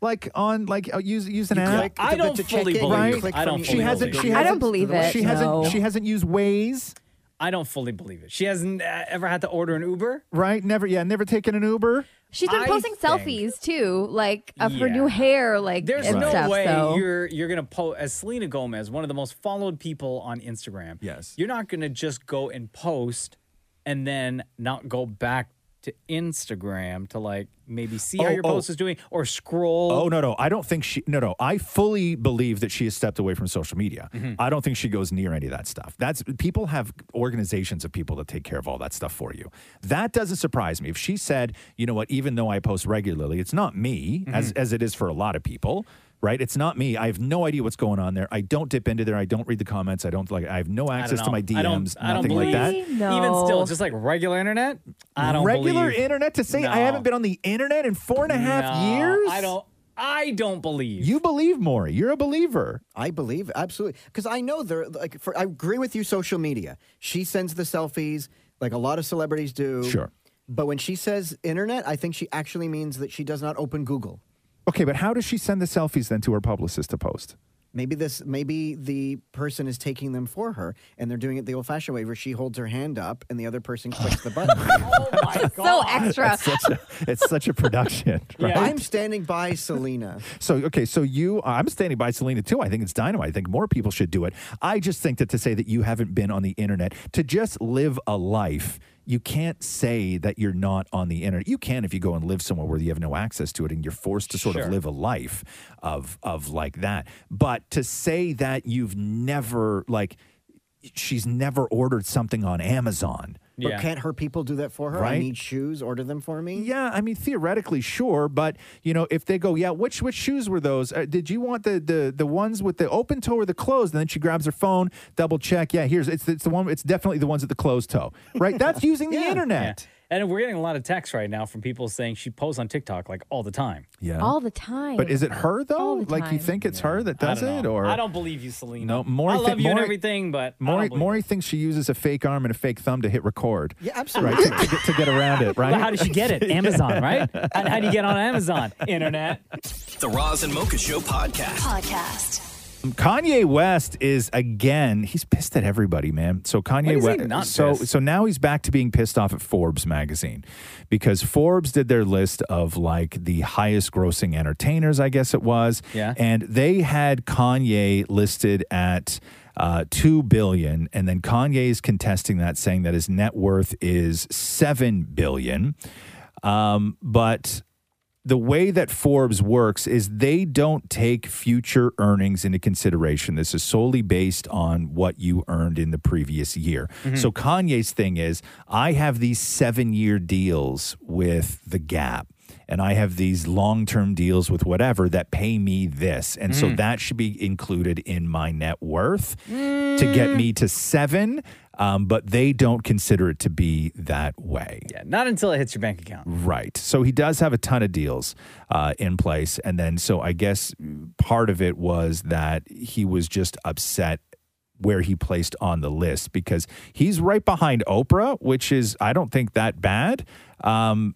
Speaker 9: like on like uh, use use an
Speaker 2: You
Speaker 9: app.
Speaker 2: click I to- don't to check fully in, believe
Speaker 9: Right?
Speaker 2: it. click I from don't
Speaker 9: She
Speaker 2: fully
Speaker 9: hasn't.
Speaker 2: believe
Speaker 9: She
Speaker 2: it.
Speaker 9: hasn't,
Speaker 2: I don't believe it,
Speaker 9: She hasn't.
Speaker 2: no.
Speaker 9: She hasn't used Waze.
Speaker 2: I don't fully believe it. She hasn't uh, ever had to order an Uber.
Speaker 9: Right? Never. Yeah. Never taken an Uber.
Speaker 10: She's been
Speaker 2: I
Speaker 10: posting
Speaker 2: think-
Speaker 10: selfies too, like of her
Speaker 2: Yeah.
Speaker 10: new hair, like
Speaker 2: There's
Speaker 10: and
Speaker 2: no
Speaker 10: stuff.
Speaker 2: way
Speaker 10: so.
Speaker 2: you're you're gonna post as Selena Gomez, one of the most followed people on Instagram. Yes, you're not gonna just go and post and then not go back to Instagram to like maybe see how
Speaker 9: Oh,
Speaker 2: your
Speaker 9: oh.
Speaker 2: post is doing or scroll.
Speaker 9: Oh no no! I don't think she. No no! I fully believe that she has stepped away from social media.
Speaker 2: Mm-hmm.
Speaker 9: I don't think she goes near any of that stuff. That's people have organizations of people that take care of all that stuff for you. That doesn't surprise me. If she said, you know what, even though I post regularly, it's not me
Speaker 2: Mm-hmm.
Speaker 9: as as it is for a lot of people. Right? It's not me. I have no idea what's going on there. I don't dip into there. I don't read the comments. I don't like. I have no
Speaker 2: I don't
Speaker 9: access to
Speaker 2: know.
Speaker 9: my DMs.
Speaker 2: I don't, I don't
Speaker 9: nothing like
Speaker 2: believe,
Speaker 9: that.
Speaker 2: Even still, just like regular internet, I don't
Speaker 9: regular
Speaker 2: believe.
Speaker 9: internet to say I
Speaker 2: No.
Speaker 9: haven't been on the internet in four and a half
Speaker 2: No,
Speaker 9: years.
Speaker 2: I don't. I don't believe.
Speaker 9: You believe, Maury. You're a believer.
Speaker 11: I believe absolutely because I know there. Like, for, I agree with you. Social media. She sends the selfies, like a lot of celebrities do.
Speaker 9: Sure.
Speaker 11: But when she says internet, I think she actually means that she does not open Google.
Speaker 9: Okay, but how does she send the selfies then to her publicist to post?
Speaker 11: Maybe this. Maybe the person is taking them for her, and they're doing it the old-fashioned way, where she holds her hand up and the other person clicks the button.
Speaker 2: Oh
Speaker 10: so extra.
Speaker 9: It's such a, it's such a production. Right?
Speaker 11: I'm standing by Selena.
Speaker 9: So okay, so you, I'm standing by Selena too. I think it's dynamite. I think more people should do it. I just think that to say that you haven't been on the internet to just live a life, you can't say that you're not on the internet. You can if you go and live somewhere where you have no access to it and you're forced to sort of
Speaker 13: Sure.
Speaker 9: live a life of of like that. But to say that you've never like she's never ordered something on Amazon.
Speaker 11: But
Speaker 9: Yeah.
Speaker 11: can't her people do that for her? I
Speaker 9: Right.
Speaker 11: need shoes. Order them for me.
Speaker 9: Yeah, I mean theoretically, sure, but you know, if they go, yeah, which which shoes were those? Uh, did you want the the the ones with the open toe or the closed? And then she grabs her phone, double check. Yeah, here's it's it's the one. It's definitely the ones with the closed toe, right? That's using the internet.
Speaker 13: Yeah. And we're getting a lot of texts right now from people saying she posts on TikTok like all the time.
Speaker 9: Yeah.
Speaker 10: All the time.
Speaker 9: But is it her
Speaker 10: All
Speaker 9: though?
Speaker 10: the
Speaker 9: Like you
Speaker 10: time.
Speaker 9: think it's her that
Speaker 13: I
Speaker 9: does
Speaker 13: don't
Speaker 9: it,
Speaker 13: know.
Speaker 9: or
Speaker 13: I don't believe you, Selena.
Speaker 9: No, Maury
Speaker 13: I love
Speaker 9: thi-
Speaker 13: you and
Speaker 9: Maury-
Speaker 13: everything, but I
Speaker 9: Maury,
Speaker 13: don't believe-
Speaker 9: Maury thinks she uses a fake arm and a fake thumb to hit record.
Speaker 11: Yeah,
Speaker 9: Right, to, to get, to get around it, right?
Speaker 13: But how did she get it? Amazon,
Speaker 9: Yeah.
Speaker 13: right? And how do you get on Amazon? Internet.
Speaker 1: The Roz and Mocha Show podcast.
Speaker 25: Podcast.
Speaker 9: Kanye West is again. He's pissed at everybody, man. So
Speaker 13: When
Speaker 9: Kanye
Speaker 13: is he
Speaker 9: West.
Speaker 13: not
Speaker 9: so
Speaker 13: pissed?
Speaker 9: so now he's back to being pissed off at Forbes magazine because Forbes did their list of like the highest grossing entertainers, I guess it was.
Speaker 13: Yeah.
Speaker 9: And they had Kanye listed at uh, two billion, and then Kanye is contesting that, saying that his net worth is seven billion. Um, but the way that Forbes works is they don't take future earnings into consideration. This is solely based on what you earned in the previous year.
Speaker 16: Mhm.
Speaker 9: So Kanye's thing is I have these seven year deals with The Gap. And I have these long term deals with whatever that pay me this. And so
Speaker 16: Mm.
Speaker 9: that should be included in my net worth to
Speaker 13: Mm.
Speaker 9: get me to seven. Um, but they don't consider it to be that way.
Speaker 13: Yeah, not until it hits your bank account.
Speaker 9: Right. So he does have a ton of deals uh, in place. And then, so I guess part of it was that he was just upset where he placed on the list because he's right behind Oprah, which is, I don't think that bad. Um,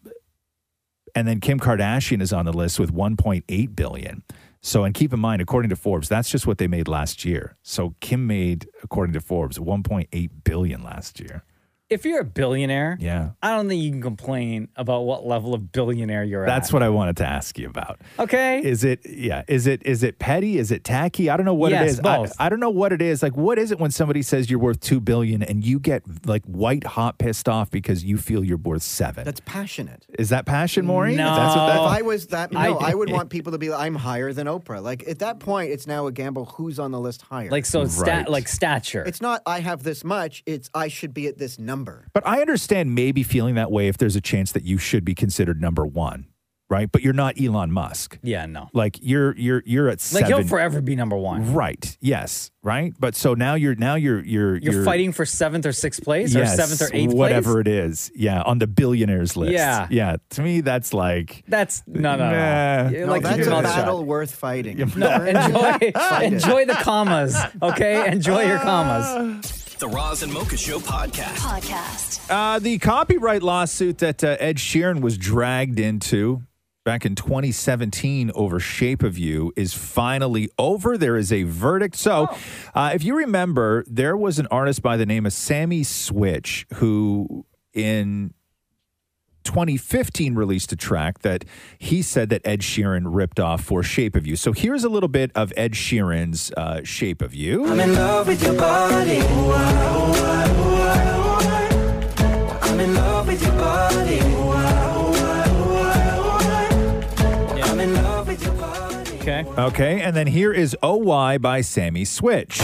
Speaker 9: and then Kim Kardashian is on the list with 1.8 billion. So, and keep in mind, according to Forbes, that's just what they made last year. So, Kim made, according to Forbes, 1.8 billion last year.
Speaker 13: If you're a billionaire,
Speaker 9: Yeah.
Speaker 13: I don't think you can complain about what level of billionaire you're
Speaker 9: That's
Speaker 13: at.
Speaker 9: what I wanted to ask you about.
Speaker 13: Okay.
Speaker 9: Is it yeah? Is it is it petty? Is it tacky? I don't know what it
Speaker 13: Yes,
Speaker 9: is. I-
Speaker 13: both.
Speaker 9: I, don't know what it is. Like, what is it when somebody says you're worth two billion and you get like white hot pissed off because you feel you're worth seven?
Speaker 11: That's passionate.
Speaker 9: is that passion, Maureen? That's what
Speaker 11: if
Speaker 9: that,
Speaker 11: I was that, no, I, would want people to be. like, I'm higher than Oprah. Like at that point, it's now a gamble. Who's on the list higher?
Speaker 13: Like so, stat like stature.
Speaker 11: It's not I have this much. It's I should be at this number.
Speaker 9: But I understand maybe feeling that way if there's a chance that you should be considered number one, right? But you're not Elon Musk.
Speaker 13: yeah, no.
Speaker 9: Like you're you're you're at
Speaker 13: Like
Speaker 9: seven.
Speaker 13: he'll forever be number one.
Speaker 9: Right. Yes. Right. But so now you're now you're you're
Speaker 13: You're, fighting for seventh or sixth place, or
Speaker 9: Yes,
Speaker 13: seventh or eighth
Speaker 9: whatever
Speaker 13: place.
Speaker 9: it is. Yeah, on the billionaires list.
Speaker 13: Yeah.
Speaker 9: yeah. To me, that's like
Speaker 13: That's no, no,
Speaker 9: Nah.
Speaker 13: no. You're
Speaker 9: No,
Speaker 13: like
Speaker 9: that's
Speaker 13: keeping
Speaker 9: a
Speaker 13: all the shot.
Speaker 11: Battle worth fighting.
Speaker 9: No,
Speaker 13: enjoy,
Speaker 11: Fight it.
Speaker 13: enjoy the commas, okay? Enjoy your commas.
Speaker 1: The Roz and Mocha Show podcast.
Speaker 25: Podcast.
Speaker 9: Uh, the copyright lawsuit that uh, Ed Sheeran was dragged into back in 2017 over Shape of You is finally over. There is a verdict. So, uh, if you remember, there was an artist by the name of Sammy Switch who, in 2015 released a track that he said that Ed Sheeran ripped off for Shape of You. So here's a little bit of Ed Sheeran's uh, Shape of You.
Speaker 17: I'm in love with your body. Ooh, ah, ooh, ah, ooh, ah, ooh, ah. I'm in love with your body. Ooh, ah, ooh, ah, ooh, ah, ooh, ah. I'm in love with your body.
Speaker 13: Okay.
Speaker 9: Okay, and then here is OY by Sammy Switch.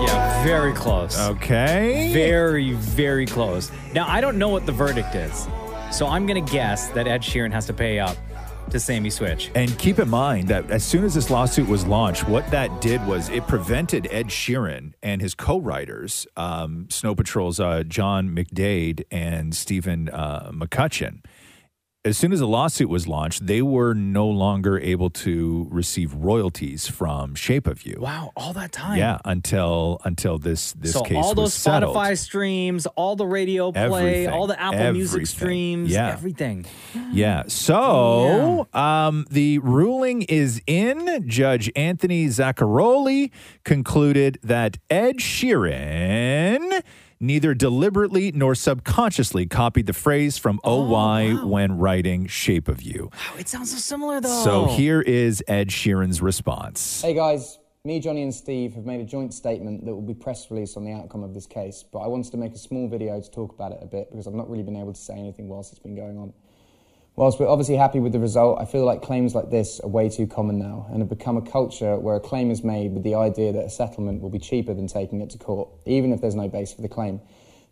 Speaker 13: Yeah, very close.
Speaker 9: Okay.
Speaker 13: Very, very close. Now, I don't know what the verdict is, so I'm going to guess that Ed Sheeran has to pay up to Sammy Switch.
Speaker 9: And keep in mind that as soon as this lawsuit was launched, what that did was it prevented Ed Sheeran and his co writers, um, Snow Patrol's uh, John McDade and Stephen uh, McCutcheon, as soon as the lawsuit was launched, they were no longer able to receive royalties from Shape of You.
Speaker 13: Wow, all that time.
Speaker 9: Yeah, until until this this
Speaker 13: so
Speaker 9: case
Speaker 13: all those
Speaker 9: was settled.
Speaker 13: Spotify streams, all the radio play,
Speaker 9: Everything.
Speaker 13: all the Apple
Speaker 9: Everything.
Speaker 13: Music streams,
Speaker 9: Yeah.
Speaker 13: everything.
Speaker 9: Yeah. So Um, the ruling is in. Judge Anthony Zaccaroli concluded that Ed Sheeran neither deliberately nor subconsciously copied the phrase from OY when writing Shape of You.
Speaker 13: Oh, it sounds so similar though.
Speaker 9: So here is Ed Sheeran's response.
Speaker 18: Hey guys, me, Johnny, and Steve have made a joint statement that will be press released on the outcome of this case, but I wanted to make a small video to talk about it a bit because I've not really been able to say anything whilst it's been going on. Whilst we're obviously happy with the result, I feel like claims like this are way too common now and have become a culture where a claim is made with the idea that a settlement will be cheaper than taking it to court, even if there's no base for the claim.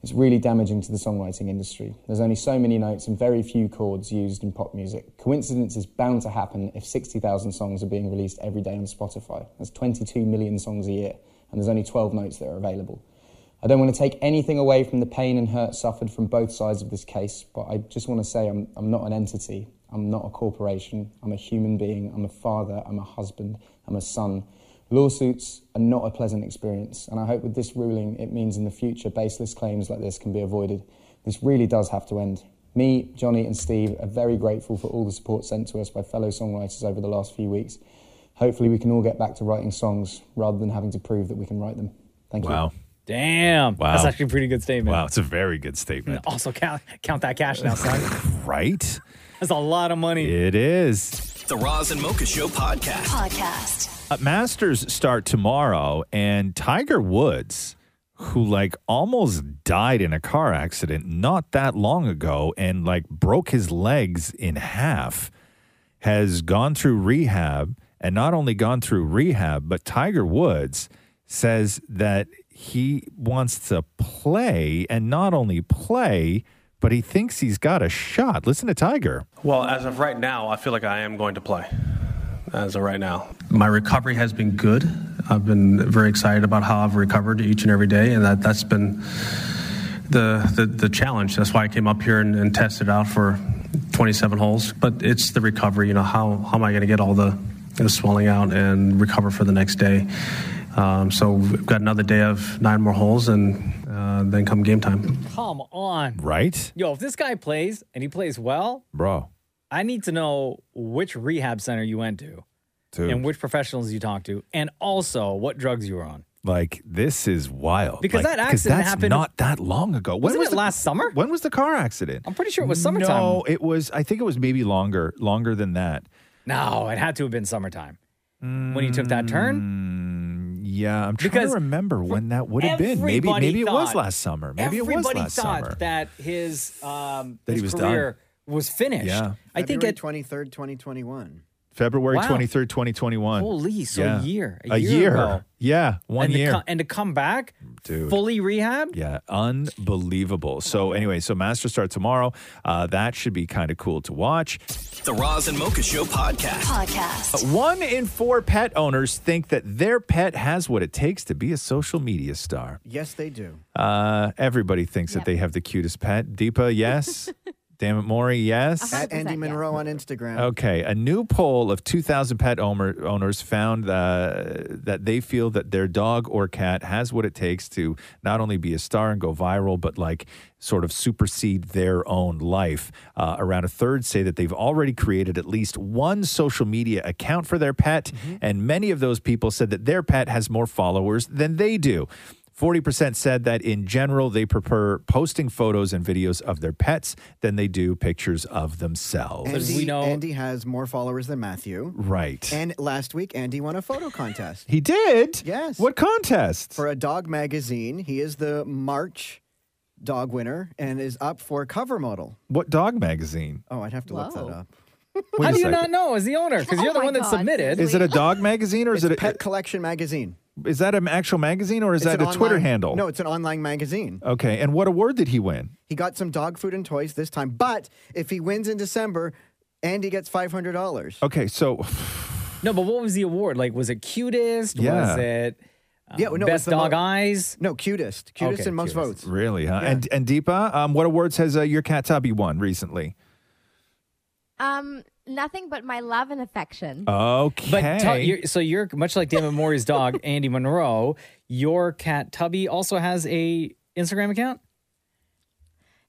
Speaker 18: It's really damaging to the songwriting industry. There's only so many notes and very few chords used in pop music. Coincidence is bound to happen if 60,000 songs are being released every day on Spotify. That's 22 million songs a year, and there's only 12 notes that are available. I don't want to take anything away from the pain and hurt suffered from both sides of this case, but I just want to say I'm, I'm not an entity. I'm not a corporation. I'm a human being. I'm a father. I'm a husband. I'm a son. Lawsuits are not a pleasant experience, and I hope with this ruling it means in the future baseless claims like this can be avoided. This really does have to end. Me, Johnny, and Steve are very grateful for all the support sent to us by fellow songwriters over the last few weeks. Hopefully, we can all get back to writing songs rather than having to prove that we can write them. Thank you.
Speaker 9: Wow.
Speaker 13: Damn.
Speaker 9: Wow.
Speaker 13: That's actually a pretty good statement.
Speaker 9: Wow, it's a very good statement.
Speaker 13: Also, count, count that cash now, son.
Speaker 9: Right?
Speaker 13: That's a lot of money.
Speaker 9: It is.
Speaker 1: The Roz and Mocha Show podcast.
Speaker 25: Podcast.
Speaker 9: Uh, Masters start tomorrow, and Tiger Woods, who like almost died in a car accident not that long ago and like broke his legs in half, has gone through rehab and not only gone through rehab, but Tiger Woods says that he wants to play and not only play, but he thinks he's got a shot. Listen to Tiger.
Speaker 7: Well, as of right now, I feel like I am going to play. As of right now, my recovery has been good. I've been very excited about how I've recovered each and every day, and that that's been the the, the challenge. That's why I came up here and, and tested out for 27 holes. But it's the recovery. You know, how how am I going to get all the the swelling out and recover for the next day? Um, so we've got another day of nine more holes, and uh, then come game time.
Speaker 13: Come on.
Speaker 9: Right?
Speaker 13: Yo, if this guy plays and he plays well,
Speaker 9: Bro.
Speaker 13: I need to know which rehab center you went to
Speaker 9: Dude.
Speaker 13: and which professionals you talked to, and also what drugs you were on.
Speaker 9: Like this is wild.
Speaker 13: Because
Speaker 9: Like,
Speaker 13: that accident
Speaker 9: that's
Speaker 13: happened-
Speaker 9: not that long ago. When
Speaker 13: Wasn't
Speaker 9: was
Speaker 13: it
Speaker 9: the,
Speaker 13: last summer?
Speaker 9: When was the car accident?
Speaker 13: I'm pretty sure it was summertime.
Speaker 9: No, it was. I think it was maybe longer, longer than that.
Speaker 13: No, it had to have been summertime when he took that turn.
Speaker 9: Mm, Yeah, I'm trying
Speaker 13: Because
Speaker 9: to remember when that would have been. Maybe,
Speaker 13: Everybody
Speaker 9: maybe it was
Speaker 13: thought-
Speaker 9: last summer. Maybe it was
Speaker 13: everybody
Speaker 9: last
Speaker 13: thought
Speaker 9: summer.
Speaker 13: that his um,
Speaker 9: That he
Speaker 13: his
Speaker 9: was done.
Speaker 13: career was finished.
Speaker 9: Yeah.
Speaker 13: I think it.
Speaker 11: February 23rd, 2021.
Speaker 9: February
Speaker 13: Wow.
Speaker 9: 23rd, 2021.
Speaker 13: Holy, so a year, a
Speaker 9: a
Speaker 13: year
Speaker 9: year.
Speaker 13: ago.
Speaker 9: Yeah, one
Speaker 13: and
Speaker 9: year.
Speaker 13: To co- and to come back
Speaker 9: Dude.
Speaker 13: fully rehab.
Speaker 9: Yeah, unbelievable. So anyway, so Master start tomorrow. Uh, that should be kind of cool to watch.
Speaker 1: The Roz and Mocha Show podcast.
Speaker 25: Podcast.
Speaker 9: Uh, One in four pet owners think that their pet has what it takes to be a social media star.
Speaker 11: Yes, they do.
Speaker 9: Uh, everybody thinks that they have the cutest pet. Deepa, yes. Damn it, Maury, yes.
Speaker 11: At Andy Monroe on Instagram.
Speaker 9: Okay, a new poll of 2,000 pet omer- owners found uh, that they feel that their dog or cat has what it takes to not only be a star and go viral, but like sort of supersede their own life. Uh, around a third say that they've already created at least one social media account for their pet, and many of those people said that their pet has more followers than they do. 40% said that in general, they prefer posting photos and videos of their pets than they do pictures of themselves.
Speaker 11: Andy, Andy has more followers than Matthew.
Speaker 9: Right.
Speaker 11: And last week, Andy won a photo contest.
Speaker 9: He did?
Speaker 11: Yes.
Speaker 9: What contest?
Speaker 11: For a dog magazine, he is the March dog winner and is up for cover model.
Speaker 9: What dog magazine?
Speaker 11: Oh, I'd have to look that up.
Speaker 9: Wait
Speaker 13: How
Speaker 9: a
Speaker 13: do you
Speaker 9: second.
Speaker 13: not know as the owner? Because you're the one that submitted.
Speaker 9: Is it a dog magazine or is it a
Speaker 11: Pet Collection Magazine.
Speaker 9: Is that an actual magazine or is
Speaker 11: It's
Speaker 9: that
Speaker 11: an
Speaker 9: a Twitter
Speaker 11: online-
Speaker 9: handle?
Speaker 11: No, it's an online magazine.
Speaker 9: Okay. And what award did he win?
Speaker 11: He got some dog food and toys this time, but if he wins in December, Andy gets five hundred dollars.
Speaker 9: Okay, so
Speaker 13: No, but what was the award? Like, was it cutest?
Speaker 9: Yeah.
Speaker 13: Was it um,
Speaker 11: Yeah, no, it was
Speaker 13: best
Speaker 11: the mo-
Speaker 13: dog eyes?
Speaker 11: No, cutest, cutest
Speaker 13: Okay,
Speaker 11: and most
Speaker 13: cutest.
Speaker 11: votes.
Speaker 9: Really, huh? And and Deepa, um, what awards has uh, your cat Tubby won recently?
Speaker 10: Um, nothing but my love and affection.
Speaker 9: Okay.
Speaker 13: But tu- you're, so you're much like David Morey's dog, Andy Monroe. Your cat Tubby also has a Instagram account.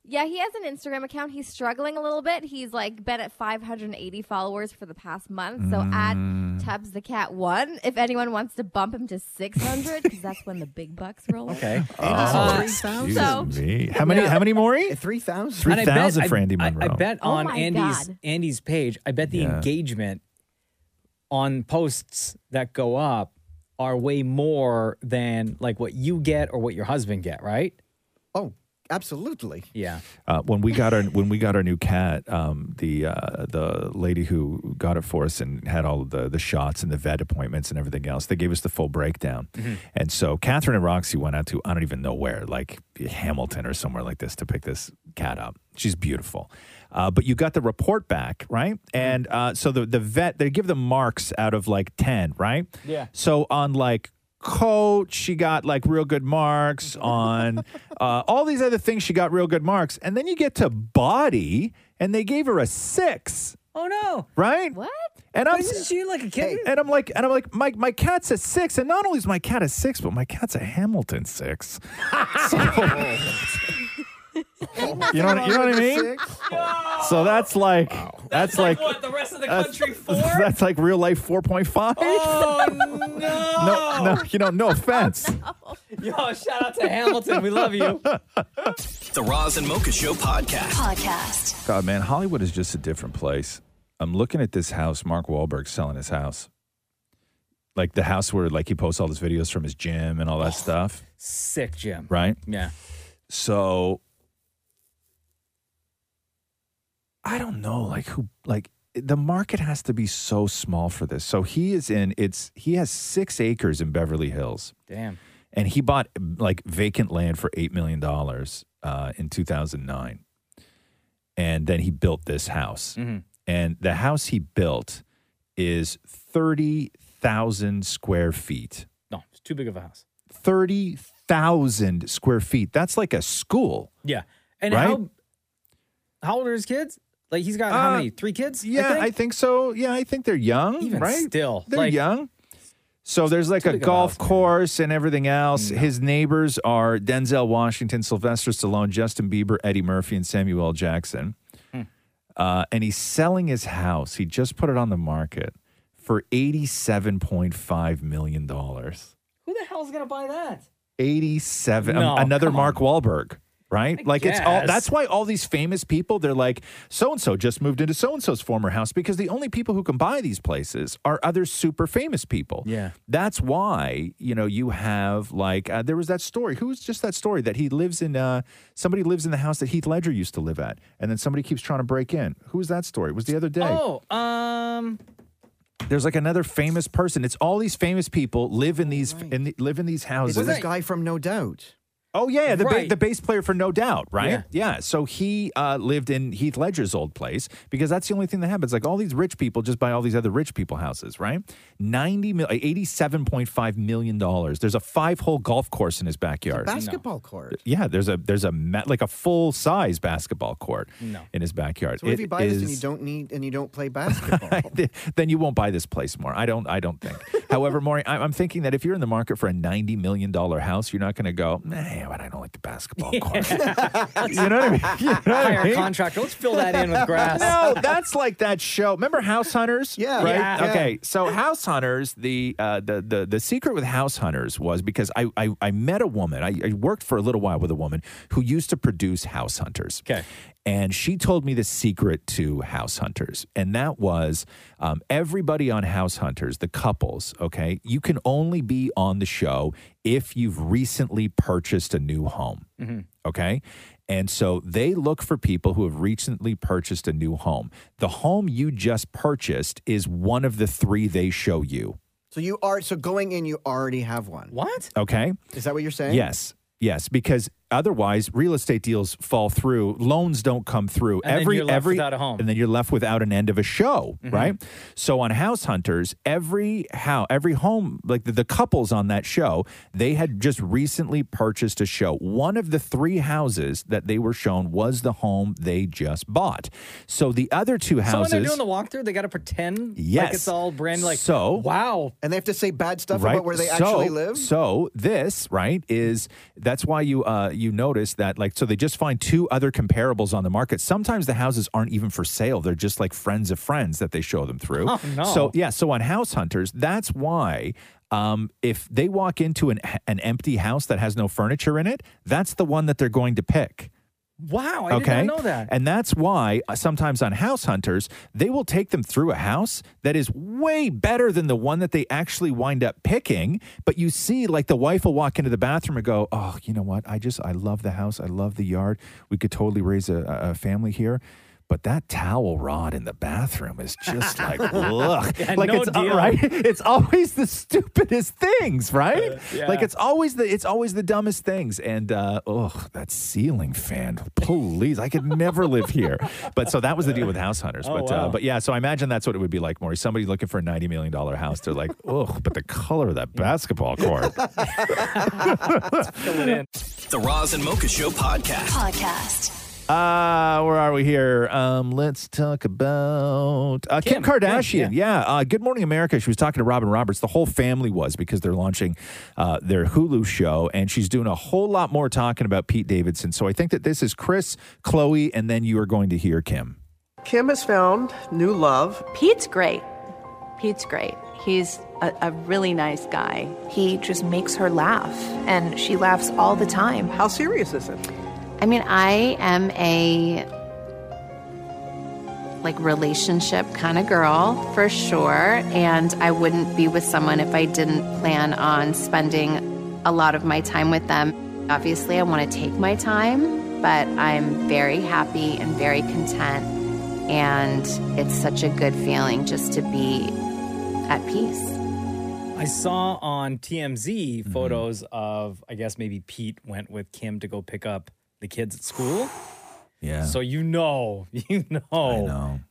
Speaker 10: Yeah, he has an Instagram account. He's struggling a little bit. He's like been at 580 followers for the past month. So
Speaker 9: Mm.
Speaker 10: at Tubbs the Cat One, if anyone wants to bump him to 600, because that's when the big bucks roll.
Speaker 13: Okay.
Speaker 11: Oh,
Speaker 10: Uh, so-
Speaker 9: me. How many? How many more?
Speaker 11: Three thousand.
Speaker 9: Three thousand for Andy
Speaker 13: I,
Speaker 9: Monroe.
Speaker 13: I bet
Speaker 10: Oh
Speaker 13: on
Speaker 10: my
Speaker 13: Andy's
Speaker 10: God.
Speaker 13: Andy's page. I bet the
Speaker 9: Yeah.
Speaker 13: engagement on posts that go up are way more than like what you get or what your husband get. Right?
Speaker 11: Oh, Absolutely.
Speaker 13: Yeah.
Speaker 9: Uh, when we got our when we got our new cat, um, the uh, the lady who got it for us and had all of the the shots and the vet appointments and everything else, they gave us the full breakdown. And so Catherine and Roxy went out to I don't even know where, like Hamilton or somewhere like this, to pick this cat up. She's beautiful. Uh, but you got the report back, right?
Speaker 2: Mm-hmm.
Speaker 9: And uh, so the the vet they give them marks out of like ten, right?
Speaker 17: Yeah.
Speaker 9: So on like coat, she got like real good marks. On uh, all these other things, she got real good marks. And then you get to body, and they gave her a six.
Speaker 2: Oh no!
Speaker 9: Right?
Speaker 2: What?
Speaker 9: And I'm
Speaker 2: Isn't she like a kitten?
Speaker 9: And I'm like, and I'm like, my my cat's a six, and not only is my cat a six, but my cat's a Hamilton six. so, you know, what- you know what I mean? So that's like that's, like,
Speaker 2: what, the rest of the
Speaker 9: that's-
Speaker 2: country for?
Speaker 9: That's like real life four point five.
Speaker 2: Oh
Speaker 9: no,
Speaker 2: no!
Speaker 9: no, you know, no offense.
Speaker 2: Yo, shout out to Hamilton. We love you.
Speaker 1: The Roz and Mocha Show podcast.
Speaker 25: Podcast.
Speaker 9: God, man, Hollywood is just a different place. I'm looking at this house. Mark Wahlberg's selling his house, like the house where like he posts all his videos from his gym and all that stuff,
Speaker 13: Sick Jim.
Speaker 9: right?
Speaker 13: Yeah.
Speaker 9: So I don't know, like who, like the market has to be so small for this. So he is in. It's he has six acres in Beverly Hills.
Speaker 13: Damn.
Speaker 9: and he bought like vacant land for eight million dollars uh, in 2009, and then he built this house.
Speaker 13: Mm-hmm.
Speaker 9: And the house he built is 30,000 square feet.
Speaker 13: No, it's too big of a house.
Speaker 9: 30,000 square feet. That's like a school.
Speaker 13: Yeah. And
Speaker 9: Right?
Speaker 13: how how old are his kids? Like he's got how
Speaker 9: Uh,
Speaker 13: many? Three kids?
Speaker 9: Yeah, I think, so. Yeah, I think they're young,
Speaker 13: Even
Speaker 9: right?
Speaker 13: still,
Speaker 9: they're
Speaker 13: like-
Speaker 9: young. So there's like a
Speaker 13: big of a
Speaker 9: golf course and everything else.
Speaker 13: Mm.
Speaker 9: His neighbors are Denzel Washington, Sylvester Stallone, Justin Bieber, Eddie Murphy, and Samuel L. Jackson.
Speaker 2: Mm-hmm.
Speaker 9: Uh, and he's selling his house. He just put it on the market for eighty-seven point five million dollars.
Speaker 2: Who the hell's gonna buy that?
Speaker 9: Eighty-seven. um,
Speaker 2: No,
Speaker 9: another
Speaker 2: come
Speaker 9: Mark Wahlberg. Right? like it's all
Speaker 2: guess.
Speaker 9: that's why all these famous people, they're like, so and so just moved into so and so's former house because the only people who can buy these places are other super famous people.
Speaker 13: Yeah.
Speaker 9: That's why, you know, you have like, uh, there was that story. Who was just that story that he lives in? Uh, somebody lives in the house that Heath Ledger used to live at, and then somebody keeps trying to break in. Who was that story? It was the other day.
Speaker 2: Oh, um,
Speaker 9: There's like another famous person. It's all these famous people live in these in the, live in these houses.
Speaker 11: It's this guy from No Doubt.
Speaker 9: Oh yeah, the ba-
Speaker 11: Right.
Speaker 9: the bass player for No Doubt, right? Yeah. So he uh, lived in Heath Ledger's old place because that's the only thing that happens. Like all these rich people just buy all these other rich people houses, right? Ninety mil, eighty-seven point five million dollars. There's a five-hole golf course in his backyard.
Speaker 11: Basketball court.
Speaker 9: Yeah, there's a there's a ma- like a full size basketball court
Speaker 11: No.
Speaker 9: in his backyard.
Speaker 11: So what if
Speaker 9: It
Speaker 11: you buy this and you
Speaker 9: is-
Speaker 11: don't need and you don't play basketball?
Speaker 9: then you won't buy this place more. I don't. I don't think. However, Maury, I- I'm thinking that if you're in the market for a ninety million dollar house, you're not going to go. Nah, but I don't like the basketball court. you know what I mean? You know what I
Speaker 13: Hire a
Speaker 9: mean?
Speaker 13: contractor. Let's fill that in with grass.
Speaker 9: No, that's like that show. Remember House Hunters?
Speaker 13: Yeah.
Speaker 9: Right.
Speaker 13: Yeah.
Speaker 9: Okay. So House Hunters, the uh, the the the secret with House Hunters was because I I, I met a woman. I, I worked for a little while with a woman who used to produce House Hunters. Okay. And she told me the secret to House Hunters, and that was um, everybody on House Hunters, the couples. Okay, you can only be on the show if you've recently purchased a new home.
Speaker 13: mm-hmm.
Speaker 9: Okay. And so they look for people who have recently purchased a new home. The home you just purchased is one of the three they show you.
Speaker 11: so you are so going in, you already have one.
Speaker 13: What?
Speaker 9: Okay.
Speaker 11: Is that what you're saying?
Speaker 9: Yes. Yes. Because otherwise, real estate deals fall through, loans don't come through.
Speaker 13: And then you're left without a home. Mm-hmm.
Speaker 9: And then you're left without an end of a show, right? So on House Hunters, every how every home, like the, the couples on that show, they had just recently purchased a show. One of the three houses that they were shown was the home they just bought. So the other two
Speaker 13: So when
Speaker 9: houses.
Speaker 13: they're doing the walkthrough, they got to pretend like
Speaker 9: Yes.
Speaker 13: it's all brand like
Speaker 9: So-
Speaker 13: wow,
Speaker 11: and they have to say bad stuff
Speaker 9: right?
Speaker 11: about where they
Speaker 9: So-
Speaker 11: actually live.
Speaker 9: So this, right, is that's why you uh you notice that like so they just find two other comparables on the market. Sometimes the houses aren't even for sale. They're just like friends of friends that they show them through.
Speaker 13: Oh, no.
Speaker 9: So yeah, so on House Hunters, that's why um, if they walk into an an empty house that has no furniture in it, that's the one that they're going to pick.
Speaker 26: Wow, I did not know that.
Speaker 9: And that's why uh, sometimes on House Hunters, they will take them through a house that is way better than the one that they actually wind up picking. But you see, like, the wife will walk into the bathroom and go, Oh, you know what? I just, I love the house. I love the yard. We could totally raise a, a a family here. But that towel rod in the bathroom is just like, look,
Speaker 17: Yeah,
Speaker 9: like
Speaker 17: no
Speaker 9: it's uh,
Speaker 17: deal.
Speaker 9: right. It's always the stupidest things, right?
Speaker 17: Uh, yeah.
Speaker 9: Like it's always the it's always the dumbest things. And uh, oh, that ceiling fan, please, I could never live here. But so that was the deal with House Hunters.
Speaker 17: Oh,
Speaker 9: but
Speaker 17: wow.
Speaker 9: uh, but yeah, so I imagine that's what it would be like, Maury. Somebody looking for a ninety million dollar house, they're like, oh, but the color of that basketball court.
Speaker 1: The Roz and Mocha Show podcast.
Speaker 27: Podcast.
Speaker 9: Uh, where are we here? Um, let's talk about uh, Kim,
Speaker 27: Kim,
Speaker 9: Kardashian.
Speaker 27: Kim,
Speaker 9: yeah. Uh, Good Morning America. She was talking to Robin Roberts. The whole family was because they're launching uh, their Hulu show, and she's doing a whole lot more talking about Pete Davidson. So I think that this is Chris, Chloe, and then you are going to hear Kim.
Speaker 28: Kim has found new love.
Speaker 21: Pete's great. Pete's great. He's a, a really nice guy. He just makes her laugh, and she laughs all the time. How serious is it?
Speaker 25: I mean, I am a like relationship kind of girl for sure, and I wouldn't be with someone if I didn't plan on spending a lot of my time with them. Obviously, I want to take my time, but I'm very happy and very content, and it's such a good feeling just to be at peace.
Speaker 2: I saw on TMZ photos of, I guess maybe Pete went with Kim to go pick up the kids at school.
Speaker 9: Yeah.
Speaker 2: So you know, you know,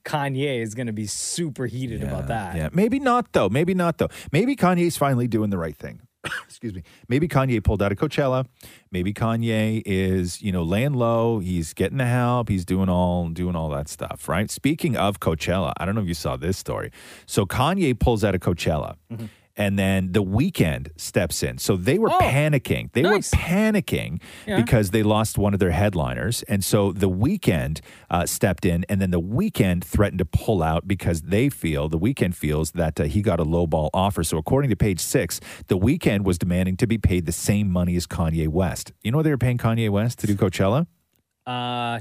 Speaker 2: Kanye is going to be super heated about that.
Speaker 9: Yeah, maybe not though. Maybe not though. Maybe Kanye's finally doing the right thing. Excuse me. Maybe Kanye pulled out of Coachella. Maybe Kanye is, you know, laying low. He's getting the help. He's doing all doing all that stuff, right? Speaking of Coachella, I don't know if you saw this story. So Kanye pulls out of Coachella.
Speaker 2: Mm-hmm.
Speaker 9: And then the weekend steps in. So they
Speaker 2: Oh,
Speaker 9: were panicking. They were panicking
Speaker 17: Yeah.
Speaker 9: because they lost one of their headliners. And so the weekend uh, stepped in, and then the weekend threatened to pull out because they feel, the weekend feels that uh, he got a lowball offer. So according to page six, the weekend was demanding to be paid the same money as Kanye West. You know what they were paying Kanye West to do Coachella?
Speaker 2: Uh,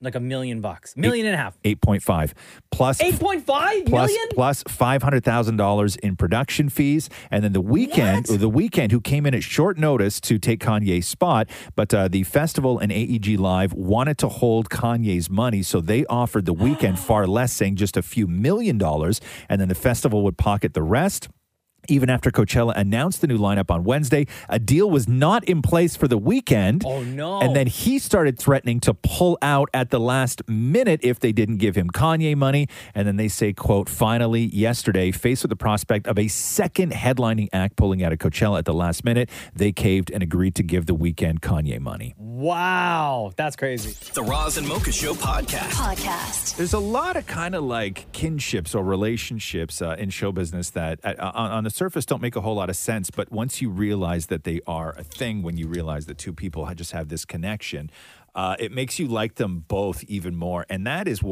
Speaker 2: like a million bucks, million and a half.
Speaker 9: 8.5 plus
Speaker 2: Eight point five
Speaker 9: plus
Speaker 2: million.
Speaker 9: plus five hundred thousand dollars in production fees, and then the weekend, the weekend, who came in at short notice to take Kanye's spot, but uh, the festival and AEG Live wanted to hold Kanye's money, so they offered the weekend far less, saying just a few million dollars, and then the festival would pocket the rest. Even after Coachella announced the new lineup on Wednesday, a deal was not in place for the weekend. Oh, no. And then he started threatening to pull out at the last minute if they didn't give him Kanye money. And then they say, quote, finally, yesterday, faced with the prospect of a second headlining act pulling out of Coachella at the last minute, they caved and agreed to give the weekend Kanye money.
Speaker 2: Wow, that's crazy.
Speaker 1: The Roz and Mocha Show podcast. Podcast.
Speaker 9: There's a lot of kind of like kinships or relationships uh, in show business that uh, on, on the surface don't make a whole lot of sense. But once you realize that they are a thing, when you realize that two people ha- just have this connection, uh, it makes you like them both even more. And that is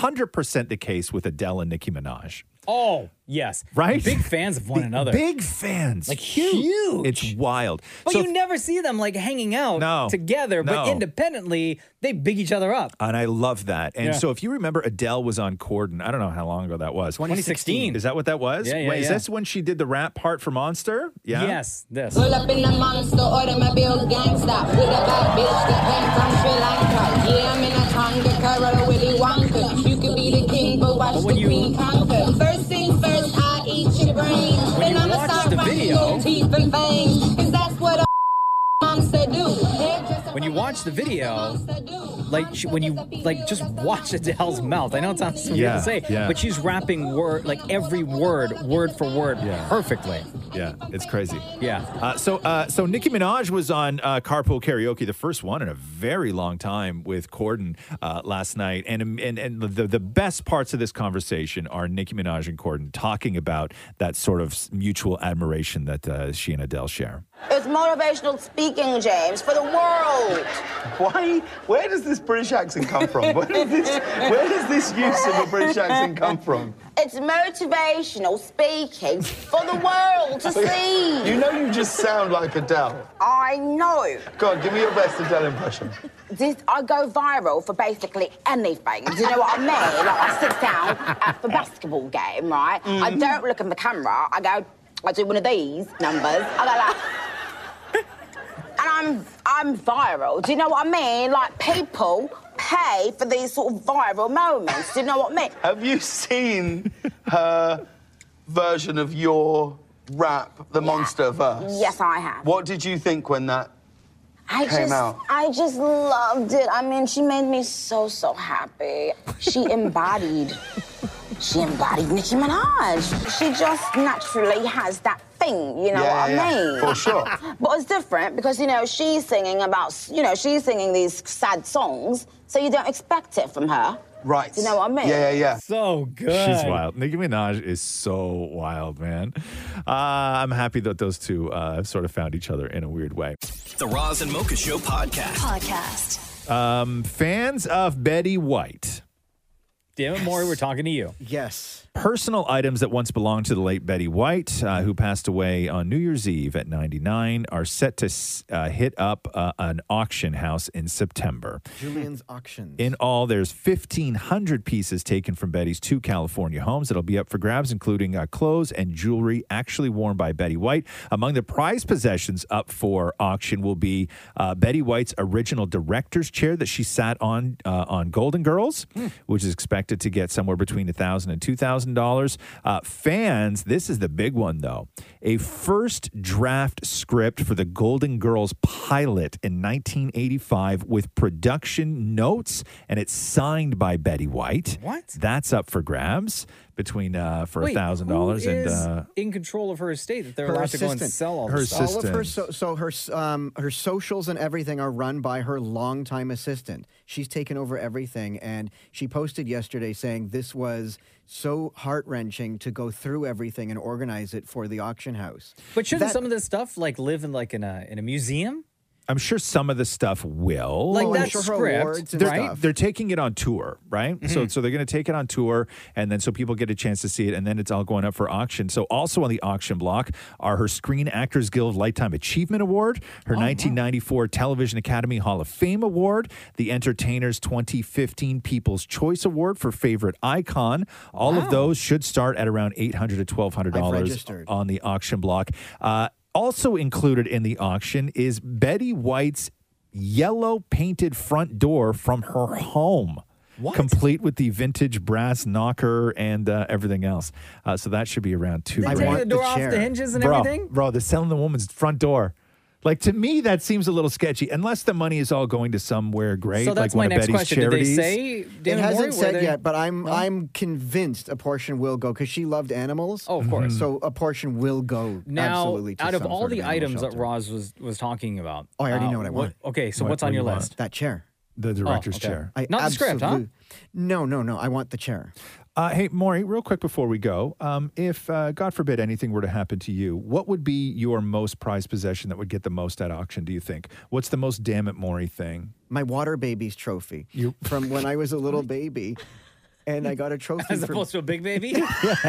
Speaker 9: 100% the case with Adele and Nicki Minaj.
Speaker 2: Oh yes,
Speaker 9: Right?
Speaker 2: Big fans of one another.
Speaker 9: Big fans.
Speaker 2: Like huge.
Speaker 9: It's wild.
Speaker 2: But
Speaker 9: So-
Speaker 2: you never see them like hanging out
Speaker 9: No.
Speaker 2: together, but
Speaker 9: No.
Speaker 2: independently, they big each other up.
Speaker 9: And I love that. And
Speaker 2: Yeah.
Speaker 9: so if you remember, Adele was on Corden. I don't know how long ago that was.
Speaker 2: 2016.
Speaker 9: Is that what that was?
Speaker 2: Yeah, yeah,
Speaker 9: Wait, is
Speaker 2: yeah.
Speaker 9: this when she did the rap part for Monster? Yeah.
Speaker 2: Yes, this.
Speaker 23: Roll up in the monster automobile gangster with a bad bitch that came from Sri Lanka. Yeah, I'm in a conga, Carol Willy Wonka. You could be the king, but watch the queen conquer. First thing first, I eat your brain. Then I'ma start
Speaker 2: the
Speaker 23: grinding
Speaker 2: video-
Speaker 23: your teeth and fangs. 'Cause that's what a monster do.
Speaker 2: When you watch the video, like she, when you like just watch Adele's mouth, I know it sounds weird
Speaker 9: Yeah,
Speaker 2: to say,
Speaker 9: yeah.
Speaker 2: but she's rapping word like every word, word for word, perfectly.
Speaker 9: Yeah, it's crazy.
Speaker 2: Yeah.
Speaker 9: Uh, so, uh, so Nicki Minaj was on uh, Carpool Karaoke, the first one in a very long time with Corden uh, last night, and and and the the best parts of this conversation are Nicki Minaj and Corden talking about that sort of mutual admiration that uh, she and Adele share.
Speaker 29: It's motivational speaking, James, for the world.
Speaker 5: Why? Where does this British accent come from? Where does this, where does this use of a British accent come from?
Speaker 23: It's motivational speaking for the world to see.
Speaker 3: You know you just sound like Adele.
Speaker 23: I know.
Speaker 3: Go on, give me your best Adele impression.
Speaker 23: This, I go viral for basically anything. Do you know what I mean? Like I sit down at the basketball game, right? I
Speaker 3: Mhm.
Speaker 23: don't look in the camera. I go, I do one of these numbers. I go like, and I'm I'm viral. Do you know what I mean? Like people pay for these sort of viral moments. Do you know what I mean?
Speaker 3: Have you seen her version of your rap, the monster verse?
Speaker 23: Yes, I have.
Speaker 3: What did you think when that
Speaker 23: I
Speaker 3: came
Speaker 23: just,
Speaker 3: out?
Speaker 23: I just loved it. I mean, she made me so, so happy. She embodied, she embodied Nicki Minaj. She just naturally has that thing, you know
Speaker 3: Yeah,
Speaker 23: what
Speaker 3: yeah,
Speaker 23: I
Speaker 3: yeah.
Speaker 23: mean?
Speaker 3: For sure.
Speaker 23: But it's different because, you know, she's singing about, you know, she's singing these sad songs, so you don't expect it from her.
Speaker 3: Right.
Speaker 23: You know what I mean?
Speaker 9: So
Speaker 23: good.
Speaker 9: She's wild. Nicki Minaj is so wild, man. Uh, I'm happy that those two uh, have sort of found each other in a weird way.
Speaker 1: The Roz and Mocha Show podcast.
Speaker 25: Podcast.
Speaker 9: Um, fans of Betty White.
Speaker 13: Damn it, Maury, we're talking to you.
Speaker 11: Yes.
Speaker 9: Personal items that once belonged to the late Betty White, uh, who passed away on New Year's Eve at 99, are set to s- uh, hit up uh, an auction house in September.
Speaker 11: Julian's auction.
Speaker 9: In all, there's 1,500 pieces taken from Betty's two California homes that'll be up for grabs, including uh, clothes and jewelry actually worn by Betty White. Among the prize possessions up for auction will be uh, Betty White's original director's chair that she sat on uh, on Golden Girls, which is expected to get somewhere between $1,000 and $2,000. Uh, fans, this is the big one though, a first draft script for the Golden Girls pilot in 1985 with production notes, and it's signed by Betty White. What? That's up for grabs between uh, for
Speaker 13: Wait,
Speaker 9: a thousand dollars
Speaker 13: who
Speaker 9: and
Speaker 13: is
Speaker 9: uh,
Speaker 13: in control of her estate that they're
Speaker 11: Her
Speaker 13: allowed to go and
Speaker 11: assistant.
Speaker 13: sell all
Speaker 9: Her
Speaker 13: this stuff.
Speaker 11: All of her so, so her s- um, her socials and everything are run by her longtime assistant. She's taken over everything, and she posted yesterday saying this was so heart wrenching to go through everything and organize it for the auction house.
Speaker 13: But shouldn't
Speaker 11: That-
Speaker 13: some of this stuff like live in like in a in a museum?
Speaker 9: I'm sure some of the stuff will.
Speaker 13: Like Well, I'm that sure her script, awards and
Speaker 9: they're,
Speaker 13: stuff.
Speaker 9: They're taking it on tour, right? So,
Speaker 13: Mhm.
Speaker 9: so they're going to take it on tour, and then so people get a chance to see it, and then it's all going up for auction. So, also on the auction block are her Screen Actors Guild Lifetime Achievement Award, her
Speaker 13: Oh,
Speaker 9: 1994 Television Academy Hall of Fame Award, the Entertainer's 2015 People's Choice Award for Favorite Icon. All of those should start at around 800 to 1200 dollars
Speaker 11: registered.
Speaker 9: on the auction block. Uh, also included in the auction is Betty White's yellow painted front door from her home. Complete with the vintage brass knocker and uh, everything else, uh, so that should be around two.
Speaker 13: They
Speaker 9: grand.
Speaker 13: taking the door off the hinges and
Speaker 9: Bro,
Speaker 13: everything.
Speaker 9: Bro, they're selling the woman's front door. Like to me, that seems a little sketchy. Unless the money is all going to somewhere great,
Speaker 13: So that's
Speaker 9: like one
Speaker 13: my
Speaker 9: of
Speaker 13: next
Speaker 9: Betty's
Speaker 13: question. Did
Speaker 9: charities.
Speaker 13: they say- Dan
Speaker 11: it
Speaker 13: and Maury,
Speaker 11: hasn't
Speaker 13: were
Speaker 11: said
Speaker 13: they-
Speaker 11: yet, but I'm I'm convinced a portion will go because she loved animals. Oh, of
Speaker 13: course.
Speaker 11: So a portion will go
Speaker 13: Now,
Speaker 11: absolutely. To
Speaker 13: out of
Speaker 11: some
Speaker 13: all
Speaker 11: sort
Speaker 13: the
Speaker 11: animal
Speaker 13: items
Speaker 11: shelter.
Speaker 13: that Roz was was talking about,
Speaker 11: Oh, I already
Speaker 13: uh,
Speaker 11: know what I want.
Speaker 13: okay, so what's on your list?
Speaker 11: That chair.
Speaker 9: The director's
Speaker 8: Oh,
Speaker 9: okay. chair.
Speaker 13: Not the script, huh?
Speaker 11: absolute- No, no, no. I want the chair.
Speaker 9: Uh, hey, Maury, real quick before we go, um, if uh, God forbid anything were to happen to you, what would be your most prized possession that would get the most at auction? Do you think? What's the most damn it, Maury thing?
Speaker 11: My water babies trophy from when I was a little baby, and I got a trophy.
Speaker 13: As
Speaker 11: for-
Speaker 13: opposed to a Oh, big baby.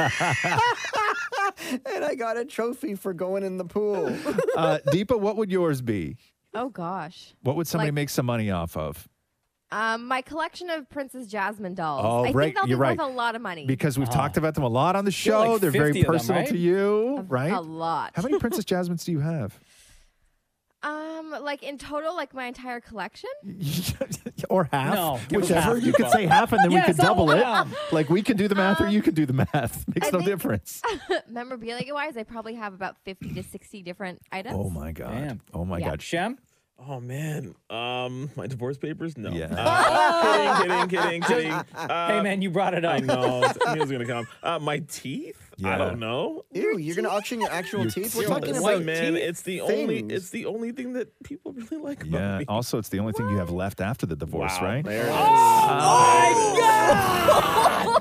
Speaker 11: and I got a trophy for going in the pool.
Speaker 9: Uh, Deepa, what would yours be?
Speaker 10: Oh gosh.
Speaker 9: What would somebody
Speaker 10: Like-
Speaker 9: make some money off of?
Speaker 10: Um, my collection of Princess Jasmine dolls.
Speaker 9: Oh,
Speaker 10: I
Speaker 9: right,
Speaker 10: think they'll
Speaker 9: you're
Speaker 10: be
Speaker 9: right.
Speaker 10: worth a lot of money.
Speaker 9: Because
Speaker 11: Oh.
Speaker 9: we've talked about them a lot on the
Speaker 10: You're like
Speaker 9: show. They're very
Speaker 10: 50 of them,
Speaker 9: personal
Speaker 10: right?
Speaker 9: to you, right?
Speaker 10: A lot.
Speaker 9: How many Princess Jasmines do you have?
Speaker 10: Um, like in total, like my entire collection.
Speaker 9: Or half?
Speaker 10: No, give us
Speaker 9: whichever.
Speaker 10: half.
Speaker 9: You could say half and then
Speaker 10: Yes,
Speaker 9: we could
Speaker 10: I
Speaker 9: double
Speaker 10: want
Speaker 9: it.
Speaker 10: them.
Speaker 9: Like we can do the math or you can do the math. Makes
Speaker 10: Um, I
Speaker 9: no
Speaker 10: think-
Speaker 9: difference.
Speaker 10: Memorabilia wise, I probably have about fifty to sixty different items.
Speaker 9: Oh my god. Oh my
Speaker 10: Yeah.
Speaker 9: god.
Speaker 13: Shem?
Speaker 8: Oh man, um, my divorce papers? No. Yeah.
Speaker 13: Oh.
Speaker 8: kidding, kidding, kidding, kidding.
Speaker 13: Hey, man, you brought it up.
Speaker 8: I know. He was gonna come. Uh, my teeth? I
Speaker 11: Yeah.
Speaker 8: don't know.
Speaker 11: Ew, you're gonna auction your actual teeth? We're talking
Speaker 8: Listen,
Speaker 11: about
Speaker 8: man.
Speaker 11: teeth
Speaker 8: It's the
Speaker 11: things.
Speaker 8: only. It's the only thing that people really like. about
Speaker 9: Yeah.
Speaker 8: me.
Speaker 9: Also, it's the only thing you have left after the divorce, right? Oh,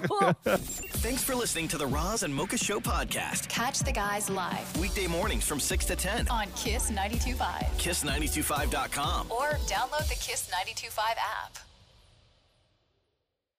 Speaker 10: Oh,
Speaker 1: Thanks for listening to the Roz and Mocha Show podcast.
Speaker 25: Catch the guys live
Speaker 1: Weekday mornings from 6 to 10.
Speaker 25: on Kiss 92.5
Speaker 1: Kiss925.com.
Speaker 25: or download the Kiss 92.5 app.